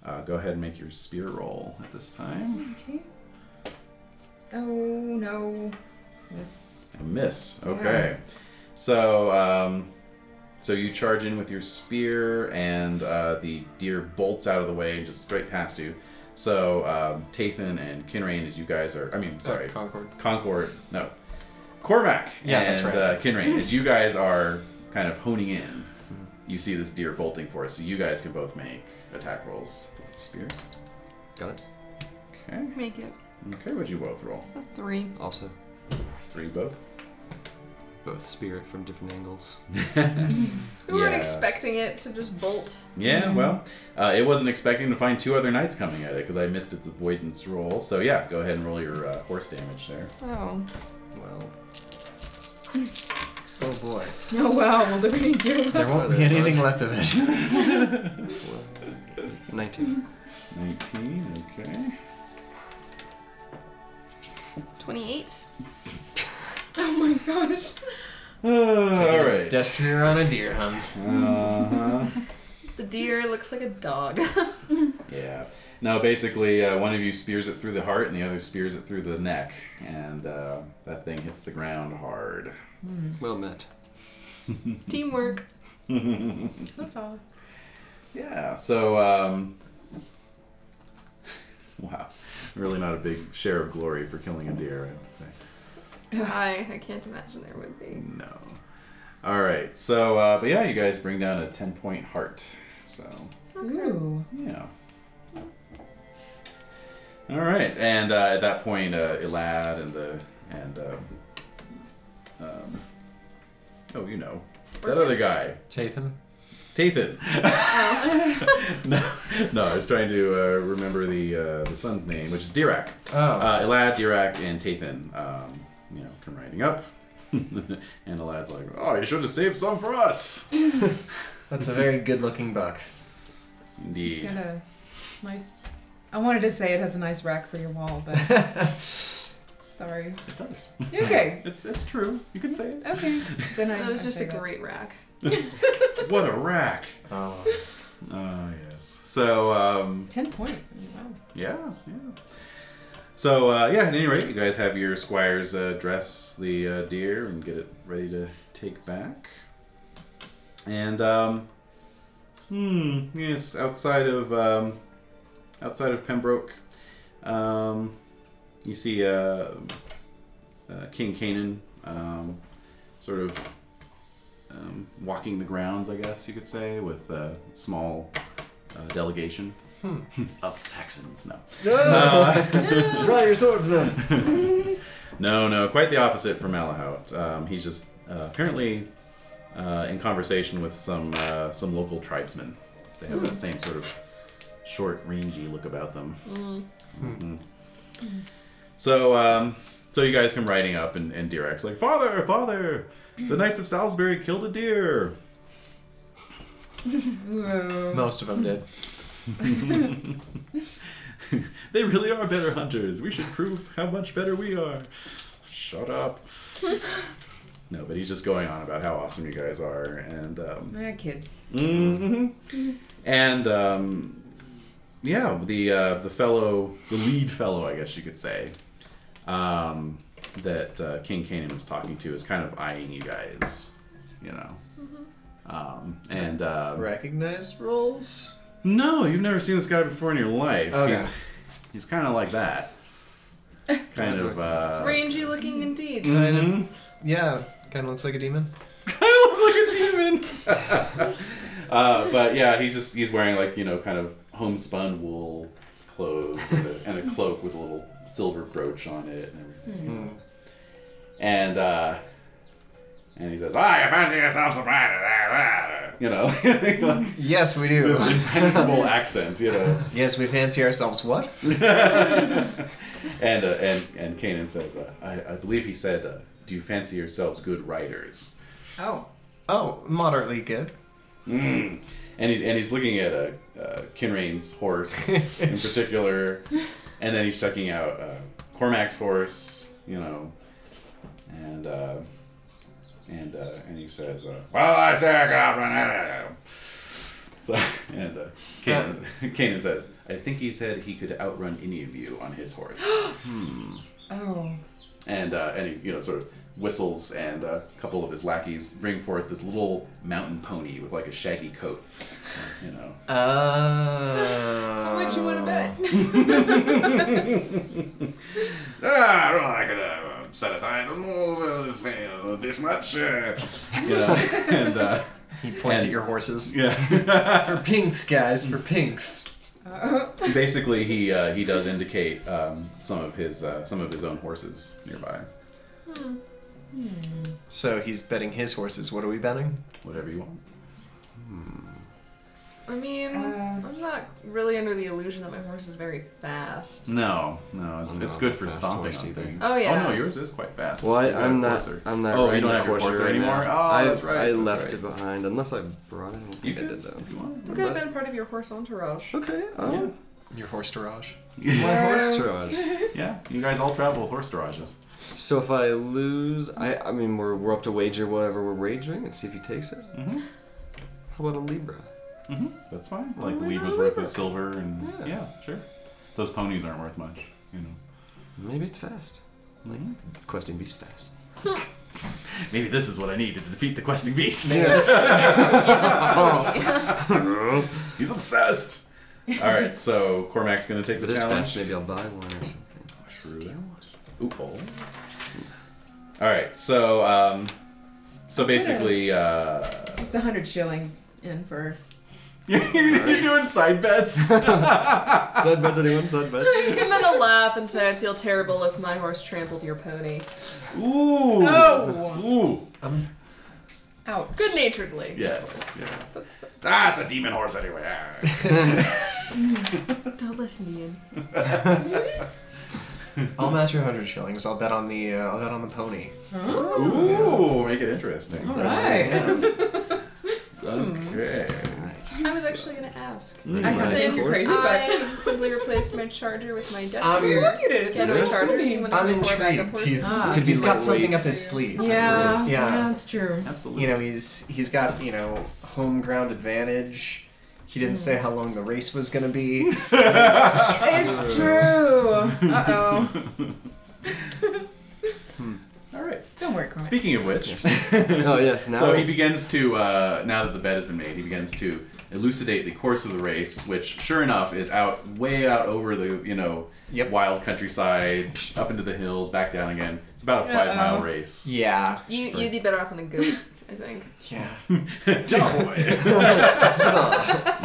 uh, go ahead and make your spear roll at this time. Okay. Oh no. Miss. A miss. Okay. So, um, so you charge in with your spear, and uh, the deer bolts out of the way and just straight past you. So, um, Tathan and Kinrain, as you guys are, I Uh, mean, sorry, Concord. Concord, no, Cormac Yeah, and that's right. uh, Kinrain, as you guys are kind of honing in, you see this deer bolting for it. So you guys can both make attack rolls with your spears. Got it? Okay. Make it. Okay. Would you both roll A three. Also, three both? both spirit from different angles. We Yeah. weren't expecting it to just bolt. Yeah, Mm-hmm. well, uh, it wasn't expecting to find two other knights coming at it because I missed its avoidance roll. So yeah, go ahead and roll your uh, horse damage there. Oh. Well, Oh boy. Oh wow, well there we There go. won't be Sorry, Oh, anything left of it. 19. Nineteen, okay. 28. Oh my gosh. all right. Destiny on a deer hunt. Uh-huh. The deer looks like a dog. Yeah. No, basically, uh, one of you spears it through the heart, and the other spears it through the neck, and uh, that thing hits the ground hard. Well met. Teamwork. That's all. Yeah, so um Wow. Really not a big share of glory for killing a deer, I have to say. I, I can't imagine there would be. No. Alright, so uh but yeah, you guys bring down a ten point heart. So Ooh. yeah. Alright, and uh, at that point uh Elad and the and uh, um Oh you know. That other Orcus? guy. Tathan? Tathan. no, no, I was trying to uh, remember the uh, the son's name, which is Dirac. Oh. Uh, Elad, Dirac, and Tathan, um, you know, come riding up. and Elad's like, oh, you should have saved some for us. That's a very good looking buck. It's Indeed. got a nice. I wanted to say it has a nice rack for your wall, but it's- sorry. It does. Okay. It's it's true. You can say it. Okay. Then I. That was I just say a that. great rack. What a rack. Oh. Oh, yes. So, um, Ten point. Wow. Yeah, yeah. So uh, yeah, at any rate, you guys have your squires uh, dress the uh, deer and get it ready to take back. And um, hmm, yes, outside of um, outside of Pembroke. Um, you see uh, uh, King Canaan um, sort of um, walking the grounds, I guess you could say, with a small uh, delegation of Saxons. No. Uh, Draw Oh. your swordsman. no, no, quite the opposite from Malahout. Um, he's just uh, apparently uh, in conversation with some uh, some local tribesmen. They have that same sort of short, rangy look about them. Mhm. So, um, so you guys come riding up, and, and Dirak's like, "Father, father, the knights of Salisbury killed a deer." Whoa. Most of them did. they really are better hunters. We should prove how much better we are. Shut up. no, but he's just going on about how awesome you guys are, and um, Ah, kids. hmm and um, yeah, the uh, the fellow, the lead fellow, I guess you could say, um, that uh, King Canaan was talking to is kind of eyeing you guys, you know. Um, and uh, Recognize roles? no, you've never seen this guy before in your life. Okay. He's, he's kind of like that. Kind of, uh. Mm-hmm. Rangy looking indeed. Kind of. Yeah, kind of looks like a demon. Kind of looks like a demon. uh, but yeah, he's just, he's wearing like, you know, kind of homespun wool clothes and a, and a cloak with a little silver brooch on it and everything. And, uh, and he says, ah, you fancy yourself some rider, you know, this Yes, we do. impenetrable accent, you know. yes, we fancy ourselves what? and uh, and and Kanan says, uh, I, I believe he said, uh, "Do you fancy yourselves good writers?" Oh. Oh, moderately good. Mm. And he's and he's looking at a uh, uh, Kinrain's horse in particular, and then he's checking out uh, Cormac's horse, you know, and uh, and uh, and he says, uh, "Well, I say I got run." So and uh, Kanan, Kanan says, "I think he said he could outrun any of you on his horse." Oh. and uh, and he you know sort of whistles and uh, a couple of his lackeys bring forth this little mountain pony with like a shaggy coat you know Oh. How much you want to bet? ah, well, I could uh, set aside more, uh, this much uh, you know and uh, He points And- at your horses. For yeah pinks, guys, for pinks. Uh, basically he uh, he does indicate um, some of his uh, some of his own horses nearby So he's betting his horses. What are we betting? whatever you want I mean, Uh. I'm not really under the illusion that my horse is very fast. no no it's, I'm not it's good a for fast stomping horse on either. things Oh, yeah. oh no yours is quite fast Well, I, You've got I'm a not. Corsair. I'm not. oh you riding don't the have your Corsair Corsair right now. anymore I, oh that's right I that's left right. it behind, unless I brought it. I don't think I did though. You could have been part of your horse entourage. Okay. Oh. Your horse Daraj. My Yeah. horse garage. yeah, you guys all travel with horse garages. So if I lose, I I mean we're, we're up to wager whatever we're wagering and see if he takes it. Mhm. How about a Libra? Mm-hmm. That's fine. Like the Why lead not was worth a either? silver, and Yeah. yeah. sure. Those ponies aren't worth much, you know. Mm-hmm. Maybe it's fast. Like questing beast fast. Maybe this is what I need to defeat the questing beast. He's obsessed. all right, so Cormac's gonna take If the it is fast, challenge. maybe I'll buy one or something. True. Ooh, oh. All right, so um, so basically, uh, Just a hundred shillings in for. you're doing side bets. Side bets, anyone? Side bets. I'm gonna laugh and say I'd feel terrible if my horse trampled your pony. Ooh. Oh. Ooh. Ouch. Good naturedly. Yes. yes. But still, Ah, it's a demon horse anyway. Ah. don't listen to Ian. I'll match your hundred shillings. I'll bet on the. Uh, I'll bet on the pony. Huh? Ooh, make it interesting. All right. Okay. I was actually gonna ask. Mm. I Right. think you're crazy, but I simply replaced my charger with my I mean, Duster. you did it. Get my There's charger. You want I'm to make more backup intrigued. horses? He's could Ah. be he's He's got lightweight. something up his sleeve. Yeah. Yeah, yeah, that's true. Absolutely. You know, he's he's got you know home ground advantage. He didn't say how long the race was gonna be. It's true. Uh oh. All right. Don't work hard. Speaking of which, Oh, yes, now- So he begins to uh, now that the bet has been made, he begins to elucidate the course of the race, which sure enough is out way out over the you know Yep. wild countryside, up into the hills, back down again. It's about a 5 mile Uh-oh. race. Yeah. You you'd be better off on a goat, I think. Yeah. Do we still have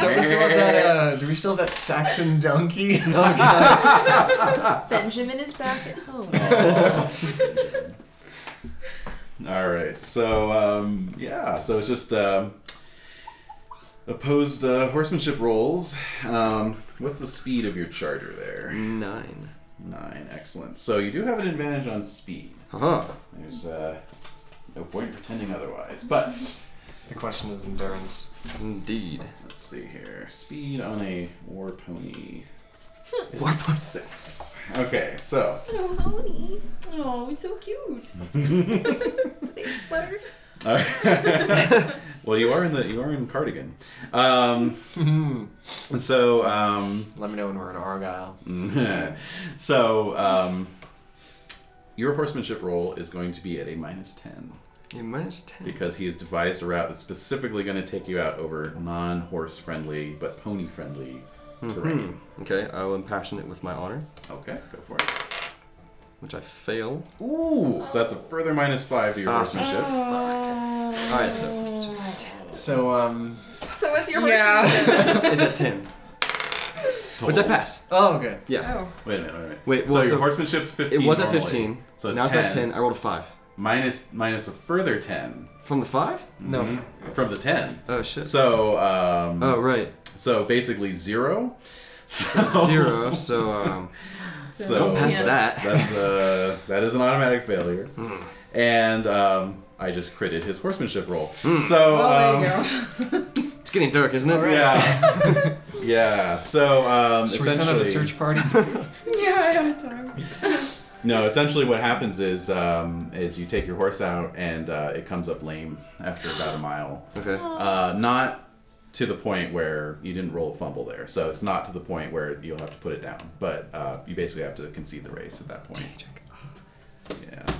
that? Boy. Uh, do we still have that Saxon donkey? Benjamin is back at home. All right, so um, yeah, so it's just um opposed uh, horsemanship rolls. Um, what's the speed of your charger there? Nine. Nine, excellent. So you do have an advantage on speed. Huh. There's uh, no point in pretending otherwise. But the question is endurance. Indeed. let's see here, speed on a war pony. is War pony. Six. Okay, so Oh, Moni. Oh, it's so cute. Big sweaters. Alright. well, you are in the you are in cardigan. Um, so um, Hmm. Let me know when we're in Argyle. so um, your horsemanship roll is going to be at a minus ten Yeah, minus ten. because he has devised a route that's specifically going to take you out over non-horse friendly but pony friendly Hmm. terrain. Okay, I will impassion it with my honor, Okay, go for it. which I fail. Ooh, so that's a further minus five to your Awesome. horsemanship. Alright, so So um. So what's your Yeah. horsemanship? it's at ten. Which I Total. pass. Oh, good. Yeah. Oh, Wait a minute, wait a minute. Wait, so well, your so- horsemanship's fifteen. It was at normally, fifteen. So it's now 10, it's at ten. I rolled a five. minus minus a further ten From the five? No. from the ten. Oh shit. So um, oh right. so basically zero. So, Zero. So um. So Don't pass that's- that. That's uh, that is an automatic failure. Hmm. And um, I just critted his horsemanship roll. Hmm. So well, um, there you go. It's getting dark, isn't it? yeah, yeah. So um, Should we essentially, send out a search party? yeah, I had a time. no. Essentially, what happens is um, is you take your horse out and uh, it comes up lame after about a mile. Okay. Uh, not to the point where you didn't roll a fumble there, so it's not to the point where you'll have to put it down. But uh, you basically have to concede the race at that point. Yeah.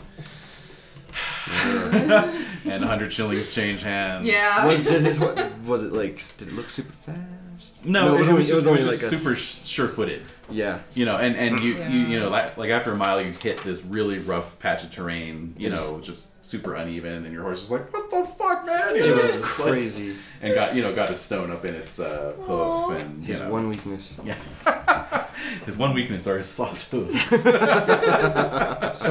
and 100 shillings change hands. Yeah. Was did his what? Was it like? Did it look super fast? No, it, was only- just, it was only just like a super s- sure-footed. Yeah. You know, and and you you, you Yeah. know like, like after a mile you hit this really rough patch of terrain. You It was- know, just super uneven, and your horse is like, "What the fuck, man!" You It know, was it's like- crazy. and got you know got a stone up in its uh, hoof, Aw. and you His know. one weakness. Yeah. His one weakness are his soft hooves. so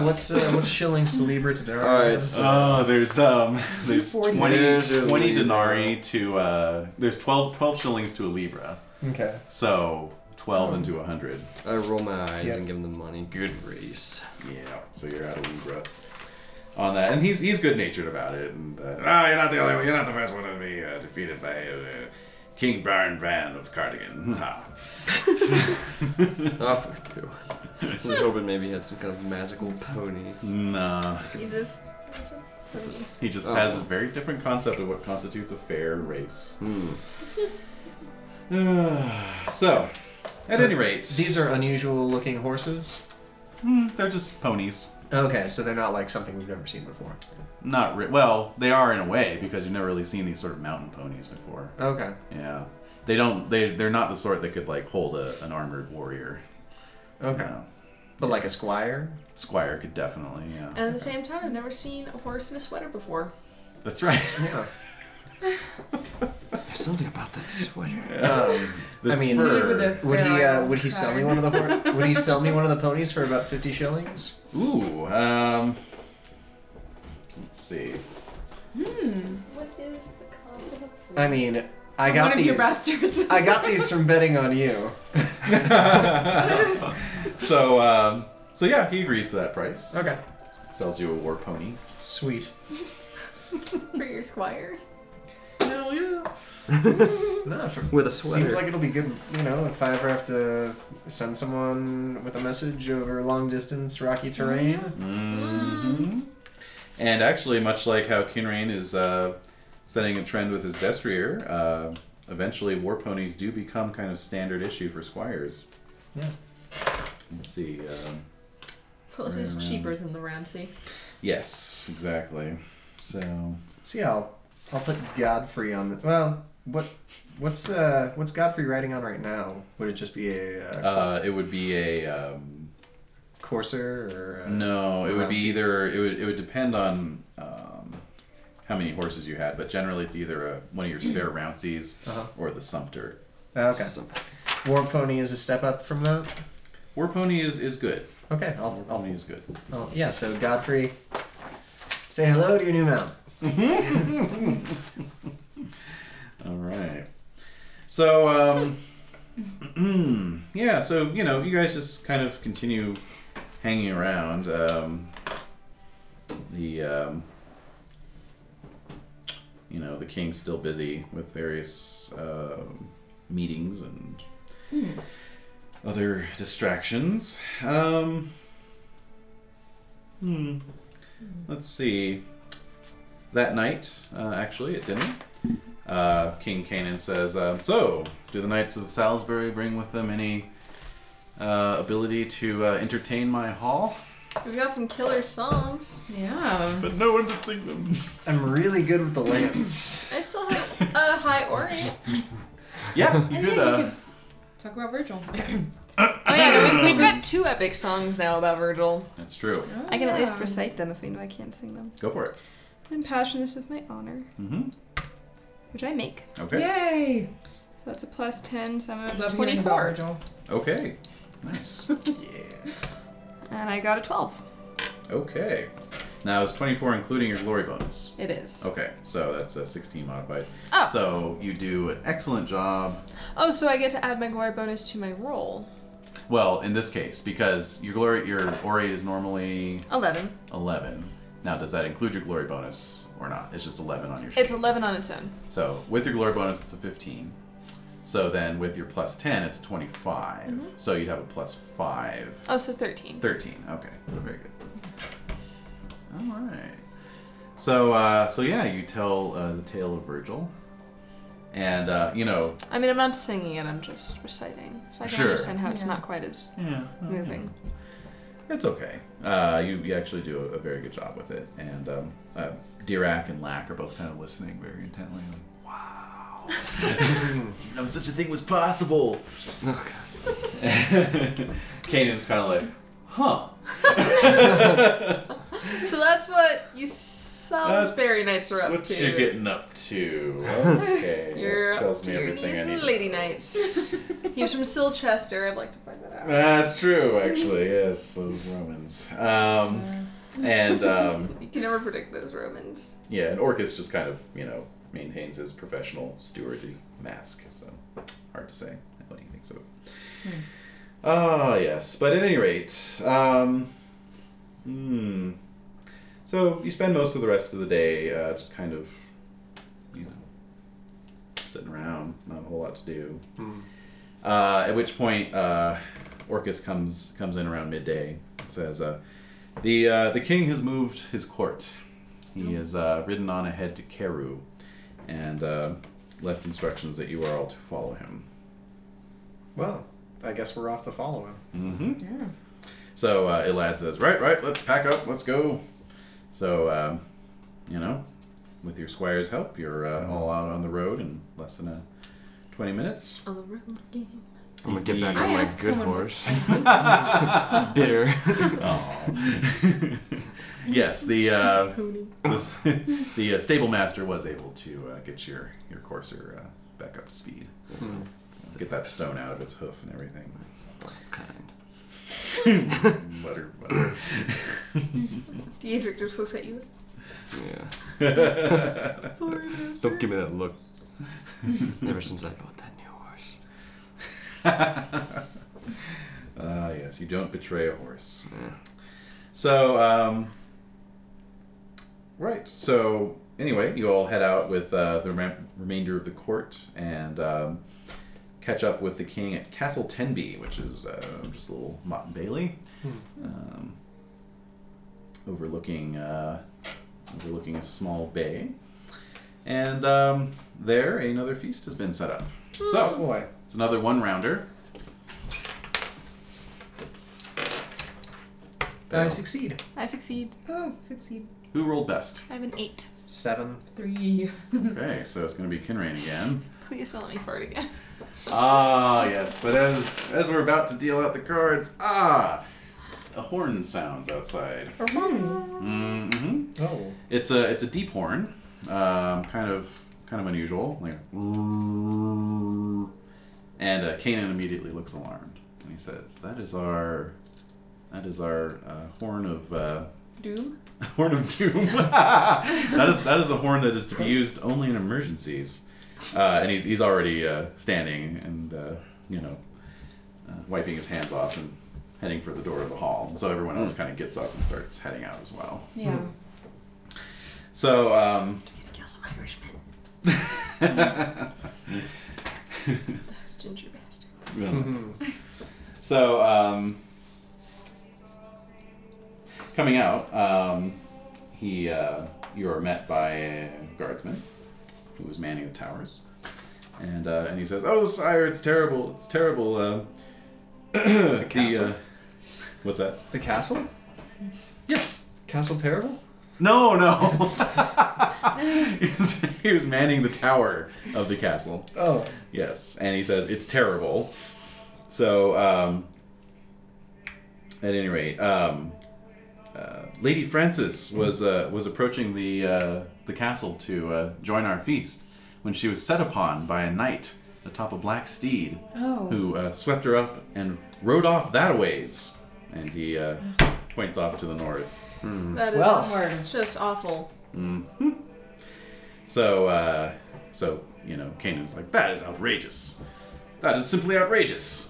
what's uh, what's shillings to Libra to dinner? All right, So, Oh, there's um, there's 240. 20, There's your 20 Libra. denarii to uh, there's 12, 12 shillings to a libra, okay. so twelve into a hundred. I roll my eyes Yep. and give him the money. Good race. Yeah, so you're out a libra on that, and he's he's good natured about it, and uh, ah, you're not the only one, you're not the first one to be uh, defeated by uh, King Baron Van of Cardigan. Ha. Oh, fuck you. I was hoping maybe he had some kind of magical pony. nah, you just he just has a very different concept of what constitutes a fair race. Hmm. so, at any rate, These are unusual looking horses. mm, they're just ponies. Okay, so they're not like something we've never seen before. Not re- well, they are in a way because you've never really seen these sort of mountain ponies before. Okay. Yeah, they don't. They they're not the sort that could like hold a, an armored warrior. Okay. No. But like a squire? Squire could definitely. Yeah, Uh, and at the same time I've never seen a horse in a sweater before. that's right. Yeah. There's something about that sweater. Um, This mean- fur. With a would he uh, feral would he sell me pattern. one of the hor- would he sell me one of the ponies for about fifty shillings? Ooh. Um. Let's see. Hmm. What is the cost of I mean, I One got of these. your bastards. I got these from betting on you. so um. So yeah, he agrees to that price. Okay. Sells you a war pony. Sweet. for your squire? Hell yeah. No, for, With a sweater. Seems like it'll be good, you know, if I ever have to send someone with a message over long distance, rocky terrain. hmm And actually, much like how Kinrain is uh, setting a trend with his destrier, uh, eventually war ponies do become kind of standard issue for squires. Yeah. Let's see. Um, Plus, it's Right around. cheaper than the Ramsey. Yes, exactly. So So yeah, I'll, I'll put Godfrey on the. Well, what what's uh what's Godfrey riding on right now? Would it just be a uh, uh, it would be a um, courser or uh, no. It would be Routes. either it would it would depend on um, how many horses you had, but generally it's either a, one of your spare Rouncies Uh-huh. or the Sumpter. Oh, okay. So- War pony is a step up from that. War pony is is good. Okay, I'll, War I'll, pony is good. I'll yeah. So Godfrey, say hello to your new mount. All right. So, um, yeah, so, you know, you guys just kind of continue hanging around. Um, the, um, you know, the king's still busy with various um meetings and other distractions. Um, hmm. Let's see. That night, uh, actually, at dinner, uh, King Kanan says, uh, "So, do the Knights of Salisbury bring with them any uh, ability to uh, entertain my hall?" We've got some killer songs. Yeah. But no one to sing them. I'm really good with the lance. I still have a high orient. Yeah, I you think could. we Uh, Talk about Virgil. Oh yeah, we, we've got two epic songs now about Virgil. that's true. I can Oh, at least recite them if we know I can't sing them. Go for it. I'm passionless with my honor, hmm which I make. Okay. Yay! So that's a plus ten, so I'm at Love hearing twenty-four, about Virgil. Okay. Nice. yeah. and I got a twelve. Okay. Now it's 24, including your glory bonus. It is. Okay, so that's a 16 modified. Oh. So you do an excellent job. Oh, so I get to add my glory bonus to my roll. Well, in this case, because your glory, your ori is normally Eleven. 11. Now, does that include your glory bonus or not? It's just 11 on your sheet. It's eleven on its own. So, with your glory bonus, it's a 15. So then, with your plus 10, it's 25. Mm-hmm. So you'd have a plus 5. Oh, so thirteen. 13. Okay, very good. All right. So, uh, so yeah, you tell uh, the tale of Virgil, and uh, you know, I mean, I'm not singing it. I'm just reciting, so I can Sure. Mm-hmm. understand how it's Yeah. not quite as yeah, moving. It's okay. Uh, you, you actually do a, a very good job with it. And um, uh, Dirac and Lack are both kind of listening very intently. Like, wow. Didn't know such a thing was possible. Oh, Kanan's kind of like, huh. So that's what you Salisbury That's knights are up what to. What you getting up to? Okay. that You're up tells to me your everything knees I in need the to lady know. knights. he was from Silchester. I'd like to find that out. That's true, actually. Yes, those Romans. Um, and um, You can never predict those Romans. Yeah, and Orcus just kind of, you know, maintains his professional stewardy mask, so hard to say what he thinks of it. Ah, yes. But at any rate, um, hmm. So you spend most of the rest of the day uh, just kind of, you know, sitting around, not a whole lot to do. Hmm. Uh, at which point, uh, Orcus comes comes in around midday and says, uh, "The uh, the king has moved his court. He has uh, ridden on ahead to Keru, and uh, left instructions that you are all to follow him." Well, I guess we're off to follow him. Mm-hmm. Yeah. So uh, Elad says, "Right, right, let's pack up, let's go." So, um, you know, with your squire's help, you're uh, all out on the road in less than a twenty minutes. On the road again. I'm gonna get back I on my asked good someone- horse. Bitter. Aw. yes, the uh, Pony. this, the uh, stable master was able to uh, get your your courser uh, back up to speed. Hmm. Get that stone out of its hoof and everything. Kind. mutter, mutter. Diedrich just looks at you. Yeah. Sorry, miss. Don't give me that look. Ever since I bought that new horse. Ah, yes, you don't betray a horse. Yeah. So, um, right. So, anyway, you all head out with uh, the rem- remainder of the court and um, catch up with the king at Castle Tenby, which is uh, just a little Mott and Bailey, um, overlooking uh, overlooking a small bay. And um, there, another feast has been set up. Oh So, boy. it's another one rounder. I succeed. I succeed. Oh, succeed. Who rolled best? I have an eight. Seven. Three. Okay, so it's going to be Kinrain again. Please don't let me fart again. Ah, yes. But as as we're about to deal out the cards, ah, a horn sounds outside. Mm-hmm. Oh. It's a it's a deep horn, um, kind of kind of unusual, like and uh, Kanan immediately looks alarmed and he says, "That is our that is our uh, horn of uh, Doom? horn of doom. that is that is a horn that is to be used only in emergencies." Uh, and he's he's already uh, standing and uh, you know uh, wiping his hands off and heading for the door of the hall. And so everyone else kind of gets up and starts heading out as well. Yeah. So, um. I'm gonna kill some Irishmen. Those ginger bastards. Mm-hmm. so, um. Coming out, um, he, uh, you are met by a guardsman who was manning the towers. And, uh, and he says, Oh, sire, it's terrible. It's terrible. Uh, the castle? uh, what's that? The castle? Yes. Castle Terrible? No, no. he, was, he was manning the tower of the castle. Oh. Yes, and he says it's terrible. So, um, at any rate, um, uh, Lady Frances was uh, was approaching the uh, the castle to uh, join our feast when she was set upon by a knight atop a black steed Oh. who uh, swept her up and rode off that a ways. And he uh, points off to the north. That is Well. just awful. hmm So, uh, so you know, Kanan's like, that is outrageous. That is simply outrageous.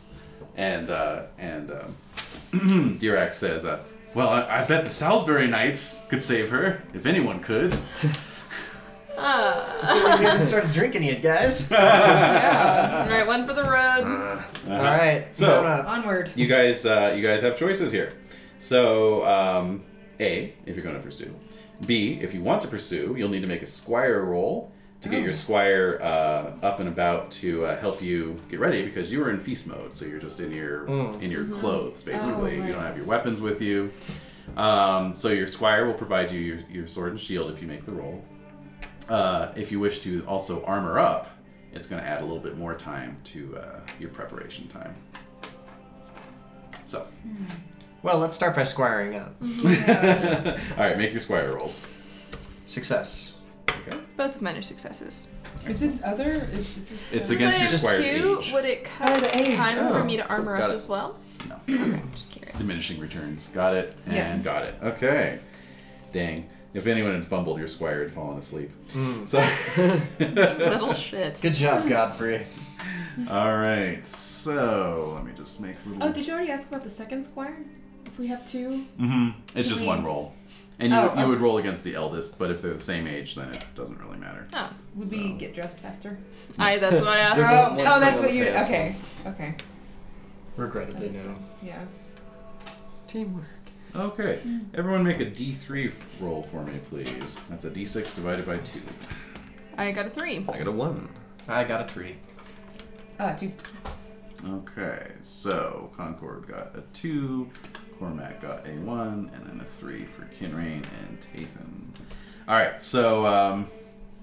And uh, and um, Dirac says, uh, well, I, I bet the Salisbury Knights could save her if anyone could. We Ah. haven't started drinking yet, guys. Uh-huh. Alright, one for the road. All right. So- mount up. Onward. You guys, uh, you guys have choices here. So, um, A, if you're going to pursue. B, if you want to pursue, you'll need to make a squire roll to get your squire uh, up and about to uh, help you get ready because you were in feast mode, so you're just in your Mm. in your clothes basically. right. You don't have your weapons with you. Um, so your squire will provide you your, your sword and shield if you make the roll. Uh, if you wish to also armor up, it's going to add a little bit more time to uh, your preparation time. So. Well, let's start by squiring up. Oh All right, make your squire rolls. Success. Okay. Both men are successes. Is this other? Is this is, It's uh, against Since your I have squire two, age. would it cut Oh, the age. time Oh. for me to armor Got up it. as well? No. Okay, I'm just curious. Diminishing returns. Got it and Yeah. got it. Okay. Dang. If anyone had fumbled, your squire had fallen asleep. So. Little shit. Hmm. Good job, Godfrey. All right. So let me just make a little. Oh, did you already ask about the second squire? If we have two? hmm It's Do just we- one roll, and you, Oh, you oh. would roll against the eldest, but if they're the same age, then it doesn't really matter. Oh, Would we So. get dressed faster? I, that's why I asked. Oh, There's only one oh, that's square what on you. the face, Okay. Okay. Regrettably, no. Yeah. Teamwork. Okay. Hmm. Everyone, make a D3 roll for me, please. That's a D6 divided by two. I got a three. I got a one. I got a three. Ah, Uh, two. Okay, so Concord got a two, Cormac got a one, and then a three for Kinrain and Tathan. All right, so um,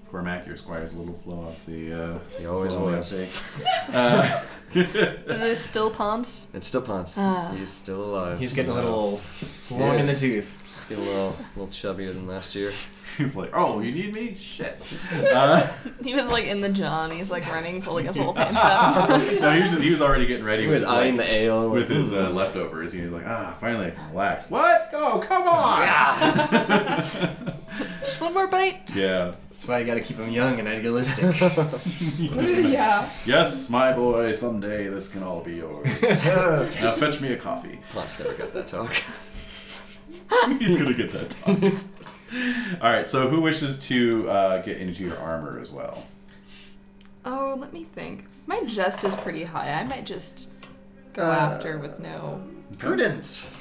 Cormac, your squire's a little slow off the. Uh, slow on the say. uptake. Uh, Is this still Ponce? It's still Ponce. Ah. He's still alive. He's getting a little old. Yeah, Long in the he's- tooth. He's getting a little, little chubbier than last year. he's like, oh, you need me? Shit. Uh, He was like in the John. He's like running, pulling his little pants up. no, he was, he was already getting ready. He with was his, eyeing like, the Hmm. ale with his uh, leftovers. He was like, ah, finally I can relax. What? Go, come on! Yeah. Just one more bite. yeah. That's why you gotta keep him young and idealistic. yeah. Yes, my boy, someday this can all be yours. Uh, now fetch me a coffee. Ponce never got that talk. He's gonna get that top. all right, so who wishes to uh, get into your armor as well? Oh, let me think. My jest is pretty high. I might just go after with no. Prudence.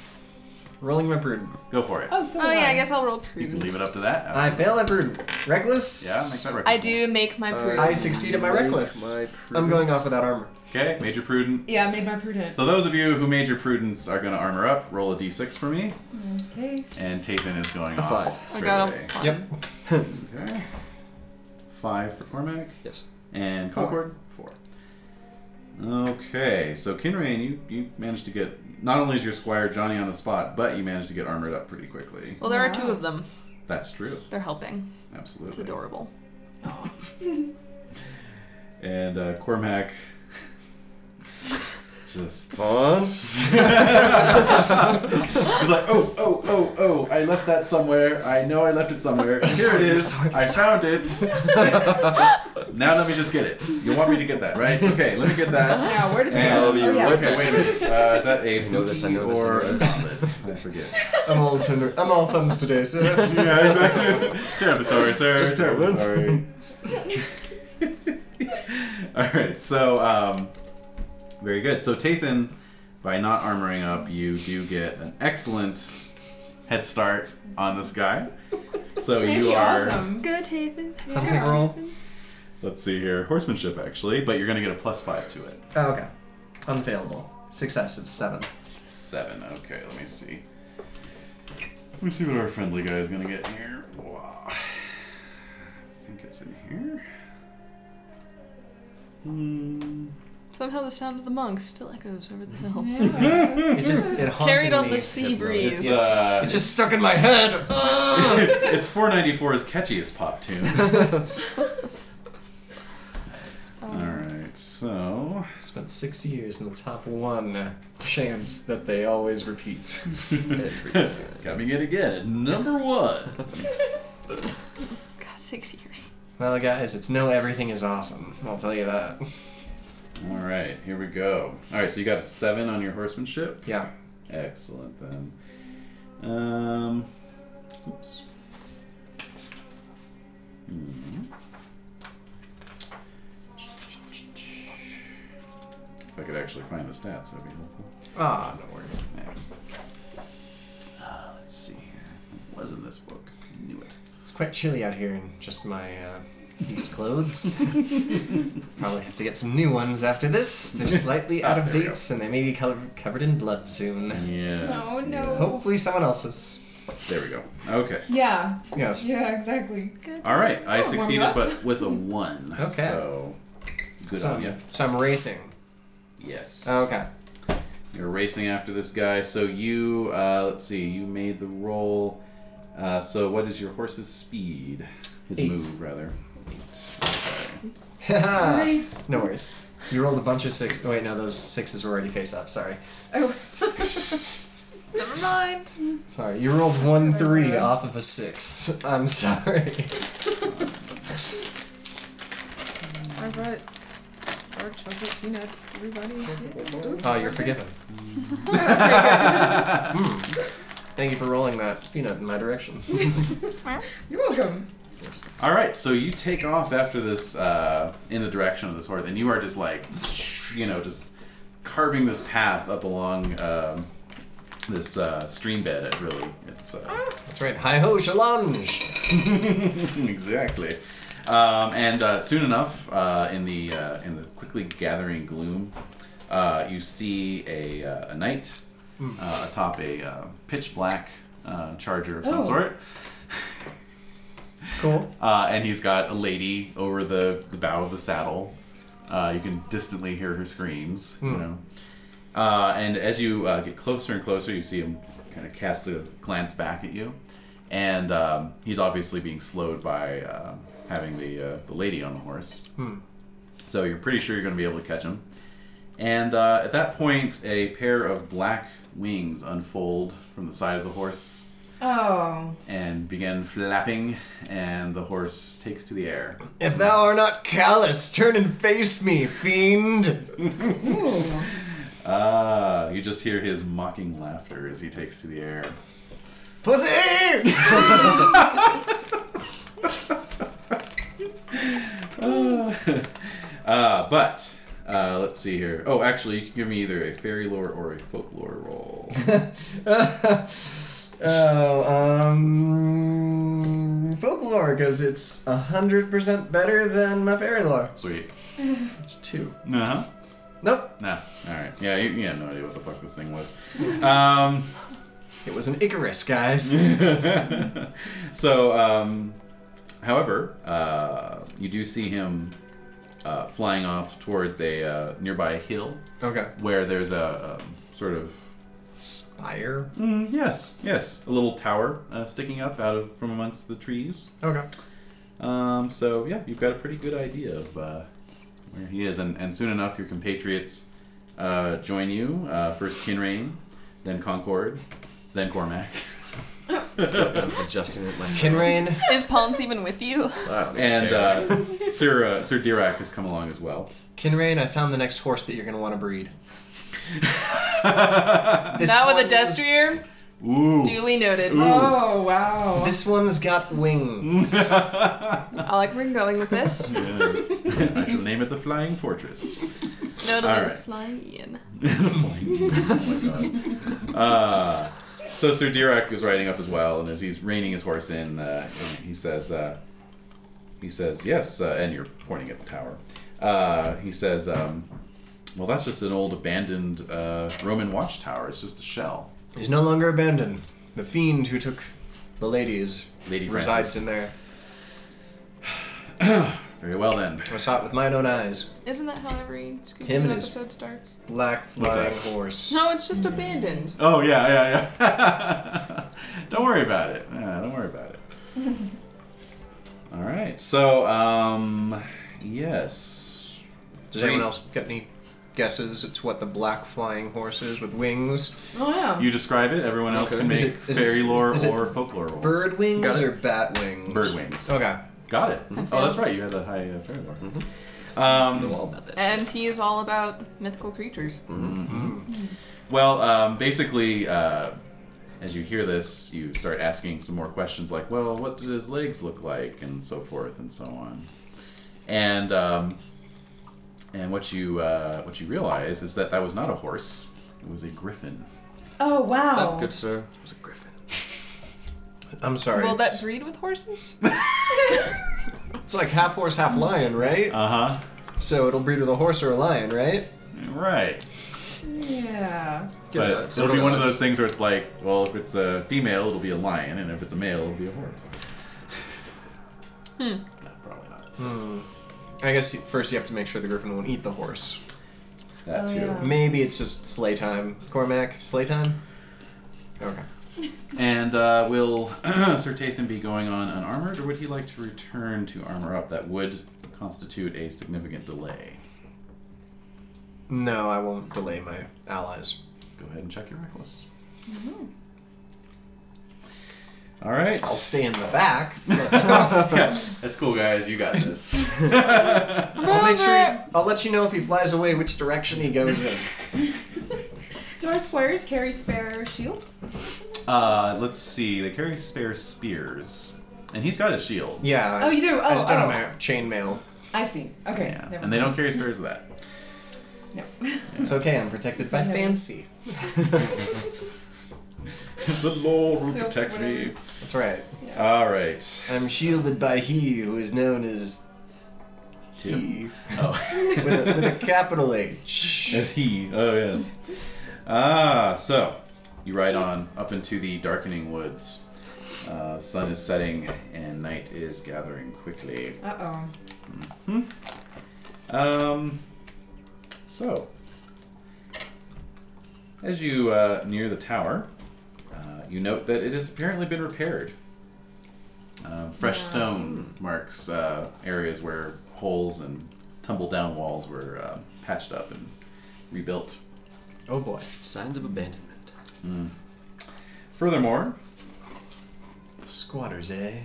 Rolling my prudent. Go for it. Oh, so Oh did yeah, I I guess I'll roll You can prudent. leave it up to that. I fail my prudent. Reckless. yeah, make that record. I do make my prudent. Uh, I succeed at my Make reckless. Uh, my I'm prudence. going off without armor. Okay, major prudent. Yeah, I made my prudent. So those of you who made your prudence are gonna armor up. Roll a d6 for me, Okay. and Tathan is going A off five. I straight got away. a one. Yep. Okay. Five for Cormac. Yes. And Four. Concord? Four. Okay, so Kinrain, you, you managed to get. Not only is your squire Johnny on the spot, but you managed to get armored up pretty quickly. Well, there are Wow. two of them. That's true. They're helping. It's Absolutely. adorable. And uh, Cormac. Just. Pawns. He's like, oh, oh, oh, oh, I left that somewhere. I know I left it somewhere. Here it sorry, I'm is. sorry, I'm I found it. Now let me just get it. You want me to get that, right? Okay, let me get that. Now, where does it And- go? Oh, you yeah. look Okay, wait a minute. Uh, is that a I know this, I hoodie know this, I or know a this. goblet? I forget. I'm all tender. I'm all thumbs today, so yeah, exactly. Terribly sorry, sir. Just terribly sorry. All right, so um, very good. So Tathan, by not armoring up, you do get an excellent head start on this guy. So you are. awesome. Good, Tathan. Thumbs up roll. Let's see here, horsemanship actually, but you're gonna get a plus five to it. Oh, okay. Unfailable. Success of seven. Seven. Okay, let me see. Let me see what our friendly guy is gonna get here. Wow. I think it's in here. Hmm. Somehow the sound of the monks still echoes over the hills. It just Mm. it haunted Carried on me. the sea It's, breeze. uh, It's just stuck in my head. Ah! it's 494's catchiest pop tune. Um, All right, so Spent six years in the top one. Shams that they always repeat. coming in again at number one. God, six years. Well, guys, it's no everything is awesome. I'll tell you that. All right, here we go. All right, so you got a seven on your horsemanship. Yeah. Excellent then. Um, oops. Hmm. If I could actually find the stats, that'd be helpful. Ah, no worries. Yeah. Uh, let's see here. It was in this book. I knew it. It's quite chilly out here in just my uh, used clothes. Probably have to get some new ones after this. They're slightly Ah, out of there we go. dates and they may be color- covered in blood soon. Yeah. No, no. yeah. Hopefully, someone else's. There we go. Okay. Yeah. Yes. Yeah. Exactly. All right. I Oh, warmed succeeded, up. but with a one. Okay. So good So, on you. so I'm racing. Yes. Okay. You're racing after this guy. So you, uh, let's see, you made the roll. Uh, so what is your horse's speed? His Eight. move, rather. Eight. Okay. no worries. You rolled a bunch of six. Oh wait, no, those sixes were already face up. Sorry. Oh. Never mind. Sorry. You rolled one three Okay. off of a six. I'm sorry. I brought dark chocolate peanuts. Everybody. Yeah. Oops. Oh, you're forgiven. Hmm. Thank you for rolling that peanut in my direction. You're welcome. All right. So you take off after this uh, in the direction of this horse, and you are just like, you know, just carving this path up along um, this uh, stream bed. It really, it's. Uh, That's right. Hi ho, challenge. exactly. Um, and uh, soon enough, uh, in the uh, in the quickly gathering gloom, uh, you see a, uh, a knight uh, atop a uh, pitch black uh, charger of some Oh. sort, Cool. uh, and he's got a lady over the, the bow of the saddle. Uh, you can distantly hear her screams. You Hmm. know, uh, and as you uh, get closer and closer, you see him kind of cast a glance back at you, and um, he's obviously being slowed by uh, having the uh, the lady on the horse. Hmm. So you're pretty sure you're going to be able to catch him. And uh, at that point, a pair of black wings unfold from the side of the horse Oh. and begin flapping, and the horse takes to the air. If thou art not callous, turn and face me, fiend. Ooh. Ah, you just hear his mocking laughter as he takes to the air. Pussy. uh, Ah. but Uh, let's see here. Oh, actually, you can give me either a fairy lore or a folklore roll. oh, um, folklore because it's hundred percent better than my fairy lore. Sweet. It's two. Uh huh. Nope, Nah. All right. Yeah, you, you have no idea what the fuck this thing was. Um, it was an Icarus, guys. so, um, however, uh, you do see him uh, flying off towards a uh, nearby hill okay. where there's a um, sort of Spire. mm, yes, yes, a little tower uh, sticking up out of from amongst the trees. Okay. Um, so yeah, you've got a pretty good idea of uh, where he is, and, and soon enough your compatriots uh, join you. Uh, first Kinrain, then Concord, then Cormac. I'm adjusting it myself. Kinrain. Is Palms even with you? Wow, And okay. uh, Sir uh, Sir Dirac has come along as well. Kinrain, I found the next horse that you're gonna want to breed. This Not with a one is- destrier? Ooh. Duly noted. Ooh. Oh wow. This one's got wings. I like where you're going with this. Yes. I shall name it the Flying Fortress. No, it'll All be right. the flying Ian. oh my god. Uh, so Sir Dirac is riding up as well, and as he's reining his horse in, uh, he says, uh, he says, yes, uh, and you're pointing at the tower. Uh, he says, um, well, that's just an old abandoned uh, Roman watchtower. It's just a shell. He's no longer abandoned. The fiend who took the ladies Lady resides Francis. in there. Very well then. I saw it with mine own eyes. Isn't that how every Scooby Him Doo and his- Hmm. episode starts? Black What's flying that? horse. No, it's just abandoned. Oh yeah, yeah, yeah. don't worry about it. Yeah, don't worry about it. All right. So, um, yes. Does anyone else got any guesses as to what the black flying horse is with wings? Oh yeah. You describe it. Everyone else Okay. can make Is it- is it- fairy lore is it or folklore rolls. Bird wings Got it. or bat wings? Bird wings. Okay. Got it. Oh, that's right. You had a high uh, fairy lore. Mm-hmm. Um, all about that. And he is all about mythical creatures. Mm-hmm. mm-hmm. Well, um, basically, uh, as you hear this, you start asking some more questions like, well, what do his legs look like, and so forth and so on. And um, and what you uh, what you realize is that that was not a horse; it was a griffin. Oh wow. Good sir. It was a griffin. I'm sorry. Will it's, that breed with horses? it's like half horse, half lion, right? Uh huh. So it'll breed with a horse or a lion, right? Right. Yeah. But it'll be one of those things where it's like, well, if it's a female, it'll be a lion, and if it's a male, it'll be a horse. Hmm. No, probably not. Hmm. I guess you- first you have to make sure the griffin won't eat the horse. That Oh, too. yeah. Maybe it's just sleigh time. Cormac, sleigh time? Okay. And uh, will Sir Tathan be going on unarmored, or would he like to return to armor up? That would constitute a significant delay. No, I won't delay my allies. Go ahead and check your reckless. Mm-hmm. All right. I'll stay in the back. Yeah, that's cool, guys. You got this. I'll make sure. I'll let you know if he flies away, which direction he goes in. Do our squires carry spare shields? uh, let's see. They carry spare spears, and he's got a shield. Yeah. I Oh, just, you do. I Oh, just don't oh. have chainmail. I see. Okay. Yeah, never and they mind. don't carry spares of that. No. It's okay. I'm protected by Yeah. fancy. the Lord will So, protect me. That's right. All right. I'm shielded by he who is known as he Oh. with, a, with a capital H. As he. Oh, yes. Ah, so you ride on up into the darkening woods. Uh, sun is setting and night is gathering quickly. Uh oh. Um, so, as you uh, near the tower, uh, you note that it has apparently been repaired. Uh, fresh stone marks uh, areas where holes and tumble down walls were uh, patched up and rebuilt. Oh boy. Signs of abandonment. Furthermore, Squatters, eh?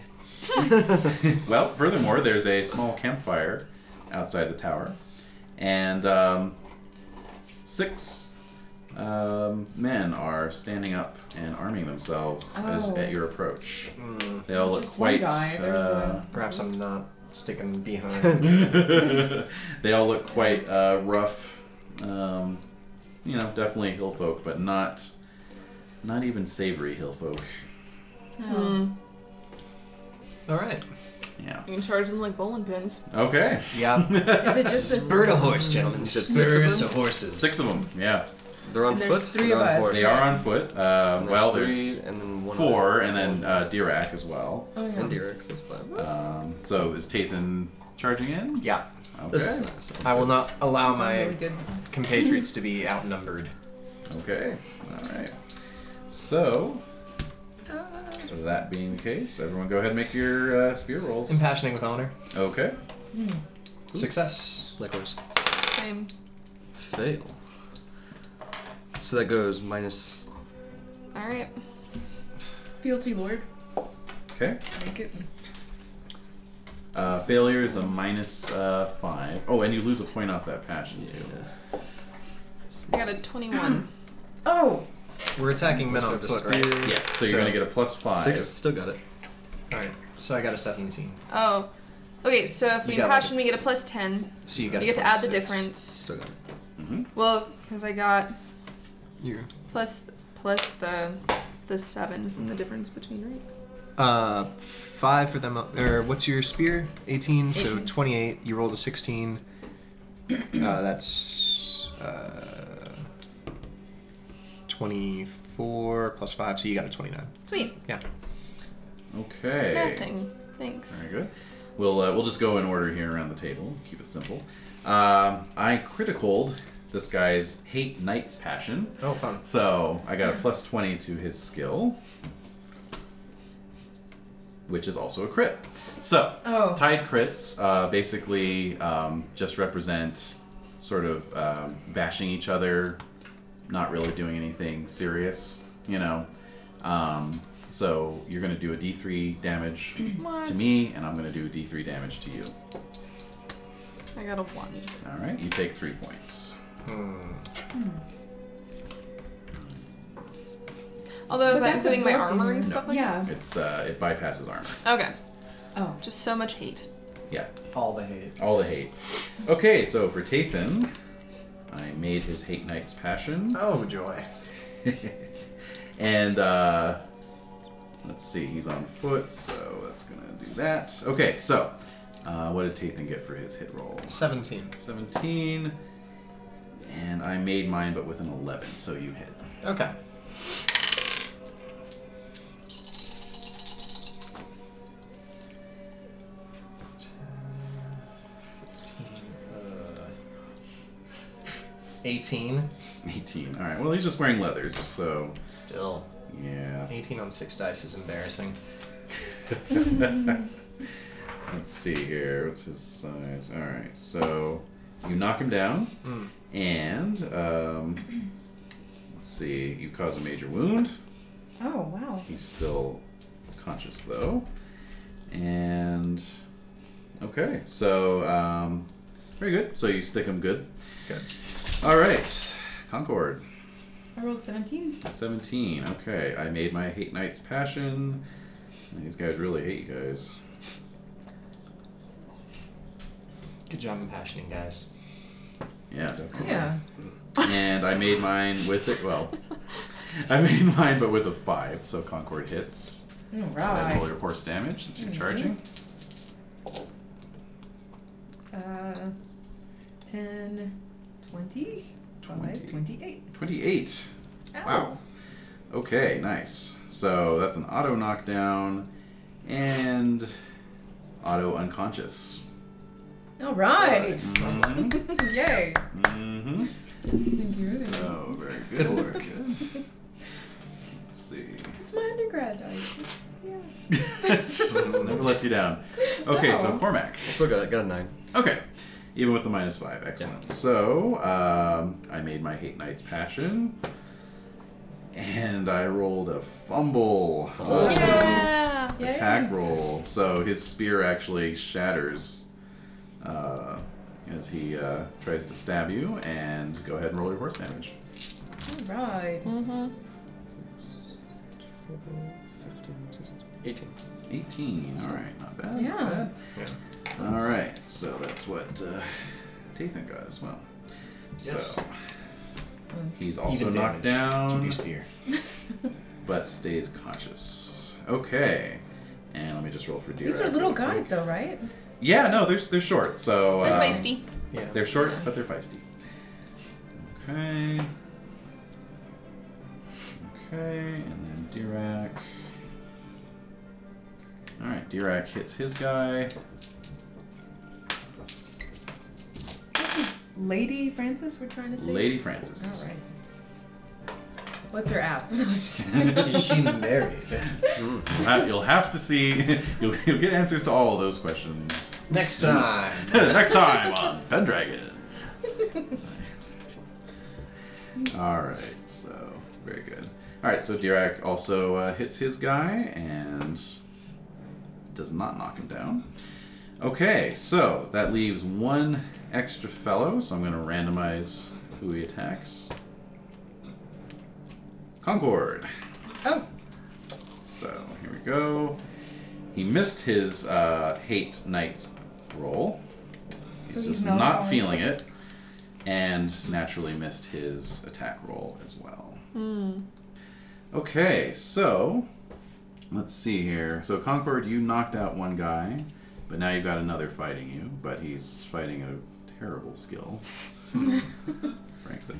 well, furthermore, there's a small campfire outside the tower, and um, six um, men are standing up and arming themselves as, Oh. at your approach. Mm, They all look Just one quite. guy, there's uh, perhaps I'm not. sticking behind. uh, they all look quite uh, rough. Um, you know, definitely hill folk, but not not even savory hill folk. Hmm. All right. Yeah. You can charge them like bowling pins. Okay. Yeah. Is it just this? Spur to horse, gentlemen. Is it Spur six of to them? horses. Six of them. Yeah. They're on And foot. there's or three they're of on us. horse? They are on foot. Uh, And well, three, there's and then one four, other. and then uh, Dirac as well. Oh yeah. and Dirac, so it's five. Um, so is Tathan charging in? Yeah. Okay. This- Sounds I will good. not allow Sounds really my good. compatriots to be outnumbered. Okay. All right. So Ah. that being the case, everyone go ahead and make your uh, spear rolls. Impassioning with honor. Okay. Success. Likewise. Same. Fail. So that goes minus. All right. Fealty Lord. Okay. Make it. Uh, failure is a minus uh, five. Oh, and you lose a point off that passion too. I got a 21. Oh. We're attacking men on The foot, right? spear- Yes. So you're So- gonna get a plus five. Six. Still got it. Alright, so I got a 17. Oh. Okay, so if we You got, passion, we get a plus 10. So you You got a get to add the 26. difference. Mm-hmm. Still got it. Well, because I got You. plus plus the the seven from the difference between right. Uh, 5 for them. Or what's your spear? 18, so 18. 28. You rolled a 16. Uh, that's. Uh, 24 plus 5, so you got a 29. Sweet. Okay. Nothing. Thanks. Very good. We'll uh, we'll just go in order here around the table. Keep it simple. Um, I criticaled this guy's hate knight's passion, Oh, fun. so I got a plus twenty to his skill, which is also a crit. So Oh. tied crits uh, basically um, just represent sort of um, bashing each other, not really doing anything serious, you know. Um, so you're gonna do a D3 damage What? to me, and I'm gonna do D3 damage to you. I got a one. All right, you take three points. Hmm. Although is that But that's including my absorbed in armor your- and stuff like Yeah. It's uh, it bypasses armor. that? Okay. Oh. Just so much hate. All the hate. All the hate. Okay, so for Tathan, I made his hate knight's passion, Oh, joy. and uh, let's see, he's on foot, so that's gonna do that. Okay, so uh, what did Tathan get for his hit roll? 17. 17, and I made mine, but with an 11, so you hit. Okay. uh, Eighteen. 18. All right. Well, he's just wearing leathers, so Still, yeah. eighteen on six dice is embarrassing. Let's see here. What's his size? All right. So you knock him down, Mm. and um, let's see. You cause a major wound. Oh wow. He's still conscious though, and okay. So um, very good. So you stick him good. Good. All right. Concord. I rolled 17. 17. Okay, I made my Hate Knight's Passion. These guys really hate you guys. Good job impassioning, guys. Yeah, definitely. Yeah. And I made mine with it. Well, I made mine, but with a 5, so Concord hits. All So then roll right. your force damage since you're Mhm. charging. Uh, 10, 20, 20. 28. 28. Wow. Okay, nice. So that's an auto knockdown and auto unconscious. All right. Mm Yay. hmm. Mm Thank you. hmm. So very good. Good work. very good. Let's see. It's my undergrad dice. It's, yeah. Never lets you down. Okay, so No. Cormac. Still got it. Got a nine. Okay, even with the minus five, excellent. So um, I made my hate knight's passion, and I rolled a fumble Oh. on his Yeah. Yay. attack roll. So his spear actually shatters uh, as he uh, tries to stab you. And go ahead and roll your horse damage. All right. Mm-hmm. 18. 18. All right, not bad. not Yeah. bad. All right, so that's what uh, Tathan got as well. Yes. So he's also Even knocked damage. Keep down, your spear. but stays conscious. Okay, and let me just roll for deer. These are eyes little real quick. guys, though, right? Yeah, no, they're they're short, so They're um, feisty. Yeah. They're short, but they're feisty. Okay. Okay, and then Dirac. Alright, Dirac hits his guy. This is Lady Francis we're trying to see. Lady Francis. All right. What's her app? Is she married? You'll ha- You'll have to see. You'll, you'll get answers to all of those questions Next time. next time on Pendragon. All right, so very good. All right, so Dirac also uh, hits his guy and does not knock him down. Okay, so that leaves one extra fellow. So I'm going to randomize who he attacks. Concord. Oh. So here we go. He missed his uh, hate knight's roll. He's So he's just not not going- feeling it, and naturally missed his attack roll as well. Hmm. Okay, so let's see here. So Concord, you knocked out one guy, but now you've got another fighting you, but he's fighting at a terrible skill, frankly.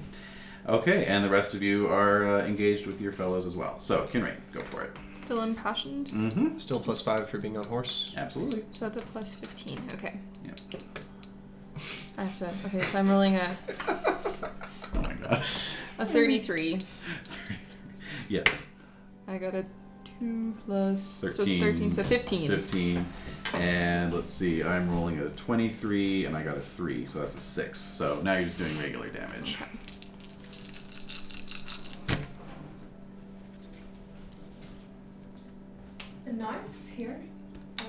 Okay, and the rest of you are uh, engaged with your fellows as well. So Kinray, go for it. Still impassioned. Mm-hmm. Still plus five for being on horse. Absolutely. So that's a plus 15. Okay. Yep. I have to. Okay, so I'm rolling a, Oh my god. a 33. yes. I got a 2 plus. 13. So 13, so 15. 15. And let's see, I'm rolling a 23 and I got a 3, so that's a 6. So now you're just doing regular damage. Okay. The knives here.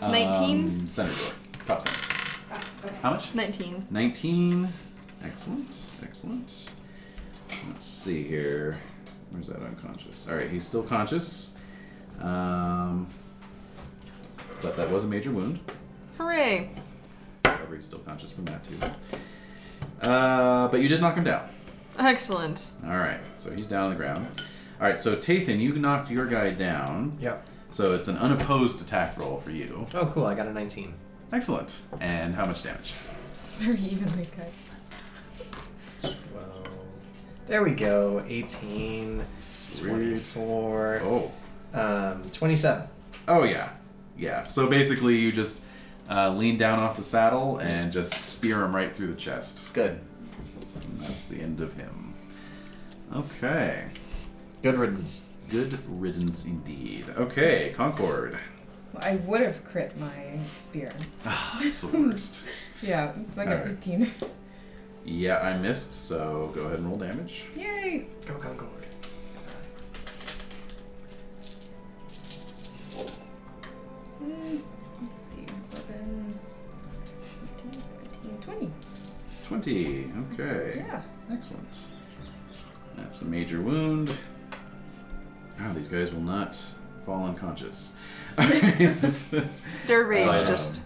19? Um, center door. Top center. Ah, okay. How much? 19. 19. Excellent. Excellent. Let's see here. Where's that unconscious? All right, he's still conscious. Um, but that was a major wound. Hooray! However, he's still conscious from that, too. Uh, but you did knock him down. Excellent. All right, so he's down on the ground. All right, so Tathan, you knocked your guy down, Yep. so it's an unopposed attack roll for you. Oh, cool. I got a 19. Excellent. And how much damage? Very evenly cut. 12. There we go. 18. 24. Oh. Um, 27. Oh yeah, yeah. So basically, you just uh, lean down off the saddle and just spear him right through the chest. Good. And that's the end of him. Okay. Good riddance. Good riddance indeed. Okay, Concord. Well, I would have crit my spear. Ah, it's the worst. Yeah, so I got Alright. 15. Yeah, I missed. So go ahead and roll damage. Yay! Go Concord. Mm, Let's see. 11, 15, 17, 20. Twenty. Okay. Yeah. Excellent. That's a major wound. Oh, these guys will not fall unconscious. Their Oh, rage Um, just.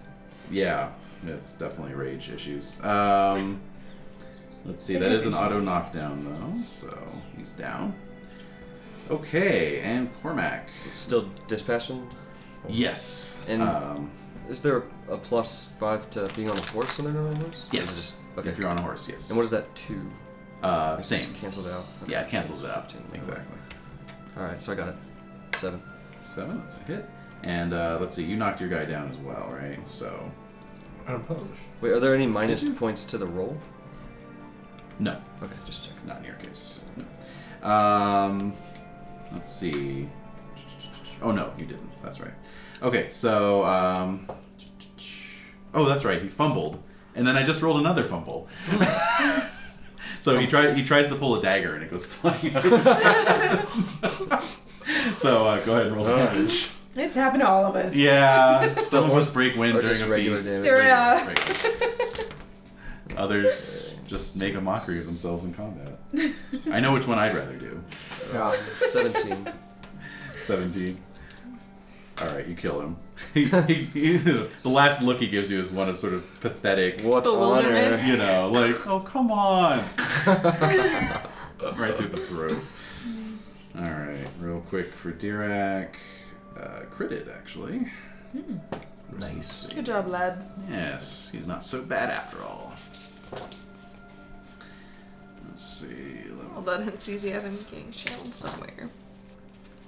yeah, it's definitely rage issues. Um, let's see, that is an auto knockdown though, so he's down. Okay, and Cormac. Still dispassion. Yes. And- um, Is there a, a plus five to being on a horse when they're not on a horse? Or is it Yes. just- Okay. if you're on a horse, yes. And what is that two? uh, It just same. Cancels out. Okay. Yeah, it cancels it out. 15, whatever. Exactly. All right, so I got it. Seven. Seven. That's a hit. And uh, let's see, you knocked your guy down as well, right? So Unopposed. Wait, are there any minus points to the roll? no, Okay, just check. Not in your case. No. Um, let's see. Oh no, you didn't. That's right. Okay, so um, oh, that's right. He fumbled, and then I just rolled another fumble. so he tries. He tries to pull a dagger, and it goes flying out. so uh, go ahead and roll Oh. damage. It's happened to all of us. Yeah, some of us break wind or during just a regular feast. damage. There we Regular, are. regular. Uh, Others just make a mockery of themselves in combat. I know which one I'd rather do. Yeah. Seventeen. 17. All right, you kill him. He- he- he- the last look he gives you is one of sort of pathetic, What Bewilderment. you know, like, oh come on, honor? right through the throat. All right, real quick for Dirac, uh, critted actually. Nice. Good job, lad. Yes, he's not so bad after all. Let's see. Level... All that enthusiasm getting channeled somewhere.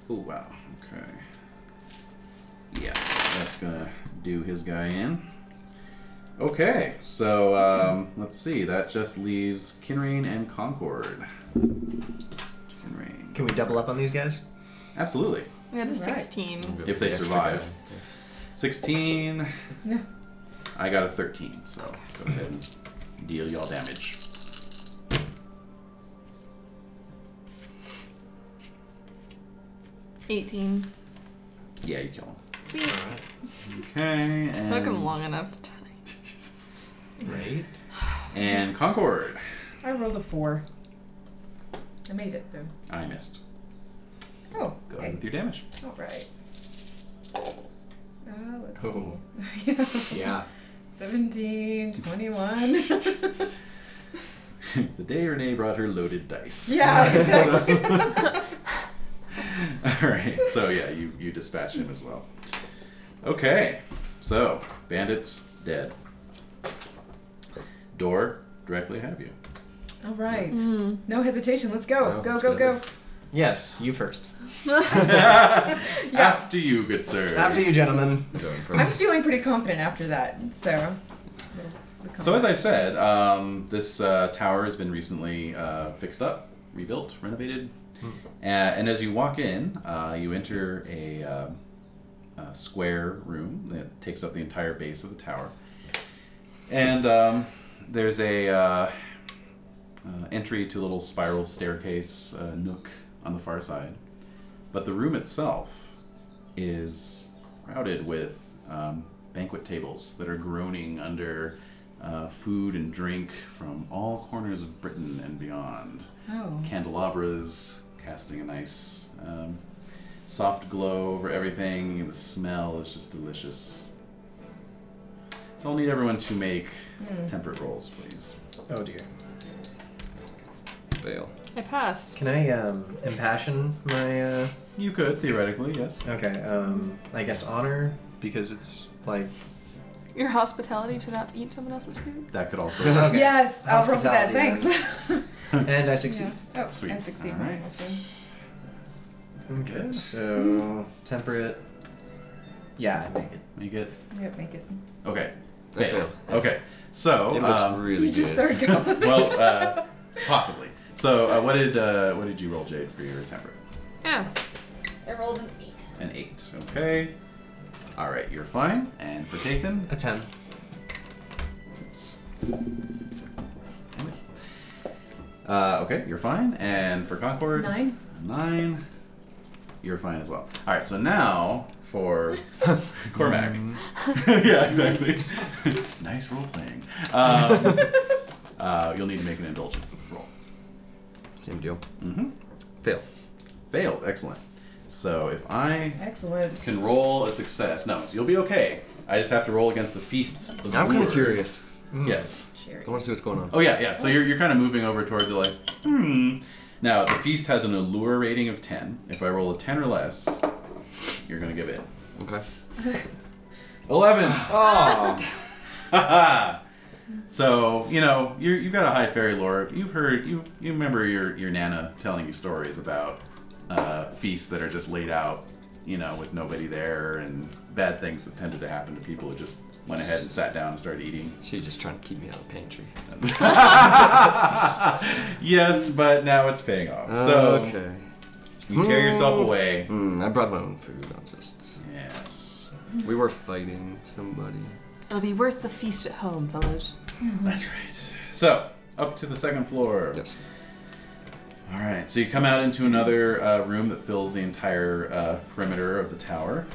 Oh, wow. Okay. Yeah, that's gonna do his guy in. Okay, so um, let's see. That just leaves Kinrain and Concord. Kinrain. Can we double up on these guys? Absolutely. We had a All right. 16. If they Extra survive. guy. 16. No. I got a 13, so go ahead and deal y'all damage. Eighteen. Yeah, you kill him. Sweet. Okay, and. Took him long enough to die. Right. And Concord. I rolled a four. I made it though. I missed. Oh, Go ahead with your damage. all right. Uh, let's Oh. see. Yeah. 17, 21. the day Renee brought her loaded dice. yeah, exactly. All right. So yeah, you you dispatch him as well. Okay. So bandits dead. Door directly ahead of you. all right. Hmm. No hesitation. Let's go. No, go, let's go, get go. Yes, you first. After you, good sir. After you, gentlemen. Going I'm first. feeling pretty confident after that, so. little- the So as I confidence. said, um, this uh, tower has been recently uh, fixed up, rebuilt, renovated, uh, and as you walk in, uh, you enter a, um a square room that takes up the entire base of the tower, and um, there's a uh, uh, entry to a little spiral staircase uh, nook on the far side, but the room itself is crowded with um, banquet tables that are groaning under uh, food and drink from all corners of Britain and beyond. Oh. Candelabras casting a nice um, soft glow over everything. The smell is just delicious. So I'll need everyone to make Hmm. temperate rolls, please. Oh dear. Fail. I pass. Can I um impassion my uh You could theoretically, yes. okay, um I guess honor because it's like Your hospitality to not eat someone else's food. That could also. Okay. Yes, I'll roll for that. Hospitality, Thanks. and I Yeah. succeed. Oh, Sweet. I succeed. All right. Awesome. Okay. So temperate Yeah, I make it. Make it. Yep, make it. Okay. I failed. Okay. So. It looks um, really You just good. started going. well, uh, possibly. So, uh, what did uh, what did you roll, Jade, for your temperate? Yeah. I rolled an eight. An eight. Okay. All right, you're fine. And for Tathan, A ten. oops. Damn it. Uh, okay, you're fine. And for Concord, Nine. nine. You're fine as well. All right, so now for Cormac. yeah, exactly. nice role playing. Um, uh, you'll need to make an indulgent roll. Same deal. hmm Fail. Failed. Excellent. So if I Excellent. can roll a success, no, you'll be okay. I just have to roll against the feasts. Of the Now I'm kind Lord. of curious. Hmm. Yes. Cherry. I want to see what's going on. Oh yeah, yeah. So you're, you're kind of moving over towards it, like, hmm. Now the feast has an allure rating of ten. If I roll a ten or less, you're gonna give it Okay. eleven. Oh so you know you you've got a high fairy lore. You've heard you you remember your your nana telling you stories about uh, feasts that are just laid out, you know, with nobody there and bad things that tended to happen to people who just went ahead and sat down and started eating. She's just trying to keep me out of the pantry. yes, but now it's paying off. So Oh, okay. you tear yourself away. Mm, I brought my own food. I'll just. Yes. We were fighting somebody. It'll be worth the feast at home, fellows. That's right. So, up to the second floor. Yes. All right. So you come out into another uh, room that fills the entire uh, perimeter of the tower.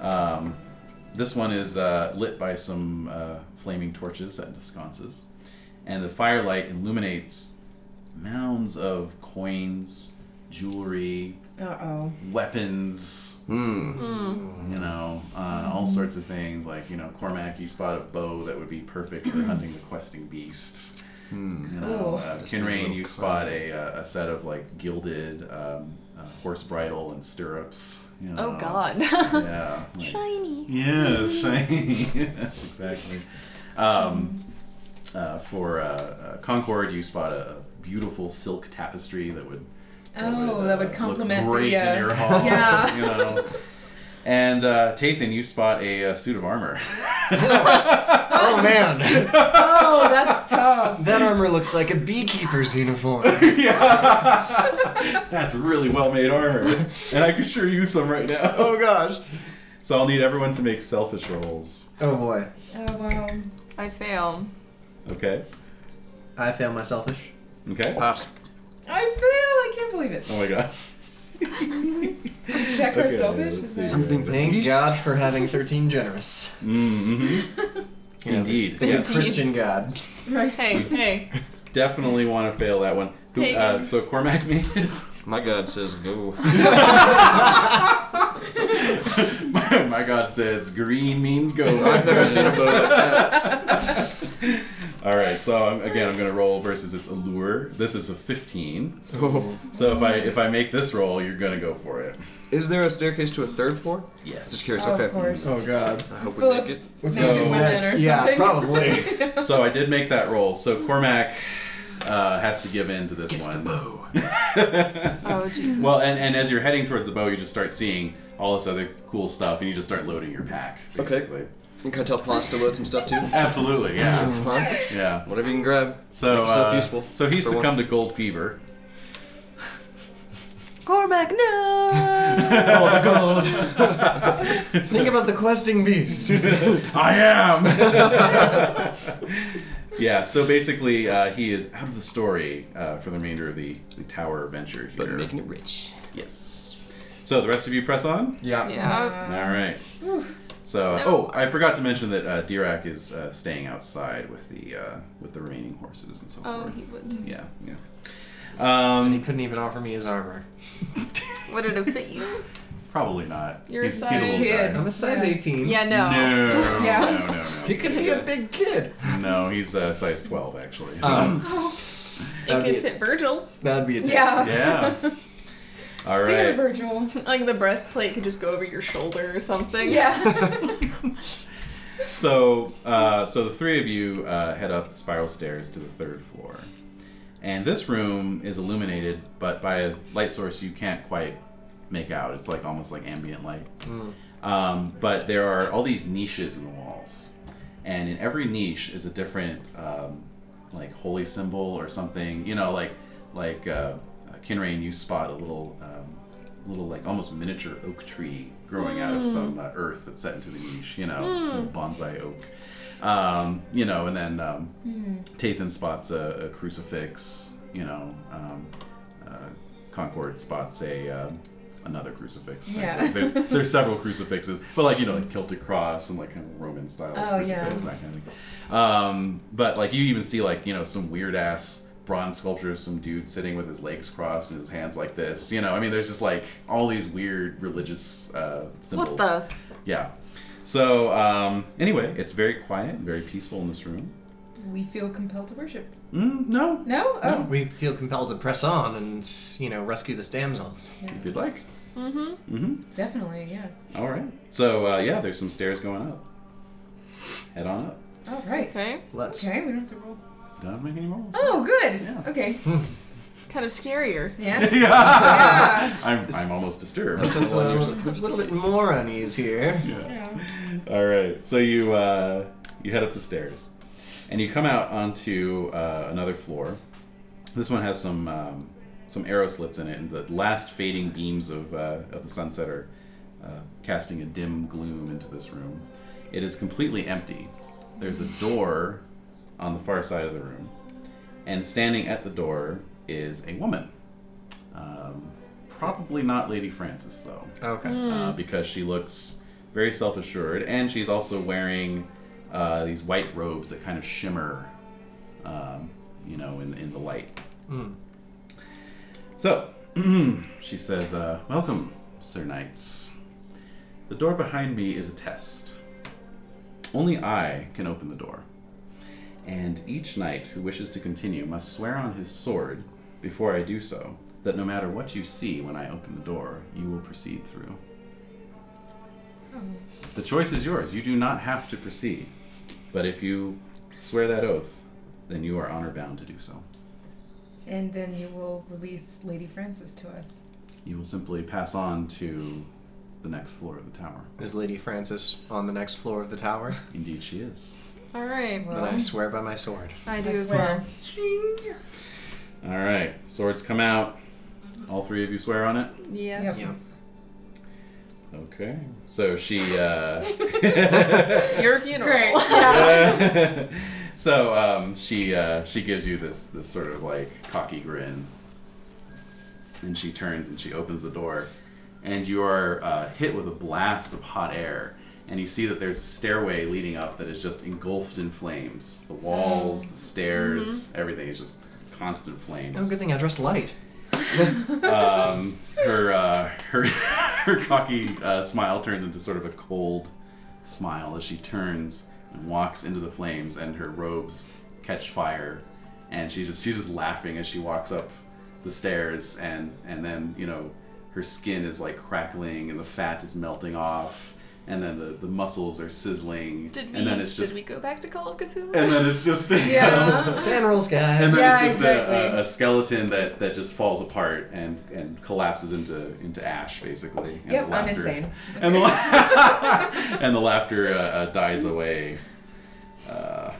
Um, this one is uh, lit by some uh, flaming torches and sconces, and the firelight illuminates mounds of coins, jewelry, Uh oh. weapons, Hmm. Mm. you know, uh, all sorts of things. Like, you know, Cormac, you spot a bow that would be perfect for hunting the questing beast. Hmm. You know, Ooh. uh, Just need a Kinrain, little you spot a, uh, a set of like gilded um, uh, horse bridle and stirrups. You know. Oh god. Yeah. like- Shiny. Yes, shiny. yes, exactly. Um, uh, for uh, uh, Concord, you spot a beautiful silk tapestry that would. Oh, uh, that would look complement the. great uh, in your hall. Yeah. You know. And uh, Tathan, you spot a, uh suit of armor. Oh man, Oh, that's tough. that armor looks like a beekeeper's uniform. yeah. That's really well made armor, and I could sure use some right now. Oh gosh. So I'll need everyone to make selfish rolls. Oh boy, Oh wow. I fail. Okay. I fail my selfish. Okay. Pass. I fail. I can't believe it. Oh my god. Check her selfish? Is that- Something for Thank the beast. God for having thirteen generous. hmm You know, Indeed. The Yeah. Christian God. Right. Hey, hey. Definitely want to fail that one. Who- Hey, uh, hey. so Cormac made his. My god says go. my, my God says green means go. I've never seen a boat like All right, so I'm, again, I'm gonna roll versus its allure. This is a 15. Oh, So if I if I make this roll, you're gonna go for it. Is there a staircase to a third floor? Yes. Just curious. Oh, of okay. course. Oh God. I hope we Full of- make it. What's So- Naked women or something. yeah, probably. So I did make that roll. So Cormac uh, has to give in to this one. Oh Jesus. Well, and, and as you're heading towards the bow, you just start seeing all this other cool stuff, and you just start loading your pack. Okay. Basically. And Can I tell Ponce to load some stuff too? Absolutely, yeah, Ponce, yeah. whatever you can grab. So, Make yourself uh, useful so he's for succumbed once. to gold fever. Cormac, no. Think about the questing beast. I am. yeah. So basically, uh, he is out of the story uh, for the remainder of the, the tower venture here. But making it rich. yes. So the rest of you press on. yeah. yeah. Uh, All right. So oh, I forgot to mention that uh, Dirac is uh, staying outside with the uh, with the remaining horses and so Oh, forth. he wouldn't. Yeah. Yeah. Um, And he couldn't even offer me his armor. Would it have fit you? Probably not. You're a he's, he's a size little kid. guy. I'm a size Yeah. 18. Yeah, no. No, Yeah. no, no, You could be a big kid. no. No, he's uh, size 12, actually. so- Um, It That'd could be- fit Virgil. that'd be a test. Yeah. yeah. All Dear right. Virgil. Like the breastplate could just go over your shoulder or something. Yeah. So, uh, so the three of you uh, head up the spiral stairs to the third floor. And this room is illuminated, but by a light source you can't quite make out. It's like almost like ambient light. Um, but there are all these niches in the walls, and in every niche is a different um, like holy symbol or something. You know, like like uh, uh, Kinrain, you spot a little um, little like almost miniature oak tree growing out of some uh, earth that's set into the niche. You know, little bonsai oak. Um, you know, and then um, Tathan spots a, a crucifix. You know, um, uh, Concord spots a um, another crucifix. Yeah. there's, there's several crucifixes, but like you know, like Celtic cross and like kind of Roman style Oh, yeah. crucifix, that kind of thing. Um, but like you even see like you know some weird ass bronze sculpture of some dude sitting with his legs crossed and his hands like this. You know, I mean, there's just like all these weird religious uh, symbols. What the? Yeah. So um, anyway, it's very quiet, very peaceful in this room. We feel compelled to worship. Mm, no, No? Oh. We feel compelled to press on and, you know, rescue this damsel. if you'd like. Mm-hmm. Mm-hmm. Definitely, yeah. All right. So uh, yeah, there's some stairs going up. Head on up. All right. Okay. Let's. Okay, we don't have to roll. Don't make any rolls. Oh, good. Yeah. Okay. Hmm. Kind of scarier. Yeah. yeah. I'm, I'm almost disturbed. Puts us a Well, you're little, little bit more unease here. Yeah. All right, so you uh, you head up the stairs, and you come out onto uh, another floor. This one has some um, some arrow slits in it, and the last fading beams of uh, of the sunset are uh, casting a dim gloom into this room. It is completely empty. There's a door on the far side of the room, and standing at the door is a woman. Um, probably not Lady Frances though Okay. uh, because she looks very self-assured, and she's also wearing uh, these white robes that kind of shimmer, um, you know, in, in the light. Mm. So, she says, uh, Welcome, Sir Knights. The door behind me is a test. Only I can open the door. And each knight who wishes to continue must swear on his sword before I do so that no matter what you see when I open the door, you will proceed through. The choice is yours. You do not have to proceed. But if you swear that oath, then you are honor bound to do so. And then you will release Lady Francis to us. You will simply pass on to the next floor of the tower. Is Lady Francis on the next floor of the tower? Indeed, she is. All right. Well, Then I swear by my sword. I do I as swear. well. All right, swords come out. All three of you swear on it. Yes. Yep. Okay. So she. Uh... Your funeral. Great. so um, she uh, she gives you this this sort of like cocky grin, and she turns and she opens the door, and you are uh, hit with a blast of hot air, and you see that there's a stairway leading up that is just engulfed in flames. The walls, the stairs, everything is just constant flames Mm-hmm. Oh, good thing I dressed light. um, her uh, her her cocky uh, smile turns into sort of a cold smile as she turns and walks into the flames, and her robes catch fire, and she just she's just laughing as she walks up the stairs, and and then you know her skin is like crackling and the fat is melting off, and then the, the muscles are sizzling, Did we? and then it's just Did we go back to Call of Cthulhu? and then it's just Yeah. Sand rules, guys. and then Yeah, it's just a, exactly. a, a skeleton that, that just falls apart and, and collapses into into ash basically. And Yep, the I'm laughter- insane. And the, la- and the laughter uh, uh, dies away, uh,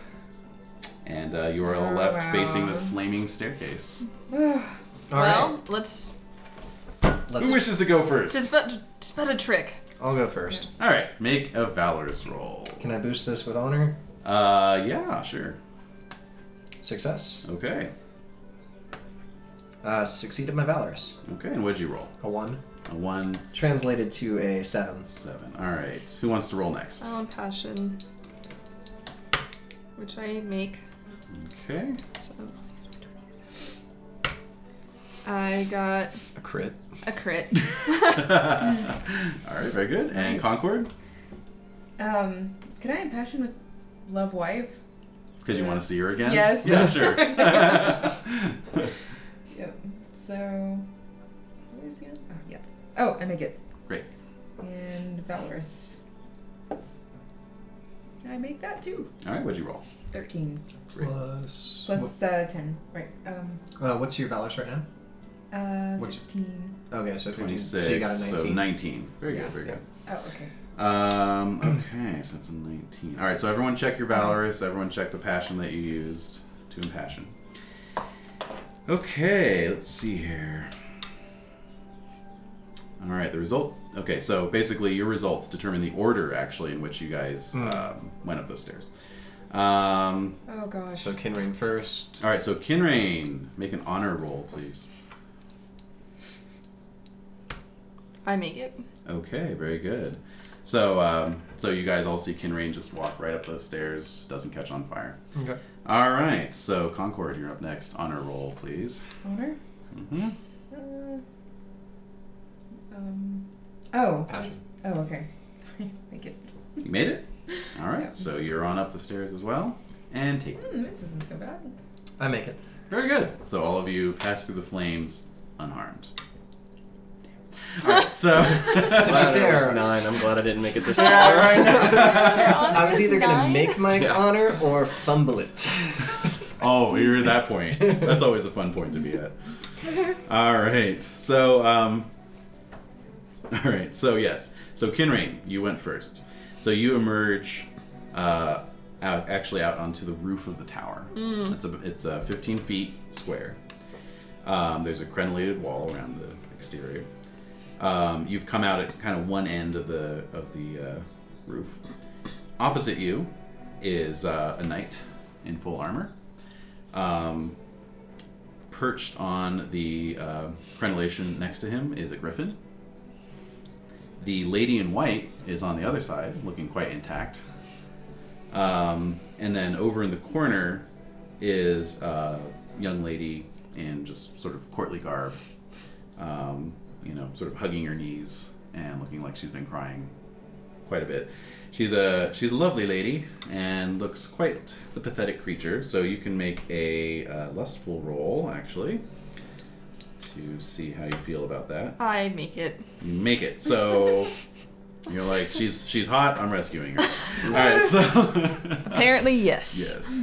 and uh, you are all Oh, left wow. facing this flaming staircase. All well, let's. let's. Who wishes to go first? It's about, it's about a trick. I'll go first. All right, make a valorous roll. Can I boost this with honor? Uh, yeah, sure. Success. Okay, Uh, succeeded my valorous. okay. And what'd you roll? A one. A one, Translated to a seven. seven. All right. Who wants to roll next? Oh, passion. Which I make. Okay. So. I got A crit. a crit. All right, very good. And Nice. Concord, Um, can I impassion with Love Wife? because you want to see her again. Yes. Yeah, sure. Yep. So, where's he? at? Oh, yep. Oh, I make it. Great. And Valorous. I make that too. All right, what'd you roll? Thirteen Great. Plus. plus uh, ten. Right. Um. Uh, what's your valorous right now? Uh. What's- Sixteen. Okay, so 20, Twenty-six. So you got a So 19. nineteen. Very Yeah. good. Very good. Oh, okay. Um, okay, so it's a nineteen. All right, so everyone check your valorous. Everyone check the passion that you used to impassion. Okay, let's see here. All right, the result. Okay, so basically your results determine the order actually in which you guys Mm. um, went up those stairs. Um, Oh gosh. So Kinrain first. All right, so Kinrain, make an honor roll, please. I make it. Okay, very good. So, um, so you guys all see Kinrain just walk right up those stairs, doesn't catch on fire. Okay. All right, so Concord, you're up next. Honor roll, please. Honor. hmm Uh, um. Oh. Passion. Oh, okay. Sorry. Make it. You made it. All right, Yeah. so you're on up the stairs as well, and take. Hmm, this isn't so bad. I make it. Very good. So all of you pass through the flames unharmed. All right, so. To All be right. fair, was nine. I'm glad I didn't make it this far. I was either going to Nine? make my Yeah. honor or fumble it. Oh, you're at that point. That's always a fun point to be at. All right. So, um, all right. So yes. So Kinrain, you went first. So you emerge, uh, out actually out onto the roof of the tower. Mm. It's a it's a 15 feet square. Um, there's a crenellated wall around the exterior. Um, you've come out at kind of one end of the of the uh, roof. Opposite you is uh, a knight in full armor um, perched on the uh, crenellation next to him is a griffin. The lady in white is on the other side, looking quite intact. Um, and then over in the corner is a young lady in just sort of courtly garb, um, you know, sort of hugging her knees and looking like she's been crying quite a bit. She's a she's a lovely lady and looks quite the pathetic creature. So you can make a uh, lustful roll actually to see how you feel about that. I make it. You make it. So you're like she's she's hot. I'm rescuing her. All right. So Uh, Apparently, yes.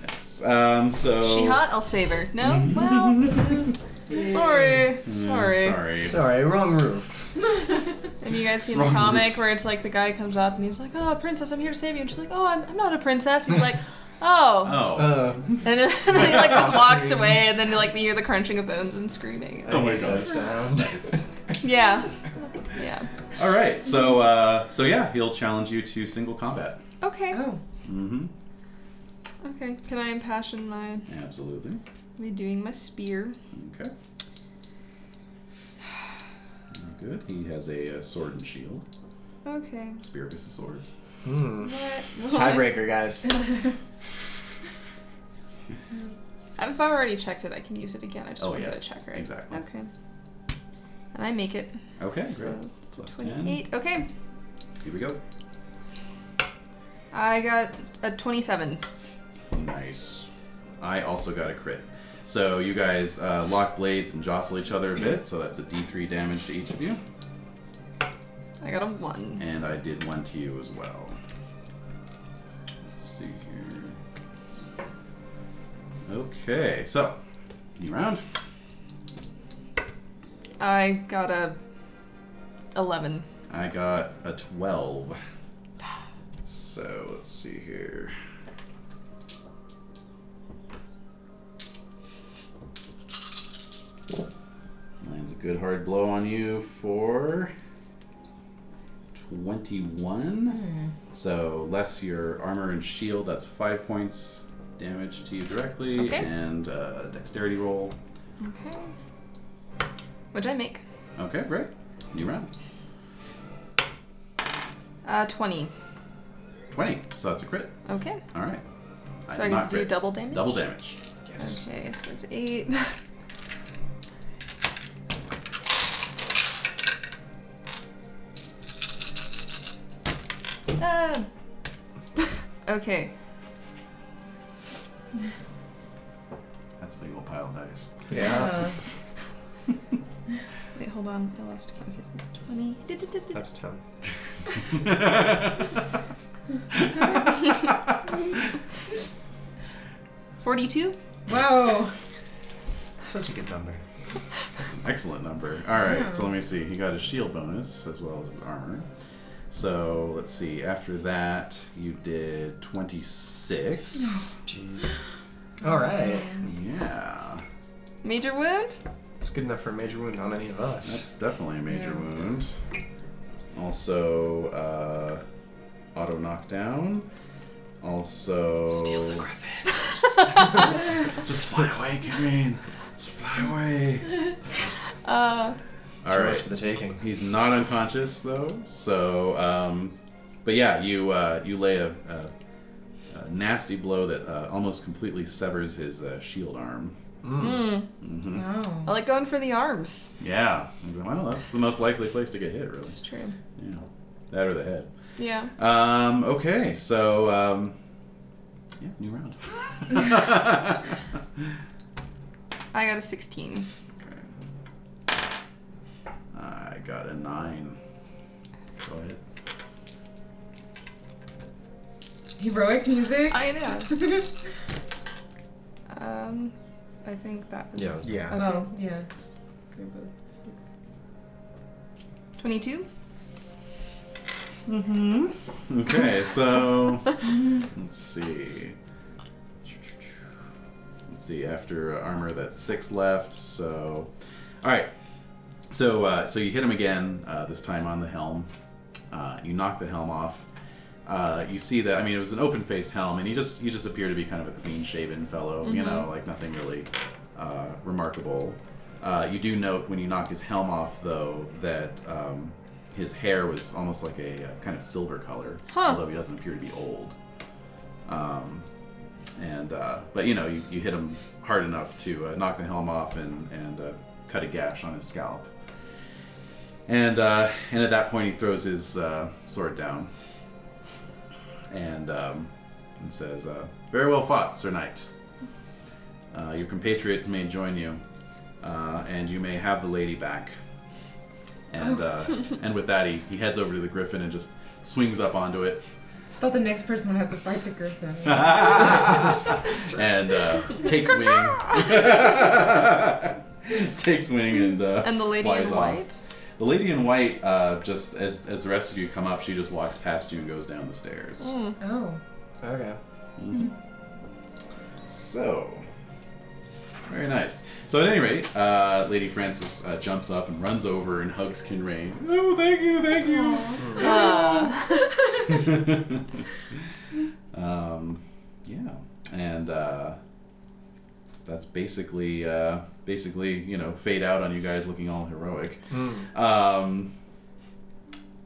yes. Yes. Um, so She hot, I'll save her. No? Well, mm, sorry. Mm, Sorry. Sorry. Sorry, wrong roof. Have you guys seen the Wrong comic where it's like the guy comes up and he's like, oh, princess, I'm here to save you. And she's like, oh, I'm, I'm not a princess. He's like, oh. Oh. Uh, And then, and then he like just Oh, walks scream. away and then like we hear the crunching of bones and screaming. I Oh my hate God. that sound. Yeah. Yeah. All right. So uh, so yeah, he'll challenge you to single combat. Okay. Oh, Mm-hmm. Okay. Can I impassion my Absolutely. me doing my spear? Okay. Good. He has a, uh sword and shield. Okay. Spear is a sword. Hmm. What? Tiebreaker, guys. If I've already checked it, I can use it again. I just Oh, want yeah. to check, right? Exactly. Okay. And I make it. Okay. So Great. it's a Plus 28. Okay. Here we go. I got a 27. Nice. I also got a crit. So you guys uh, lock blades and jostle each other a bit. So that's a D3 damage to each of you, I got a 1. and I did one to you as well. Let's see here. Okay. So new round. I got a 11. I got a 12. So let's see here. Lands a good hard blow on you for 21. So less your armor and shield, that's 5 points damage to you directly, Okay. and uh, dexterity roll. Okay. What'd I make? Okay, great. New round. Uh, 20. 20. So that's a crit. Okay. All right. So I, did get not to do crit. double damage? Double damage. Yes. Okay, so it's 8. uh, okay. That's a big old pile of dice. Yeah. uh, Wait, hold on. I lost count. Okay, so it's 20. That's ten. That's 42? whoa. Such a good number. an excellent number. All right, so Hmm. let me see. He got his shield bonus as well as his armor. So let's see. After that, you did 26. Oh, Jeez. All right. Yeah, Major wound? It's good enough for a major wound on any of us. that's definitely a major Yeah. wound. Also, uh, auto knockdown. Also, just fly away, Kane. Just fly away. uh, All Yours right. for the taking. He's not unconscious though, so um, but yeah, you uh, you lay a, a, a nasty blow that uh, almost completely severs his uh, shield arm. hmm mm. No. I like going for the arms. Yeah, He's like, well, that's the most likely place to get hit, really. It's true. Yeah, that or the head. Yeah. Um, okay, so um, yeah, new round. I got a 16. I got a nine. Go ahead. Heroic music. I know. Um, I think that was. Yeah. Yeah. Okay. Oh, yeah. They're both six. 22? Okay, so let's see. Let's see. After uh, armor, that's six left. So, all right. So, uh, so you hit him again. Uh, this time on the helm. Uh, you knock the helm off. Uh, you see that. I mean, it was an open-faced helm, and he just he just appeared to be kind of a clean-shaven fellow. You know, like nothing really uh, remarkable. Uh, you do note when you knock his helm off, though, that um, his hair was almost like a, uh kind of silver color, Huh. although he doesn't appear to be old. Um, and uh, but you know, you, you hit him hard enough to uh, knock the helm off and and uh, cut a gash on his scalp. And uh, and at that point, he throws his uh, sword down and um, and says, uh, "Very well fought, Sir Knight. Uh, your compatriots may join you, uh, and you may have the lady back." And uh, and with that, he, he heads over to the griffin and just swings up onto it Thought the next person would have to fight the griffin. and uh, takes wing. takes wing and uh, And the lady flies in off. white. The lady in white, uh, just as as the rest of you come up, she just walks past you and goes down the stairs. Hmm. Oh, Okay. So, very nice. So, at any rate, uh, Lady Frances uh, jumps up and runs over and hugs Kinraid. Oh, thank you, thank you. um, yeah, and uh, that's basically uh, basically you know fade out on you guys looking all heroic. Hmm. Um,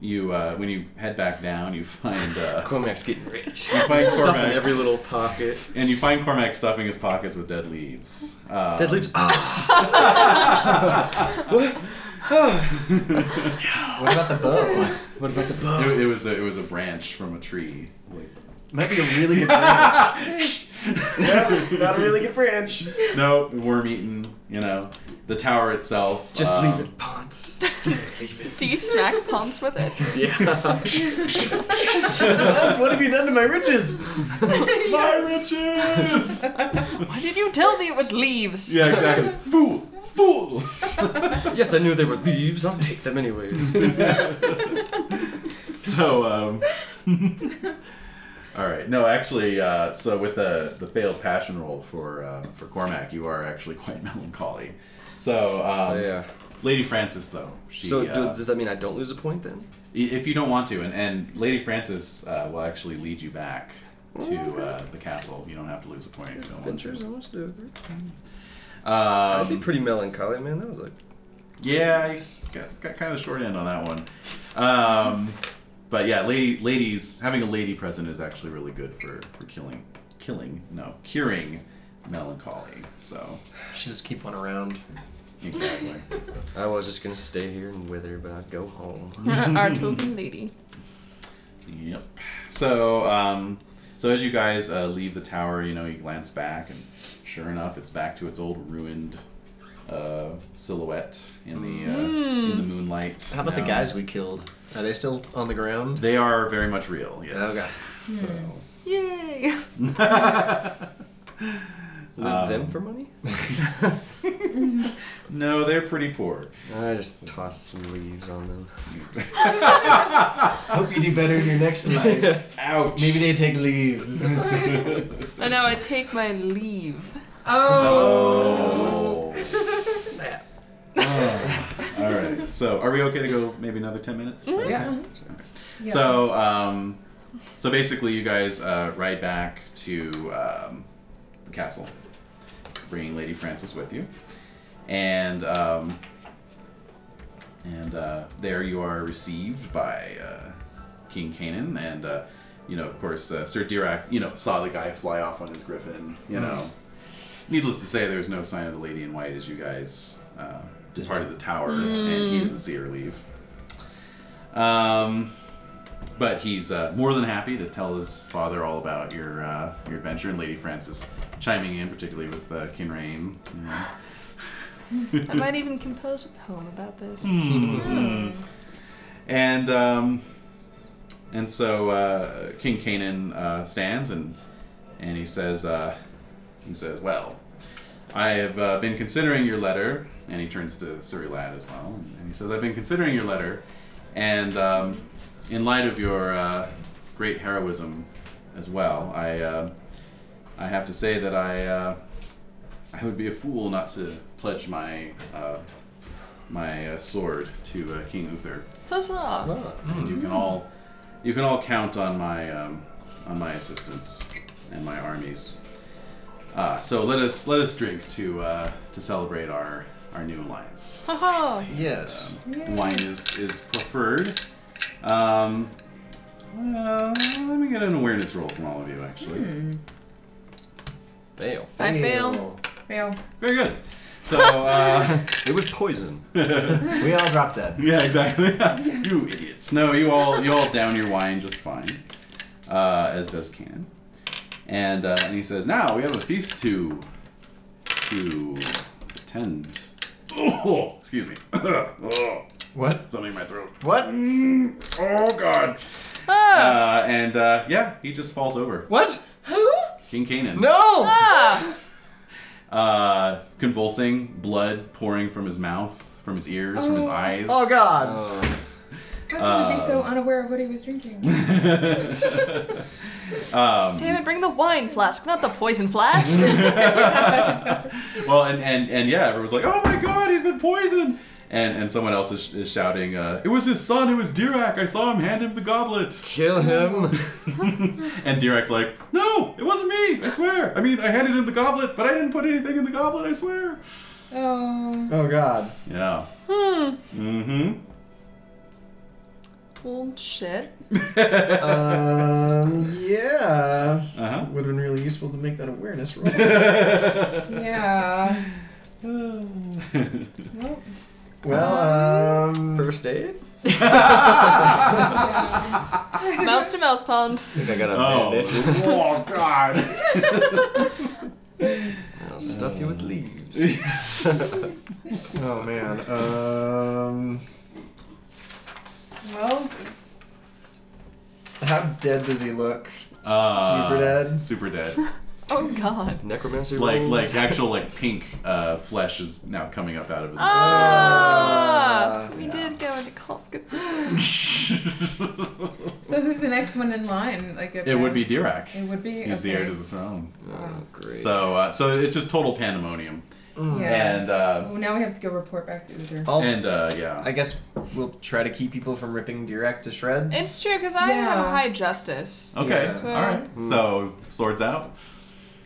you uh, when you head back down, you find uh, Cormac's getting rich. you find Stuff in Cormac- every little pocket. and you find Cormac stuffing his pockets with dead leaves. Um, Dead leaves. Ah, what? Ah. What about the bow? What about the It, bow? it was a, it was a branch from a tree. Like, Might be a really good branch. Not a really good branch. no, worm eaten. You know, the tower itself. Just um, leave it, Ponce. Just leave it. Do you smack Ponce with it? Yeah. Hans, what have you done to my riches? My riches. Why did you tell me it was leaves? yeah, exactly. Fool, fool. Yes, I knew they were Leaves. leaves. I'll take them anyways. so, um, all right. No, actually, uh, so with the the failed passion roll for uh, for Cormac, you are actually quite melancholy. So, Oh, um, Oh, yeah. Lady Frances, though, she So uh, do, does that mean I don't lose a point then? I- If you don't want to, and, and Lady Frances uh, will actually lead you back to Oh, uh, the castle. You don't have to lose a point if you don't want to. almost over. I'd be Um, pretty melancholy, man. That was like yeah, I s- got, got kind of short end on that one. Um, but yeah, lady, ladies having a lady present is actually really good for, for killing, killing, no, curing melancholy. So Should just keep one around. exactly. I was just gonna stay here and wither, but I'd go home. Our token lady. Yep. So, um, so as you guys uh, leave the tower, you know, you glance back, and sure enough, it's back to its old ruined uh, silhouette in the uh, in the moonlight. How about the now. guys we killed? Are they still on the ground? They are very much real. Yes. Okay. So. Yay! Loot them for money? no, they're pretty poor. I just tossed some leaves on them. Hope you do better in your next life. Ouch. Maybe they take leaves. And now I take my leave. Oh. All right. So, are we okay to go? Maybe another ten minutes. yeah. yeah. So, um, so basically, you guys uh, ride back to um, the castle, bringing Lady Frances with you, and um, and uh, there you are received by uh, King Canaan, and uh, you know, of course, uh, Sir Dirac, you know, saw the guy fly off on his griffin, you know. Needless to say, there was no sign of the lady in white as you guys uh, departed the tower, and he didn't see her leave. Um, but he's uh, more than happy to tell his father all about your uh, your adventure, and Lady Frances chiming in, particularly with uh, Kinrain. you know. I might even compose a poem about this. Hmm. And um, and so uh, King Canaan uh, stands and and he says uh, he says, "Well, I have uh, been considering your letter." And he turns to Surrey Lad as well, and, and he says, "I've been considering your letter, and um, in light of your uh, great heroism as well, I uh, I have to say that I uh, I would be a fool not to pledge my uh, my uh, sword to uh, King Uther." Huzzah! And you can all you can all count on my um, on my assistance and my armies. Uh, so let us let us drink to uh, to celebrate our our new alliance. Haha! Yes. Wine is is preferred. Um, uh, let me get an awareness roll from all of you, actually. Fail. I fail. Fail. Very good. So, uh, It was poison. yeah, We all drop dead. exactly. you idiots. No, you all you all down your wine just fine, uh, as does Cannon. And uh, and he says, now we have a feast to to attend. Oh, excuse me. oh, What? something in my throat. What? Mm, oh God. Ah, Uh, and uh, yeah, he just falls over. What? who? King Canaan. No! Ah, Uh, convulsing, blood pouring from his mouth, from his ears, from his Oh. eyes. Oh gods. Oh, How could he be so Um, unaware of what he was drinking? um, damn it! Bring the wine flask, not the poison flask. well, and, and, and yeah, everyone's like, oh my god, he's been poisoned! And, and someone else is, is shouting, uh, it was his son, it was Dirac, I saw him hand him the goblet! kill him. and Dirac's like, no, it wasn't me, I swear! I mean, I handed him the goblet, but I didn't put anything in the goblet, I swear! oh. Oh god. Yeah. hmm. Mm Well, shit. hmm. Um, yeah. uh Would have been really useful to make that awareness roll. huh. Yeah. Nope. well, um. First aid. Mouth to mouth puns. I think I got a bandage. oh god. I'll stuff you with leaves. Oh man. Um. Well, How dead does he look? Uh, Super dead. Super dead. Oh god. Necromancy Like rolls. like actual like pink uh, flesh is now coming up out of his. Ah, Ah, we yeah. did go into cult. so who's the next one in line? Like at it the- would be Dirac. It would be. He's the okay. heir to the throne. Oh, great. So uh, so it's just total pandemonium. mm. Yeah. And uh, Well, Oh, now we have to go report back to Uther. I'll, and uh, yeah. I guess we'll try to keep people from ripping Direct to shreds. It's true because I have Yeah. high justice. Okay. Yeah. All right. Hmm. So swords out.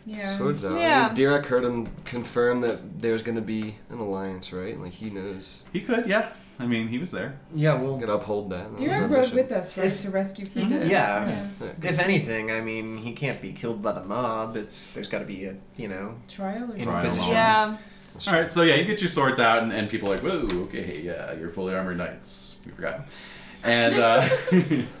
Yeah. Swords out. Yeah. Derek heard him confirm that there's gonna be an alliance, right? Like he knows. He could. Yeah. I mean, he was there. Yeah. I'm Well, gonna uphold that. That was Dura our rode mission. with us, right, If- to rescue Frida. Mm-hmm. yeah. Yeah. if anything, I mean, he can't be killed by the mob. It's there's got to be a you know Trial or In something. Inquisition. Yeah. All right. So yeah, you get your swords out, and, and people are like, whoa, okay, yeah, you're fully armored knights. We forgot. And uh,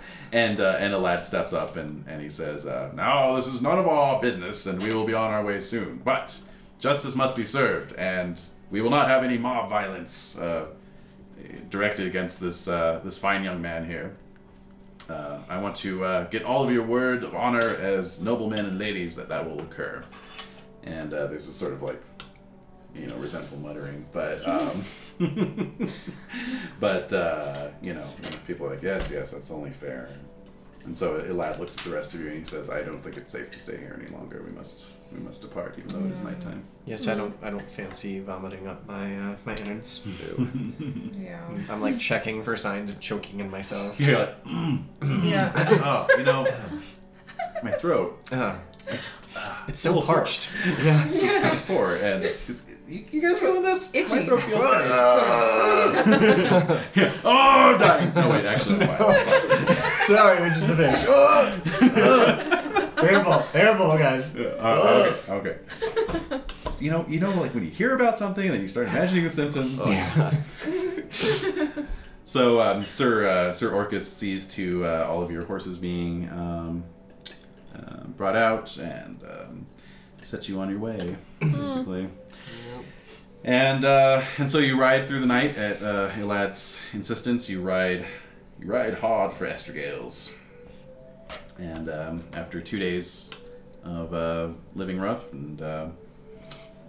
and uh, and a lad steps up, and and he says, uh, now this is none of our business, and we will be on our way soon. But justice must be served, and we will not have any mob violence uh, directed against this uh, this fine young man here. Uh, I want to uh, get all of your word of honor as noblemen and ladies that that will occur. And uh, there's a sort of like you know, resentful muttering. But, um, but uh, you know, and people are like, yes, yes, that's only fair. And so Elad looks at the rest of you and he says, I don't think it's safe to stay here any longer. We must, we must depart, even though it is nighttime. Yes, I don't. I don't fancy vomiting up my uh, my innards. Yeah. I'm like checking for signs of choking in myself. You're like, "Mm, Yeah. oh, you know, my throat. Ugh, It's, ah, Uh, it's so a little parched. Sore. Yeah, it's kind of sore. And it's- you, you guys feeling this? My Itchy. throat feels kinda- Yeah. Oh, I'm dying. No, wait, actually, I'm fine. Sorry, it was just the fish. Oh, Airball, airball, guys. Yeah, uh, okay, okay. Just, you know, you know, like when you hear about something and then you start imagining the symptoms. So, um, Sir uh, Sir Orcus sees to uh, all of your horses being um, uh, brought out and um, sets you on your way, basically. And uh, and so you ride through the night at uh, Elad's insistence. You ride you ride hard for Estragales. And um, after two days of uh, living rough and uh,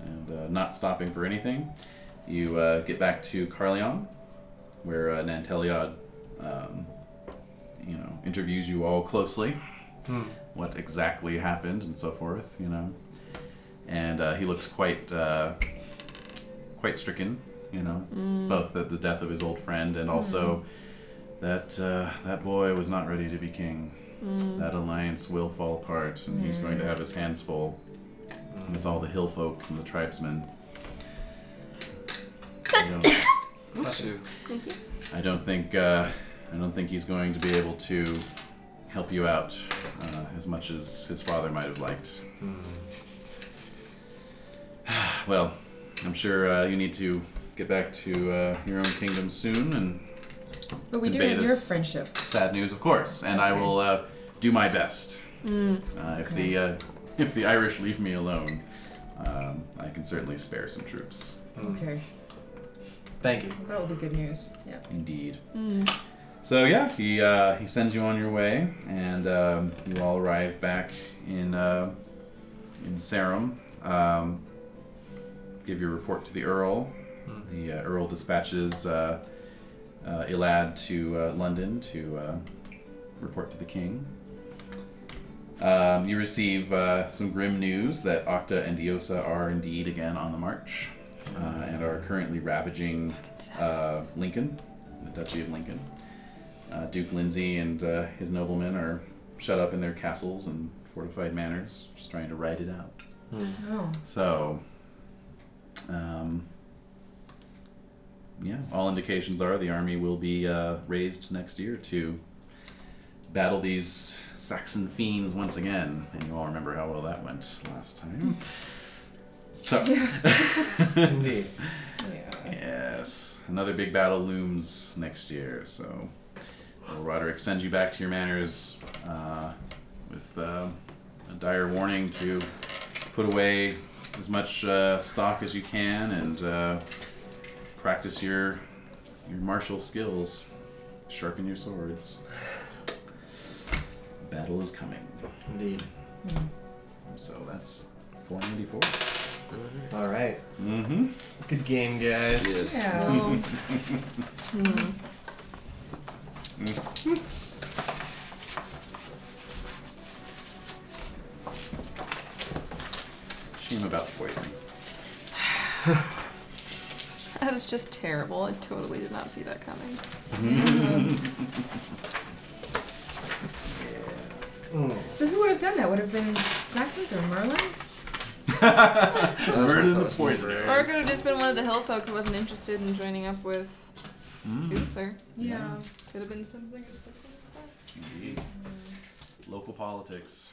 and uh, not stopping for anything, you uh, get back to Carleon, where uh, Nanteliad, um, you know, interviews you all closely, what exactly happened and so forth, you know, and uh, he looks quite uh, quite stricken, you know, both at the death of his old friend and also. That uh, that boy was not ready to be king. That alliance will fall apart, and he's going to have his hands full with all the hill folk and the tribesmen. I don't, Bless you. I don't think uh, I don't think he's going to be able to help you out uh, as much as his father might have liked. well, I'm sure uh, you need to get back to uh, your own kingdom soon, and But we do Convey have your this. friendship. sad news, of course. And I Okay. will uh, do my best. Mm. Uh, if the uh, if the Irish leave me alone, um, I can certainly spare some troops. Okay. Thank you. That will be good news. Yeah. Indeed. Mm. So yeah, he uh, he sends you on your way, and um, you all arrive back in uh, in Sarum. Um, give your report to the Earl. The uh, Earl dispatches uh, uh, Elad to uh, London to uh, report to the King. Um, you receive uh, some grim news that Octa and Diosa are indeed again on the march uh, and are currently ravaging uh, Lincoln, the Duchy of Lincoln. Uh, Duke Lindsay and uh, his noblemen are shut up in their castles and fortified manors, just trying to ride it out. Oh. So, um, yeah, all indications are the army will be uh, raised next year to battle these Saxon fiends once again. And you all remember how well that went last time. So, Indeed. Yeah. Yes. Another big battle looms next year, so Lord Roderick sends you back to your manors uh, with uh, a dire warning to put away as much uh, stock as you can and uh, practice your your martial skills. Sharpen your swords. Battle is coming. Indeed. So that's 494. All right. Mm-hmm. Good game, guys. Yes. Yeah. Well, Hmm. mm. Shame about the poisoning. That is just terrible. I totally did not see that coming. So who would have done that? Would have been Saxons or Merlin? Murder thought the was poisoner. Or it could have just been one of the hill folk who wasn't interested in joining up with Uther. Yeah. Could have been something as simple as that. Indeed. Local politics.